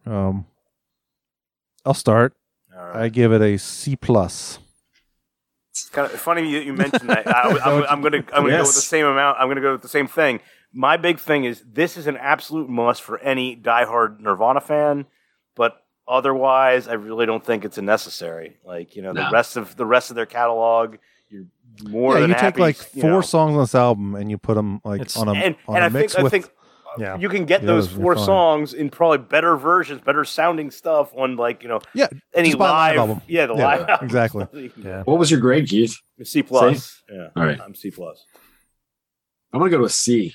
Speaker 2: Um, I'll start.
Speaker 4: All
Speaker 2: I give it a C plus.
Speaker 4: It's kind of funny you, you mentioned that. I, am going to I'm going to go with the
Speaker 2: Yes.
Speaker 4: same amount. I'm going to go with the same thing. My big thing is this is an absolute must for any diehard Nirvana fan, but otherwise, I really don't think it's a necessary. Like you know, the
Speaker 2: No.
Speaker 4: rest of the rest of their catalog, you're more
Speaker 2: yeah,
Speaker 4: than
Speaker 2: you take
Speaker 4: happy,
Speaker 2: like
Speaker 4: you
Speaker 2: four
Speaker 4: know.
Speaker 2: songs on this album and you put them like on a
Speaker 4: and,
Speaker 2: Um, on
Speaker 4: and
Speaker 2: a
Speaker 4: I
Speaker 2: mix
Speaker 4: think,
Speaker 2: with.
Speaker 4: I think
Speaker 15: Yeah.
Speaker 4: you can get
Speaker 2: Yeah,
Speaker 4: those
Speaker 2: those are
Speaker 4: four
Speaker 2: fine.
Speaker 4: songs in probably better versions, better sounding stuff on like you know
Speaker 2: yeah
Speaker 4: any
Speaker 2: just buy a live
Speaker 4: live,
Speaker 2: album.
Speaker 4: yeah the
Speaker 2: Yeah,
Speaker 4: live album
Speaker 2: exactly.
Speaker 4: stuff that you can
Speaker 15: Yeah.
Speaker 1: What was your grade, Keith?
Speaker 4: get. C plus yeah
Speaker 1: All right.
Speaker 4: I'm C plus
Speaker 1: I'm gonna go to a C.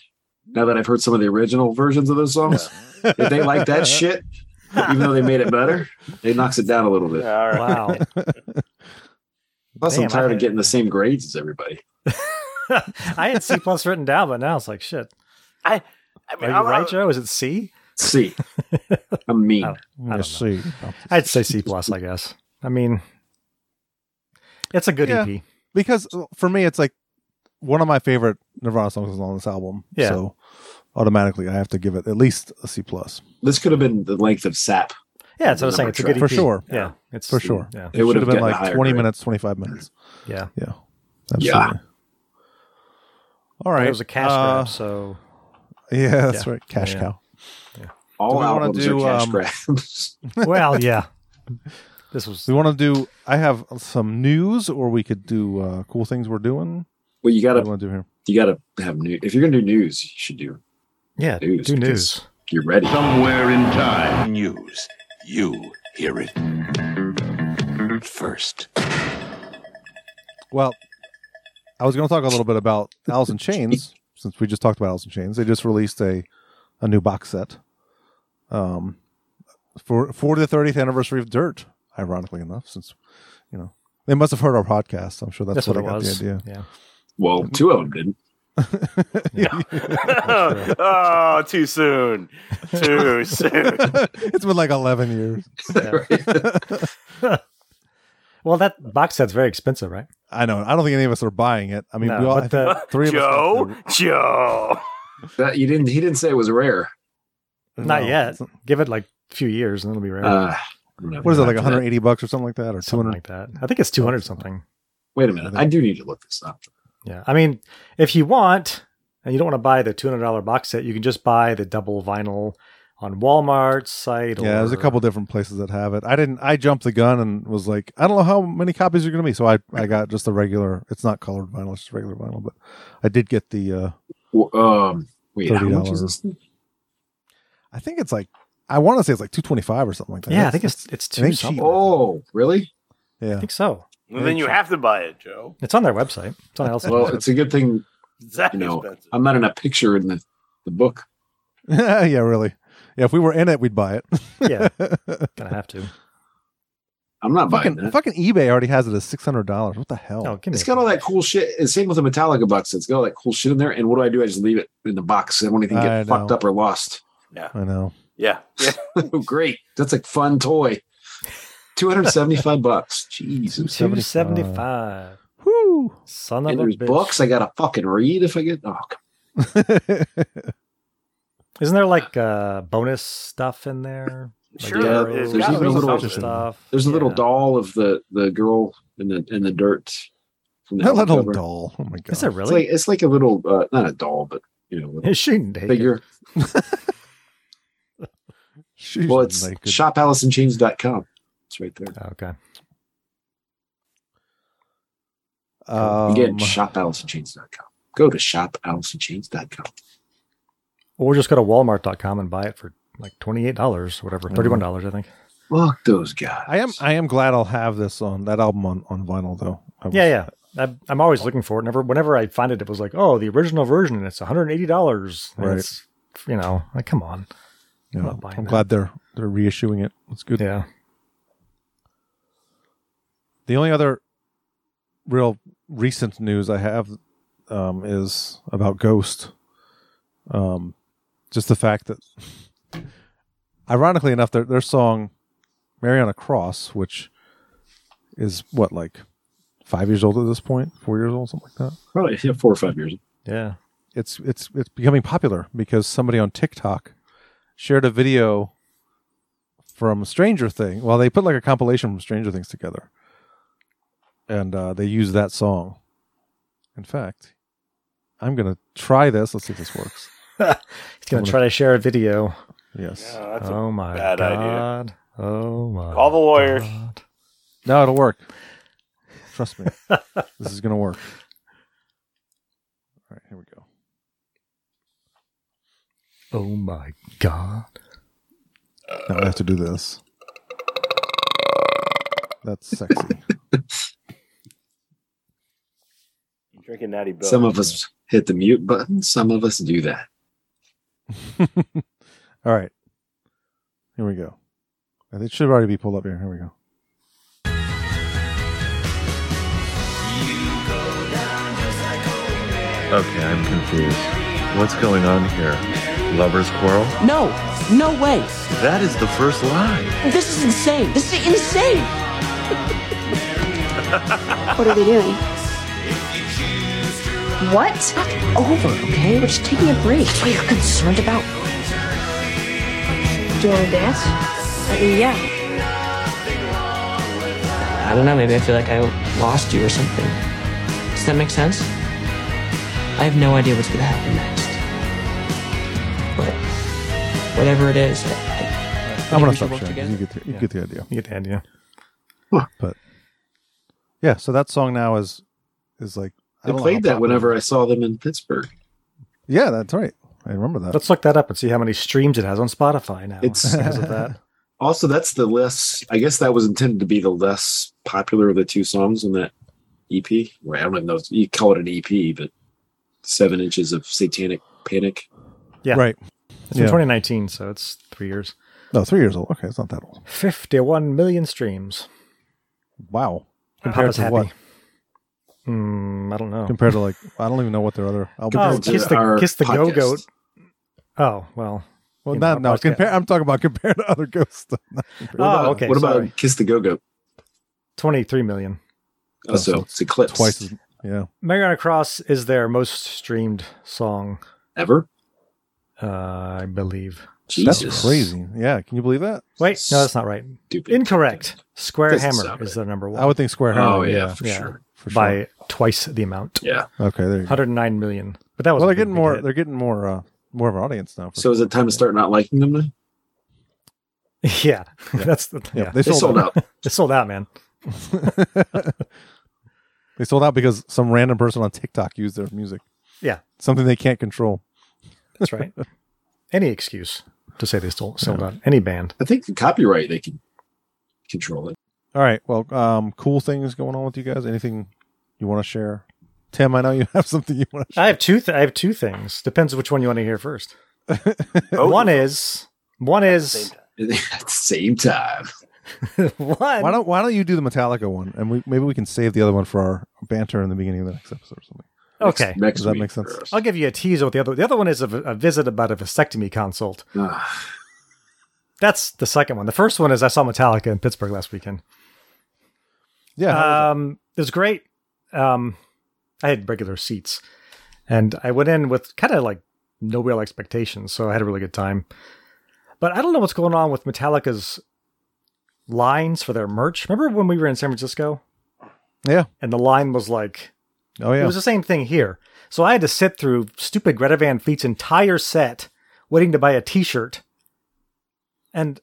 Speaker 1: Now that I've heard some of the original versions of those songs, if they like that shit, even though they made it better, it knocks it down a little bit.
Speaker 4: Yeah, all right.
Speaker 15: Wow.
Speaker 1: Plus,
Speaker 15: Damn,
Speaker 1: I'm tired
Speaker 15: I-
Speaker 1: of getting the same grades as everybody.
Speaker 15: I had C plus written down, but now it's like shit.
Speaker 4: I, I
Speaker 15: Are
Speaker 4: mean,
Speaker 15: you
Speaker 4: I'm-
Speaker 15: right, Joe? Is it C?
Speaker 1: C. I'm mean.
Speaker 2: Yeah, C.
Speaker 15: I'd say C plus, I guess. I mean, it's a good E
Speaker 2: Yeah.
Speaker 15: EP.
Speaker 2: because uh, for me it's like one of my favorite Nirvana songs is on this album.
Speaker 15: Yeah.
Speaker 2: So automatically I have to give it at least a C plus.
Speaker 1: This could have been the length of Sap.
Speaker 15: Yeah, that's what I was saying. It's a good EP
Speaker 2: For sure.
Speaker 15: Yeah, it's
Speaker 2: For sure.
Speaker 15: Yeah,
Speaker 1: It
Speaker 2: It
Speaker 1: would
Speaker 2: should have
Speaker 1: have
Speaker 2: been
Speaker 1: gotten a
Speaker 2: like
Speaker 1: higher
Speaker 2: twenty
Speaker 1: grade.
Speaker 2: minutes, twenty five minutes.
Speaker 15: yeah.
Speaker 2: Yeah.
Speaker 1: Yeah.
Speaker 2: Absolutely. All
Speaker 15: But
Speaker 2: right.
Speaker 15: It was a cash
Speaker 2: Uh,
Speaker 15: grab, so
Speaker 2: Yeah, that's
Speaker 15: Yeah.
Speaker 2: right. Cash
Speaker 15: Yeah.
Speaker 2: cow. Do
Speaker 1: All
Speaker 2: we wanna
Speaker 1: albums
Speaker 2: do,
Speaker 1: are cash
Speaker 2: um,
Speaker 1: grabs.
Speaker 15: well, yeah. This was
Speaker 2: Do we want to do I have some news or we could do uh, cool things we're doing.
Speaker 1: well, you
Speaker 2: What do
Speaker 1: gotta
Speaker 2: you want to do here?
Speaker 1: you gotta have new. If you're gonna do news, you should do
Speaker 15: yeah.
Speaker 1: news.
Speaker 15: do
Speaker 1: because
Speaker 15: news.
Speaker 1: you're ready.
Speaker 18: Somewhere in time. News. You hear it first.
Speaker 2: Well, I was going to talk a little bit about Alice in Chains since we just talked about Alice in Chains. They just released a a new box set um, for for the 30th anniversary of Dirt. Ironically enough, since you know they must have heard our podcast. I'm sure that's,
Speaker 15: That's what
Speaker 2: where
Speaker 15: it
Speaker 2: they got
Speaker 15: was.
Speaker 2: The idea.
Speaker 15: Yeah.
Speaker 1: Well, two of them didn't.
Speaker 4: oh, too soon. Too soon.
Speaker 2: it's been like 11 years.
Speaker 15: well, that box set's very expensive, right?
Speaker 2: I know. I don't think any of us are buying it. I mean,
Speaker 15: No,
Speaker 2: we all
Speaker 15: but
Speaker 2: I think
Speaker 15: the-
Speaker 2: Uh, three of us.
Speaker 4: Joe, Joe.
Speaker 1: That you didn't. He didn't say it was rare.
Speaker 15: Not
Speaker 1: No.
Speaker 15: yet. Give it like a few years and it'll be rare.
Speaker 1: Uh,
Speaker 2: What is it like 180 bucks or something like that, or 200
Speaker 15: like that? I think it's 200 something.
Speaker 1: Wait a minute. I do need to look this up.
Speaker 15: Yeah. I mean, if you want and you don't want to buy the $200 box set, you can just buy the double vinyl on Walmart's site.
Speaker 2: Yeah, there's a
Speaker 15: or-
Speaker 2: couple different places that have it. I didn't. I jumped the gun and was like, I don't know how many copies are going to be. So I, I got just the regular. It's not colored vinyl. It's just regular vinyl. But I did get the. Uh,
Speaker 1: Well, um, wait, how much
Speaker 2: $30.
Speaker 1: is this? thing?
Speaker 2: I think it's like. I want to say it's like 225 or something like that.
Speaker 15: Yeah, I think it's it's
Speaker 2: it
Speaker 15: two
Speaker 2: ain't
Speaker 15: something.
Speaker 2: cheap.
Speaker 1: Oh, really?
Speaker 2: Yeah, I
Speaker 15: think so.
Speaker 4: Well, then you have to buy it, Joe.
Speaker 15: It's on their website. It's on Alice.
Speaker 1: Well, it's a good thing.
Speaker 4: It's that
Speaker 1: You know,
Speaker 4: expensive.
Speaker 1: I'm not in a picture in the, the book.
Speaker 2: yeah, really. Yeah, if we were in it, we'd buy it.
Speaker 15: yeah, gonna have to.
Speaker 1: I'm not buying
Speaker 2: fucking,
Speaker 1: that.
Speaker 2: fucking eBay already has it as six hundred dollars. What the hell?
Speaker 15: Oh.
Speaker 1: it's got all that cool shit. It's same with the Metallica box. It's got all that cool shit in there. And what do I do? I just leave it in the box. I don't want anything
Speaker 2: I
Speaker 1: get fucked
Speaker 2: know.
Speaker 1: up or lost. Oh,
Speaker 4: Yeah.
Speaker 2: I know.
Speaker 4: Yeah.
Speaker 1: Great. That's a fun toy. 275 bucks. Jesus.
Speaker 15: 275.
Speaker 2: Woo!
Speaker 15: Son
Speaker 1: And
Speaker 15: of a
Speaker 1: there's
Speaker 15: bitch.
Speaker 1: books I gotta fucking read if I get oh come-
Speaker 15: Isn't there like uh, bonus stuff in there? Like
Speaker 4: Sure,
Speaker 2: uh,
Speaker 1: yeah,
Speaker 15: arrows
Speaker 1: there's
Speaker 15: and
Speaker 1: even a little
Speaker 15: bunch of
Speaker 1: There's a little doll of the the girl in the in the dirt. From
Speaker 2: That little
Speaker 1: cover.
Speaker 2: doll. Oh my god.
Speaker 15: Is it
Speaker 1: It's
Speaker 15: really?
Speaker 1: like it's like a little uh, not a doll, but you know,
Speaker 15: Is she
Speaker 1: a
Speaker 15: naked?
Speaker 1: figure.
Speaker 2: She's
Speaker 1: well, it's
Speaker 2: naked.
Speaker 1: shopaliceandchains.com. It's right there.
Speaker 15: Okay.
Speaker 2: Um,
Speaker 1: Again, shopaliceandchains.com. Go to shopaliceandchains.com.
Speaker 15: Or just go to walmart.com and buy it for like $28, whatever, $31, I think.
Speaker 1: Fuck those guys.
Speaker 2: I am. I am glad I'll have this on that album on, on vinyl though. I
Speaker 15: Yeah, yeah. I'm- I'm always looking for it. Never, whenever I find it, it was like, oh, the original version, and it's $180. And
Speaker 2: Right.
Speaker 15: It's, you know, like, come on.
Speaker 2: Yeah,
Speaker 15: I'm not buying
Speaker 2: I'm
Speaker 15: that.
Speaker 2: glad they're they're reissuing it. It's good.
Speaker 15: Yeah.
Speaker 2: The only other real recent news I have um, is about Ghost. Um, just the fact that, ironically enough, their their song "Mariana Cross," which is what like five years old at this point, four years old, something like that.
Speaker 1: Probably yeah, four or five years.
Speaker 15: Yeah.
Speaker 2: it's it's it's becoming popular because somebody on TikTok shared a video from Stranger Things. Well, they put like a compilation from Stranger Things together, and uh, they used that song. In fact, I'm gonna try this. Let's see if this works.
Speaker 15: He's going to try to share a video.
Speaker 2: Yes.
Speaker 4: Yeah, that's a
Speaker 15: oh, my
Speaker 4: bad idea.
Speaker 15: God. Oh, my.
Speaker 4: Call the lawyers.
Speaker 2: No, it'll work. Trust me, this is gonna work. All right, here we go.
Speaker 15: Oh, my God.
Speaker 2: Now I have to do this. That's sexy.
Speaker 4: I'm drinking Natty Bill.
Speaker 1: Some of us hit the mute button. Some of us do that.
Speaker 2: All right. Here we go. I think It should already be pulled up here. Here we go.
Speaker 19: Okay, I'm confused. What's going on here? Lovers quarrel?
Speaker 20: No, no way.
Speaker 19: That is the first line.
Speaker 20: This is insane. This is insane. what are they doing? What? Not over, okay? We're just taking a break. What are you concerned about? Do you want to dance? yeah.
Speaker 21: I don't know, maybe I feel like I lost you or something. Does that make sense? I have no idea what's gonna happen next. But whatever it is, I, I
Speaker 2: I'm
Speaker 21: think
Speaker 2: gonna
Speaker 21: we should
Speaker 2: stop
Speaker 21: work
Speaker 2: sharing.
Speaker 21: together.
Speaker 2: You get the, you
Speaker 21: Yeah.
Speaker 2: get the idea.
Speaker 15: You get the idea.
Speaker 2: But yeah, so that song now is is like
Speaker 1: I played that whenever I saw them in Pittsburgh.
Speaker 2: Yeah, that's right. I remember that.
Speaker 15: Let's look that up and see how many streams it has on Spotify now.
Speaker 1: It's
Speaker 15: because of that.
Speaker 1: also that's the less. I guess that was intended to be the less popular of the two songs on that EP. Well, I don't even know if you call it an EP, but seven inches of satanic panic.
Speaker 15: Yeah.
Speaker 2: Right.
Speaker 15: It's
Speaker 2: Yeah.
Speaker 15: from 2019, so it's three years.
Speaker 2: No, three years old. Okay, it's not that old.
Speaker 15: 51 million streams.
Speaker 2: Wow.
Speaker 15: Compared
Speaker 2: Compared to what?
Speaker 15: Mm, I don't know.
Speaker 2: Compared to like, I don't even know what their other
Speaker 15: oh,
Speaker 2: album.
Speaker 15: Kiss the, Kiss the Go Goat. Oh, well.
Speaker 2: Well,
Speaker 15: you
Speaker 2: not
Speaker 15: know, a
Speaker 2: no.
Speaker 15: podcast.
Speaker 2: Compare. I'm talking about compared to other ghosts.
Speaker 15: Oh, okay.
Speaker 1: What
Speaker 15: sorry.
Speaker 1: about Kiss the Go Go?
Speaker 15: 23 million.
Speaker 1: Oh, so it's Eclipse.
Speaker 2: Twice as yeah.
Speaker 15: Mariana Cross is their most streamed song
Speaker 1: ever.
Speaker 15: Uh, I believe.
Speaker 2: That's
Speaker 15: So-
Speaker 2: crazy. Yeah. Can you believe that?
Speaker 15: Wait, no, that's not right. Incorrect. Square
Speaker 2: Doesn't
Speaker 15: Hammer
Speaker 2: sound
Speaker 15: is their number one.
Speaker 2: I would think Square Hammer, Oh, yeah, yeah. for
Speaker 15: Yeah.
Speaker 2: sure. For
Speaker 15: By twice the amount.
Speaker 1: Yeah.
Speaker 2: Okay. There you go.
Speaker 15: 109 million. But that was
Speaker 2: well,
Speaker 15: a
Speaker 2: they're
Speaker 15: big,
Speaker 2: getting
Speaker 15: big
Speaker 2: more.
Speaker 15: hit.
Speaker 2: They're getting more. uh More of an audience now. for
Speaker 1: So is it time to start not liking them then?
Speaker 15: Yeah. that's the,
Speaker 2: Yeah,
Speaker 15: yeah.
Speaker 2: they They sold sold out.
Speaker 15: they sold out, man.
Speaker 2: They sold out because some random person on TikTok used their music.
Speaker 15: Yeah.
Speaker 2: Something they can't control.
Speaker 15: That's right. Any excuse to say they sold, sold out. Any band.
Speaker 1: I think the copyright they can control it.
Speaker 2: All right. Well, um, cool things going on with you guys. Anything you want to share? Tim, I know you have something you want to
Speaker 15: I have two. Th- I have two things. Depends which one you want to hear first.
Speaker 4: Oh,
Speaker 15: one is one is
Speaker 1: At the same time.
Speaker 15: what?
Speaker 2: Why don't Why don't you do the Metallica one, and we, maybe we can save the other one for our banter in the beginning of the next episode or something.
Speaker 15: Okay.
Speaker 2: Does that make sense?
Speaker 15: I'll give you a teaser with the other. The other one is a, a visit about a vasectomy consult.
Speaker 1: Ah,
Speaker 15: That's the second one. The first one is I saw Metallica in Pittsburgh last weekend.
Speaker 2: Yeah.
Speaker 15: Um, it was great. Um, I had regular seats, and I went in with kind of like no real expectations, so I had a really good time. But I don't know what's going on with Metallica's lines for their merch. Remember when we were in San Francisco?
Speaker 2: Yeah.
Speaker 15: And the line was like,
Speaker 2: Oh yeah.
Speaker 15: it was the same thing here. So I had to sit through stupid Greta Van Fleet's entire set, waiting to buy a T-shirt. And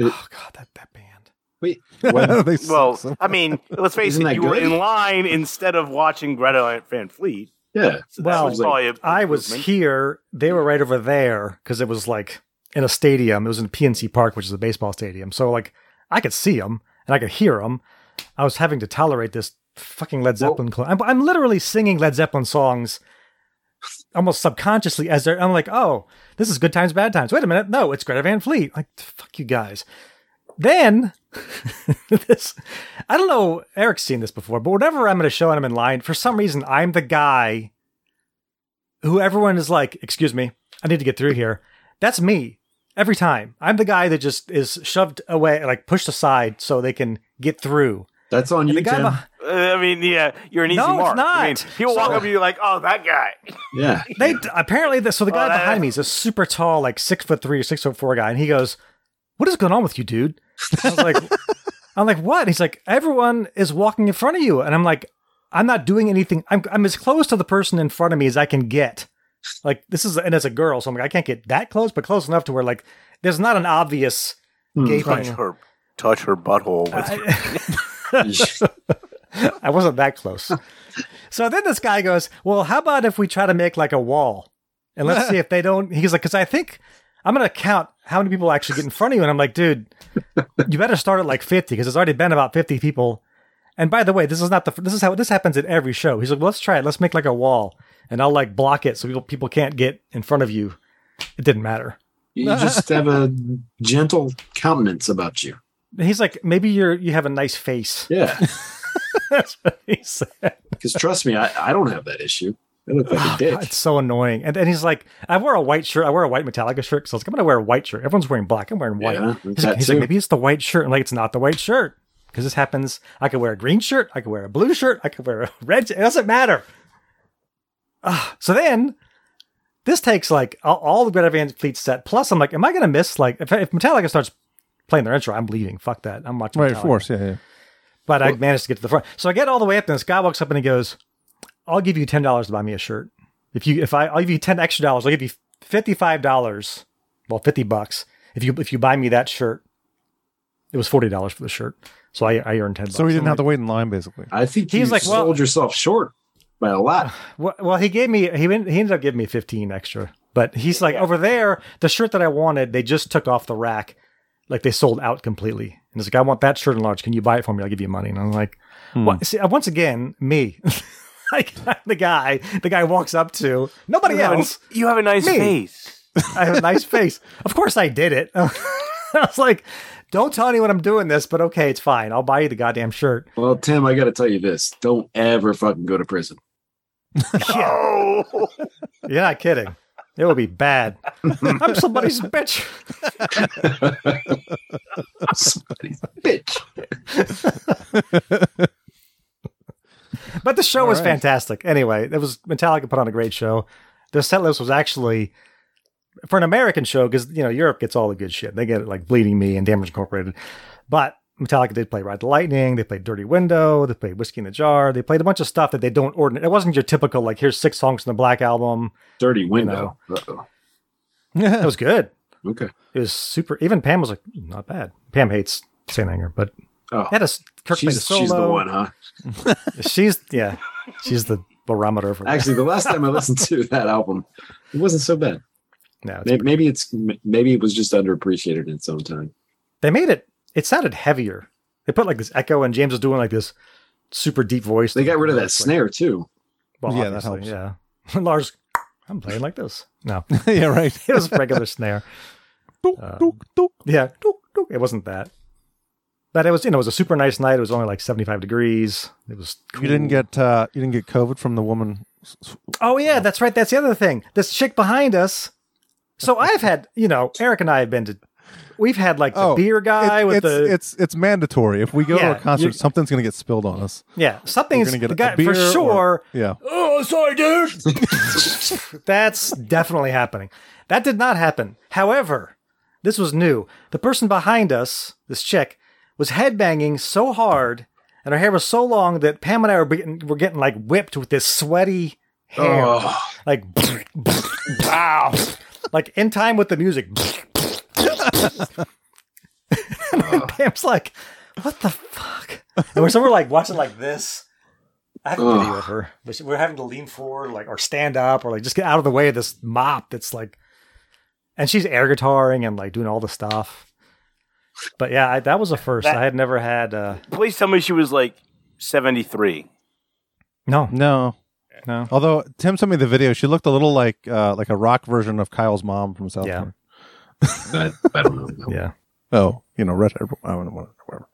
Speaker 15: oh god, that that band.
Speaker 1: Wait,
Speaker 2: They
Speaker 4: well,
Speaker 2: suck so
Speaker 4: I mean, let's face
Speaker 15: Isn't
Speaker 4: it,
Speaker 15: that
Speaker 4: you were
Speaker 15: good?
Speaker 4: in line instead of watching Greta Van Fleet.
Speaker 1: Yeah.
Speaker 4: So that
Speaker 15: well,
Speaker 4: was probably a
Speaker 15: I was
Speaker 4: improvement.
Speaker 15: here. They were right over there because it was like in a stadium. It was in PNC Park, which is a baseball stadium. So like I could see them and I could hear them. I was having to tolerate this fucking Led Zeppelin. clone. I'm, I'm literally singing Led Zeppelin songs almost subconsciously as they're. I'm like, oh, this is good times, bad times. Wait a minute, no, it's Greta Van Fleet. Like fuck you guys. Then this, I don't know. Eric's seen this before, but whenever I'm at a show and I'm in line, for some reason I'm the guy who everyone is like, excuse me, I need to get through here. That's me every time. I'm the guy that just is shoved away, like pushed aside so they can get through.
Speaker 1: That's on
Speaker 15: you,
Speaker 4: Tim. Uh, I mean, yeah, you're an easy
Speaker 15: No, it's
Speaker 4: mark. I mean,
Speaker 15: not.
Speaker 4: people walk
Speaker 15: So-
Speaker 4: up to you like, "Oh, that guy."
Speaker 1: Yeah.
Speaker 15: They apparently the, so the guy
Speaker 4: Oh, that-
Speaker 15: behind me is a super tall, like six foot three or six foot four guy, and he goes, "What is going on with you, dude?" I was like, "I'm like what?" He's like, "Everyone is walking in front of you," and I'm like, "I'm not doing anything. I'm I'm as close to the person in front of me as I can get. Like this is and as a girl, so I'm like, I can't get that close, but close enough to where like there's not an obvious
Speaker 4: Touch
Speaker 15: gaping."
Speaker 4: her, touch her butthole. With
Speaker 15: I wasn't that close. So then this guy goes, "Well, how about if we try to make like a wall, and let's see if they don't?" He's like, "Because I think I'm going to count how many people actually get in front of you." And I'm like, "Dude, you better start at like 50 because it's already been about 50 people." And by the way, this is not the fir- this is how this happens at every show. He's like, well, "Let's try it. Let's make like a wall, and I'll like block it so people people can't get in front of you." It didn't matter.
Speaker 1: You just have a gentle countenance about you.
Speaker 15: He's like, "Maybe you're you have a nice face."
Speaker 1: Yeah.
Speaker 15: That's what he said.
Speaker 1: Because trust me, I, I don't have that issue. I look
Speaker 2: Ah,
Speaker 1: like a dick.
Speaker 15: God, it's so annoying. And then he's like, I wear a white shirt. I wear a white Metallica shirt because I was like, I'm going to wear a white shirt. Everyone's wearing black. I'm wearing white.
Speaker 1: Yeah,
Speaker 15: he's
Speaker 1: that
Speaker 15: like, he's like,
Speaker 1: too.
Speaker 15: maybe it's the white shirt. I'm like, it's not the white shirt because this happens. I could wear a green shirt. I could wear a blue shirt. I could wear a red shirt. It doesn't matter. Ah, so then this takes like all- all the Greta Van Fleet set. Plus, I'm like, am I going to miss like if, if Metallica starts playing their intro, I'm leaving. Fuck that. I'm watching.
Speaker 2: Right, of
Speaker 15: Metallica.
Speaker 2: course, yeah, yeah.
Speaker 15: But I
Speaker 2: Well-
Speaker 15: managed to get to the front. So I get all the way up, and this guy walks up and he goes, "I'll give you ten dollars to buy me a shirt. If you, if I, I'll give you ten extra dollars. I'll give you fifty-five dollars. Well, fifty bucks if you if you buy me that shirt. It was forty dollars for the shirt, so I I earned ten.
Speaker 2: So we didn't have to wait in line, basically.
Speaker 1: I think
Speaker 15: He's you like, well- sold
Speaker 1: yourself short by a lot.
Speaker 15: Well, well, he gave me he went, he ended up giving me fifteen extra But he's like, over there, the shirt that I wanted, they just took off the rack. Like they sold out completely. And he's like, I want that shirt in large. Can you buy it for me? I'll give you money. And I'm like,
Speaker 2: Hmm.
Speaker 15: what? See, uh, once again, me. like the guy, the guy walks up to nobody
Speaker 4: You have a-
Speaker 15: else.
Speaker 4: you have a nice
Speaker 15: Me.
Speaker 4: face.
Speaker 15: I have a nice face. Of course I did it. I was like, don't tell anyone I'm doing this, but okay, it's fine. I'll buy you the goddamn shirt.
Speaker 1: Well, Tim, I got to tell you this: don't ever fucking go to prison.
Speaker 4: Oh.
Speaker 15: You're not kidding. It would be bad. I'm somebody's bitch.
Speaker 11: Somebody's
Speaker 15: bitch. but the show was
Speaker 11: right.
Speaker 15: fantastic. Anyway, it was Metallica put on a great show. The set list was actually for an American show because you know Europe gets all the good shit. They get like Bleeding Me and Damage Incorporated, but Metallica did play Ride the Lightning. They played Dirty Window. They played Whiskey in the Jar. They played a bunch of stuff that they don't ordinarily. It wasn't your typical like here's six songs from the Black album.
Speaker 1: Dirty
Speaker 15: Window. It was good.
Speaker 1: Okay.
Speaker 15: It was super. Even Pam was like, not bad. Pam hates Saint Anger, but
Speaker 1: oh,
Speaker 15: had a s- Kirk played a
Speaker 1: she's, she's the
Speaker 15: solo.
Speaker 1: one, huh?
Speaker 15: she's yeah, she's the barometer for that.
Speaker 1: Actually, the last time I listened to that album, it wasn't so bad.
Speaker 15: No,
Speaker 1: May- maybe it's maybe it was just underappreciated in its own time.
Speaker 15: they made it. It sounded heavier. They put like this echo, and James was doing like this super deep voice. They got
Speaker 1: rid of that snare too.
Speaker 15: Well,
Speaker 2: Yeah,
Speaker 15: yeah,
Speaker 2: that
Speaker 15: that helps. Yeah, Lars, I'm playing like this. No,
Speaker 2: yeah, right.
Speaker 15: it was regular snare. Uh, Yeah, dook, dook. it wasn't that. But it was, you know, it was a super nice night. It was only like 75 degrees. It was.
Speaker 2: You didn't
Speaker 15: cool.
Speaker 2: get uh, you didn't get COVID from the woman.
Speaker 15: Oh yeah, that's right. That's the other thing. This chick behind us. So I've had, you know, Eric and I have been to. We've had like the beer guy
Speaker 2: Oh, It- it's,
Speaker 15: with the
Speaker 2: it's it's mandatory. If we go
Speaker 15: Yeah,
Speaker 2: to a concert,
Speaker 15: you're-
Speaker 2: something something's gonna get spilled on us.
Speaker 15: yeah. Something's
Speaker 2: We're gonna get
Speaker 15: the
Speaker 2: a
Speaker 15: guy
Speaker 2: beer
Speaker 15: for
Speaker 2: or-
Speaker 15: sure.
Speaker 2: yeah.
Speaker 15: Oh, sorry, dude. That's definitely happening. That did not happen. However, this was new. The person behind us, this chick, was headbanging so hard, and her hair was so long that Pam and I were getting, were getting like whipped with this sweaty hair,
Speaker 11: Oh.
Speaker 15: like wow, like in time with the music. and Pam's like, "What the fuck?" And we're so we're like watching like this. I have a
Speaker 11: Ugh.
Speaker 15: video of her. But We're having to lean forward, like, or stand up, or like just get out of the way of this mop that's like, and she's air guitaring and like doing all the stuff. But yeah, I, that was a first.
Speaker 4: That-
Speaker 15: I had never had. uh
Speaker 4: Please tell me she was like 73.
Speaker 15: No,
Speaker 2: no,
Speaker 15: no.
Speaker 2: Although Tim sent me the video, she looked a little like uh, like a rock version of Kyle's mom from South Park.
Speaker 1: I, I don't know.
Speaker 15: yeah.
Speaker 2: Oh, you know, redhead. I don't know, whatever.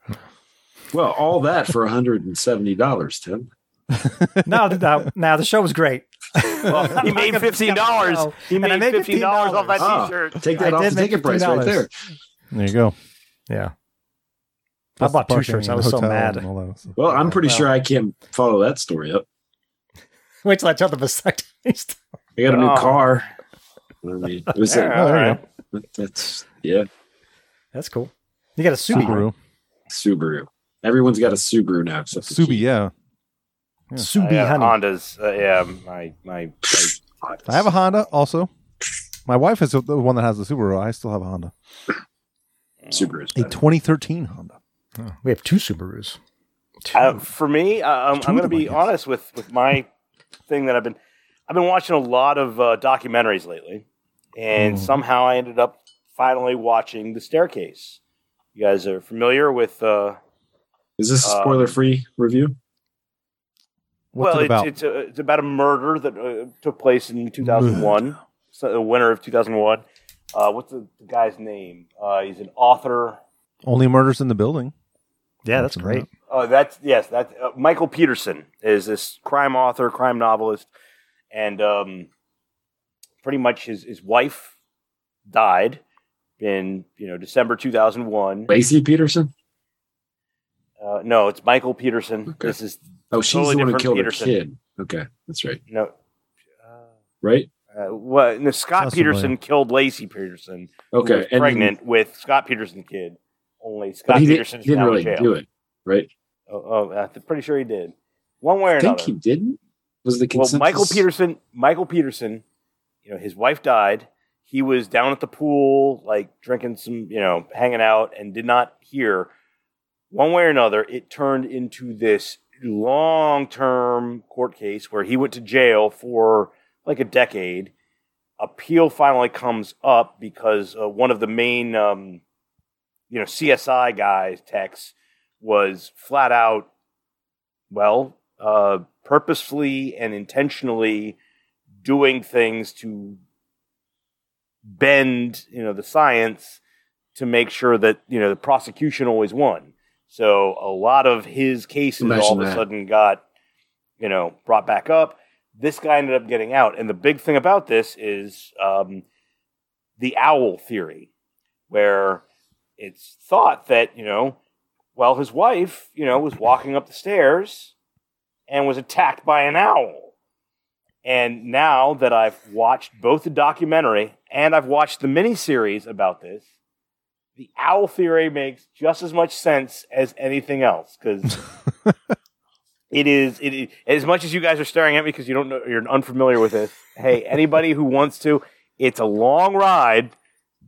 Speaker 1: Well, all that for hundred and seventy dollars, Tim.
Speaker 15: No, th- no, no, the show was great.
Speaker 4: Well, he made fifteen dollars. He
Speaker 15: And I
Speaker 4: made
Speaker 15: made
Speaker 4: fifteen dollars off that
Speaker 1: Ah,
Speaker 4: T-shirt.
Speaker 1: take that
Speaker 15: I
Speaker 1: off
Speaker 15: did
Speaker 1: the
Speaker 15: make
Speaker 1: ticket price right
Speaker 15: $15.
Speaker 1: there.
Speaker 2: There you go.
Speaker 15: Yeah.
Speaker 2: Plus
Speaker 15: I bought
Speaker 2: the
Speaker 15: two
Speaker 2: parking
Speaker 15: shirts. I
Speaker 2: and
Speaker 15: was so
Speaker 2: hotel
Speaker 15: mad.
Speaker 2: and all that stuff.
Speaker 1: Well, I'm pretty
Speaker 15: Well.
Speaker 1: sure I can't follow that story up.
Speaker 15: Wait till I tell the vasectomy story.
Speaker 1: I got a new
Speaker 15: Oh.
Speaker 1: car. I mean, it was
Speaker 2: Oh,
Speaker 15: Yeah, all right.
Speaker 1: That's yeah.
Speaker 15: That's cool. You got a Subi.
Speaker 2: Subaru.
Speaker 1: Subaru. Everyone's got a Subaru now except for
Speaker 2: Subi, yeah.
Speaker 15: Subi
Speaker 4: I got
Speaker 2: honey.
Speaker 4: Hondas. Uh, yeah, my my. my
Speaker 2: I have a Honda also. My wife is the one that has the Subaru. I still have a Honda.
Speaker 1: Subarus.
Speaker 2: A 2013 Honda.
Speaker 15: We have two Subarus.
Speaker 4: Uh, for me, uh, I'm,
Speaker 2: Two
Speaker 4: I'm going to
Speaker 2: of them, I
Speaker 4: be
Speaker 2: guess.
Speaker 4: honest with with my thing that I've been I've been watching a lot of uh, documentaries lately, and
Speaker 9: Mm.
Speaker 4: somehow I ended up finally watching The Staircase. You guys are familiar with? Uh,
Speaker 1: Is this a
Speaker 4: uh,
Speaker 1: spoiler-free review?
Speaker 4: well, it's- It's, uh it's about a murder that uh, took place in 2001, so the winter of 2001. Uh, what's the, the guy's name? Uh, he's an author.
Speaker 2: Only murders in the building.
Speaker 15: Yeah, that's great.
Speaker 4: Oh, that's yes. That's uh, Michael Peterson is this crime author, crime novelist, and um, pretty much his his wife died in you know December two thousand one.
Speaker 1: Lacey Peterson.
Speaker 4: Uh, no, it's Michael Peterson.
Speaker 1: Okay.
Speaker 4: This is
Speaker 1: Oh, she's
Speaker 4: totally
Speaker 1: the one who
Speaker 4: different
Speaker 1: killed
Speaker 4: Peterson.
Speaker 1: her kid. Okay, that's right.
Speaker 4: No,
Speaker 1: Right.
Speaker 4: uh, well, no, Scott
Speaker 1: Sounds
Speaker 4: Peterson
Speaker 1: familiar.
Speaker 4: killed Lacey Peterson. who
Speaker 1: Okay,
Speaker 4: was
Speaker 1: and then-
Speaker 4: pregnant with Scott Peterson's kid. Only
Speaker 1: But
Speaker 4: Scott
Speaker 1: he, did,
Speaker 4: Peterson
Speaker 1: he didn't
Speaker 4: now
Speaker 1: really
Speaker 4: in jail.
Speaker 1: do it, right?
Speaker 4: Oh, oh, I'm pretty sure he did. One way or
Speaker 1: I think
Speaker 4: another.
Speaker 1: he didn't. Was the
Speaker 4: well,
Speaker 1: consensus?
Speaker 4: Michael Peterson, Michael Peterson, you know, his wife died. He was down at the pool, like drinking some, you know, hanging out, and did not hear. One way or another, it turned into this long term court case where he went to jail for like a decade. appeal finally comes up because uh, one of the main, um, you know, CSI guys, Tex, was flat out, well, uh, purposefully and intentionally doing things to bend, you know, the science to make sure that you know the prosecution always won. So a lot of his cases
Speaker 1: Imagine
Speaker 4: all of a
Speaker 1: that.
Speaker 4: sudden got, you know, brought back up. This guy ended up getting out, and the big thing about this is um, the owl theory, where it's thought that you know, well, his wife, you know, was walking up the stairs and was attacked by an owl. And now that I've watched both the documentary and I've watched the miniseries about this, the owl theory makes just as much sense as anything else because it is it, is- as much as you guys are staring at me because you don't know you're unfamiliar with this. hey, anybody who wants to, it's a long ride,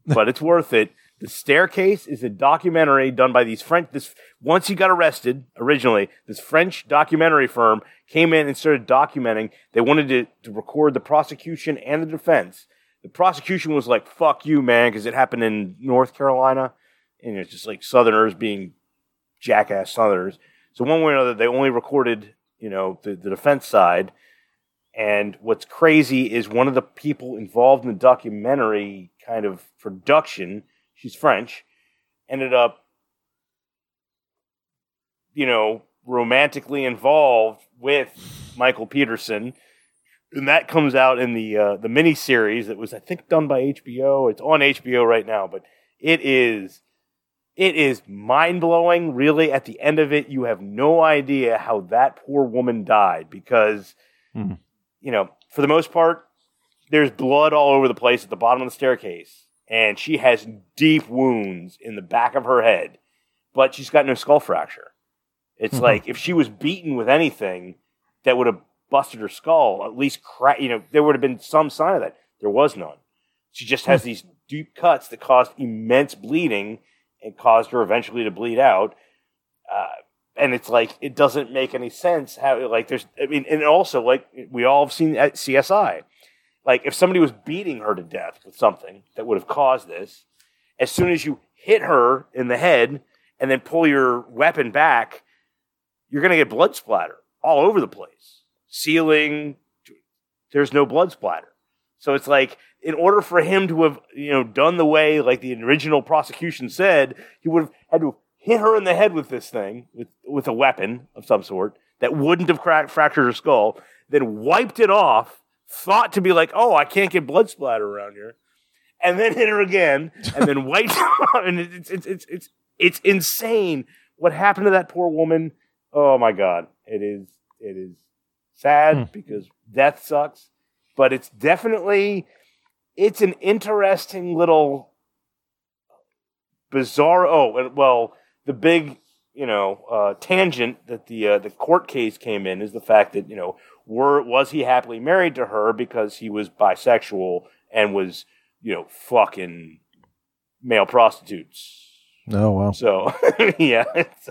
Speaker 4: but it's worth it. The staircase is a documentary done by these French. This once he got arrested originally, this French documentary firm came in and started documenting. They wanted to, to record the prosecution and the defense. The prosecution was like, "Fuck you, man," because it happened in North Carolina, and it's just like Southerners being jackass Southerners. So one way or another, they only recorded, you know, the, the defense side. And what's crazy is one of the people involved in the documentary kind of production, she's French, ended up, you know, romantically involved with Michael Peterson. And that comes out in the uh, the mini series that was I think done by HBO. It's on HBO right now, but it is it is mind blowing. Really, at the end of it, you have no idea how that poor woman died because,
Speaker 2: Mhm.
Speaker 4: you know, for the most part, there's blood all over the place at the bottom of the staircase, and she has deep wounds in the back of her head, but she's got no skull fracture. It's
Speaker 2: Mhm.
Speaker 4: like if she was beaten with anything that would have busted her skull, at least crack, you know, there would have been some sign of that. There was none. She just has these deep cuts that caused immense bleeding and caused her eventually to bleed out. Uh, and it's like it doesn't make any sense how like there's I mean, and also like we all have seen at CSI, like if somebody was beating her to death with something that would have caused this, as soon as you hit her in the head and then pull your weapon back, you're gonna get blood splatter all over the place, ceiling. There's no blood splatter. So it's like, in order for him to have, you know, done the way like the original prosecution said, he would have had to hit her in the head with this thing, with with a weapon of some sort that wouldn't have cracked, fractured her skull, then wiped it off, thought to be like, oh, I can't get blood splatter around here, and then hit her again, and then wiped her off. And it- it's it's it's it's it's insane what happened to that poor woman. Oh my god, it is it is sad because death sucks, but it's definitely it's an interesting little bizarre. Oh, and well, the big you know uh, tangent that the uh, the court case came in is the fact that you know were was he happily married to her because he was bisexual and was you know fucking male prostitutes.
Speaker 2: Oh wow.
Speaker 4: So yeah, it's,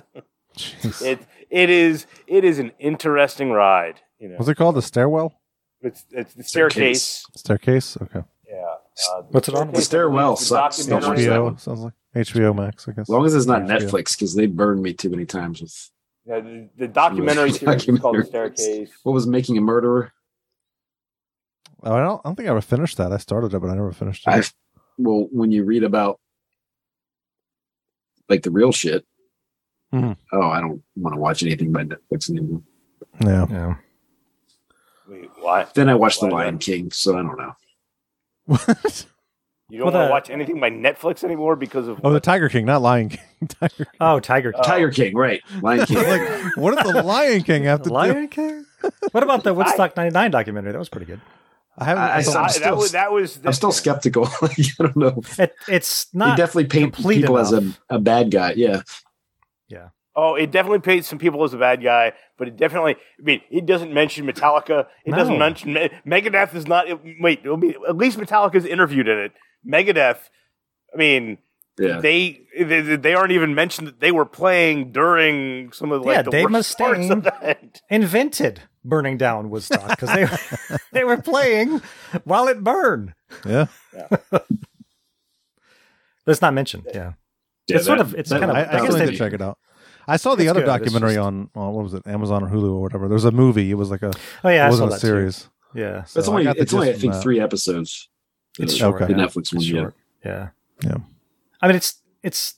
Speaker 4: it it is it is an interesting ride. You know,
Speaker 2: Was it called the stairwell?
Speaker 4: It's it's the staircase.
Speaker 2: Staircase. Okay.
Speaker 4: Yeah. Uh,
Speaker 15: What's it on?
Speaker 1: The stairwell sucks. Don't watch that one.
Speaker 2: HBO sounds like HBO Max. I guess.
Speaker 1: As long as it's not
Speaker 2: Yeah.
Speaker 1: Netflix, because they burned me too many times with
Speaker 4: Yeah, the, the documentary series is called The Staircase.
Speaker 1: What was Making a Murderer?
Speaker 2: Oh, I don't. I don't think I ever finished that. I started it, but I never finished it.
Speaker 1: I well, when you read about like the real shit,
Speaker 15: Hmm.
Speaker 2: Mhm.
Speaker 1: oh, I don't want to watch anything by Netflix anymore.
Speaker 2: yeah.
Speaker 15: Yeah.
Speaker 4: Wait, what?
Speaker 1: Then I watched The
Speaker 4: Why
Speaker 1: Lion King, so I don't know.
Speaker 4: You
Speaker 15: Well,
Speaker 4: don't want
Speaker 15: the-
Speaker 4: to watch anything by Netflix anymore because of
Speaker 2: Oh, the Tiger King, not Lion King. Tiger.
Speaker 15: Oh, Tiger King.
Speaker 1: Tiger King, right? Lion King.
Speaker 2: like, what did Uh, the Lion King have to
Speaker 15: Lion
Speaker 2: do?
Speaker 15: King? What about the Woodstock 99 documentary? That was pretty good.
Speaker 2: I haven't.
Speaker 1: I- I
Speaker 2: I
Speaker 1: saw-
Speaker 2: don't-
Speaker 1: I'm
Speaker 4: I- that
Speaker 1: still-
Speaker 4: was that was
Speaker 1: I'm still skeptical. like, I don't know.
Speaker 15: It, it's
Speaker 1: He
Speaker 15: not.
Speaker 1: definitely paint
Speaker 15: complete
Speaker 1: people as a,
Speaker 15: enough.
Speaker 1: a bad guy. Yeah.
Speaker 4: Oh, it definitely paints some people as a bad guy, but it definitely, I mean, it doesn't mention Metallica. It doesn't
Speaker 15: No.
Speaker 4: mention Me- Megadeth is not, it- wait, it'll be- at least Metallica's interviewed in it. Megadeth, I mean,
Speaker 1: Yeah.
Speaker 4: they, they they aren't even mentioned that they were playing during some of like
Speaker 15: Yeah,
Speaker 4: the
Speaker 15: Dave
Speaker 4: worst parts of
Speaker 15: Mustaine.
Speaker 4: that.
Speaker 15: invented burning down Woodstock because they they were playing while it burned.
Speaker 2: Yeah.
Speaker 15: That's not mentioned. Yeah. it's sort of it's kind of
Speaker 2: I, I guess
Speaker 15: they-
Speaker 2: need to check it out. I saw the
Speaker 15: It's
Speaker 2: other
Speaker 15: good, it's
Speaker 2: documentary
Speaker 15: just-
Speaker 2: on uh, what was it, Amazon or Hulu or whatever. There's a movie. It was like a
Speaker 15: Oh, yeah, I
Speaker 2: it
Speaker 15: saw
Speaker 2: wasn't a
Speaker 15: that too.
Speaker 2: series.
Speaker 15: Yeah.
Speaker 2: So
Speaker 1: That's only
Speaker 2: got the
Speaker 1: it's only I
Speaker 2: gist
Speaker 1: think
Speaker 2: from that.
Speaker 1: three episodes.
Speaker 15: It's
Speaker 1: Uh,
Speaker 15: short.
Speaker 1: The
Speaker 15: yeah.
Speaker 1: Netflix one.
Speaker 15: It's
Speaker 1: Yeah.
Speaker 15: short. Yeah.
Speaker 2: Yeah.
Speaker 15: I mean, it's it's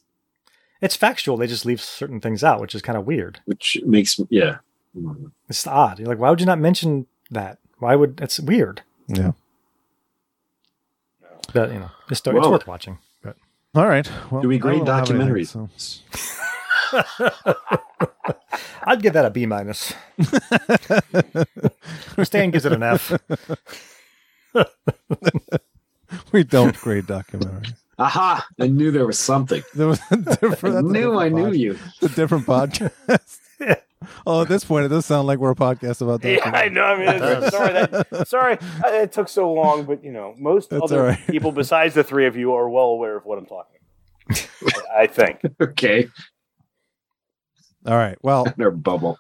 Speaker 15: it's factual. They just leave certain things out, which is kind of weird.
Speaker 1: Which makes yeah.
Speaker 15: It's odd. You're like, why would you not mention that? Why would that's weird?
Speaker 2: Yeah.
Speaker 15: That you know, it's, it's
Speaker 1: Whoa.
Speaker 15: worth watching. But
Speaker 2: All right. Well,
Speaker 1: Do we
Speaker 2: I
Speaker 1: grade
Speaker 2: don't have anything,
Speaker 1: documentaries?
Speaker 2: so-
Speaker 15: I'd give that a B minus. Stan gives it an F.
Speaker 2: we don't grade documentaries.
Speaker 1: Aha! I knew there was something.
Speaker 2: There was a different.
Speaker 1: I
Speaker 2: that's a
Speaker 1: knew I
Speaker 2: different
Speaker 1: knew
Speaker 2: pod-
Speaker 1: you.
Speaker 2: It's a different podcast. oh, at this point, it does sound like we're a podcast about that.
Speaker 4: Yeah, I know. I mean, it's- sorry, that, sorry, uh, it took so long, but you know, most
Speaker 2: That's
Speaker 4: other
Speaker 2: all right.
Speaker 4: people besides the three of you are well aware of what I'm talking. about. I, I think.
Speaker 1: Okay.
Speaker 2: All right. Well,
Speaker 1: Their bubble.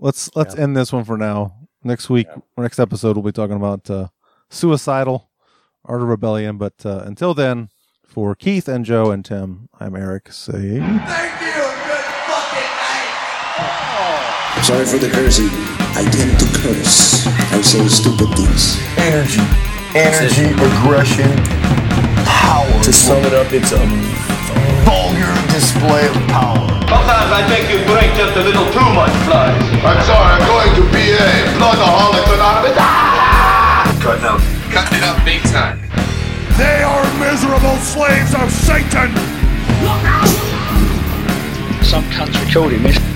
Speaker 2: Let's let's end this one for now. Next week, next episode, we'll be talking about uh, suicidal art of rebellion. But uh, until then, for Keith and Joe and Tim, I'm Eric. Saying.
Speaker 9: Sorry for the cursing. I tend to curse. I say stupid things.
Speaker 22: Energy. Energy, aggression, power. To sum it up, it's a vulgar display of power.
Speaker 14: Sometimes I think you break just a little too much blood.
Speaker 22: I'm sorry, I'm going to be a bloodaholic anonymous. Ah!
Speaker 14: Cutting up. Cutting it up big time. They are miserable slaves of Satan! Look out!
Speaker 23: Some cunts who killed him.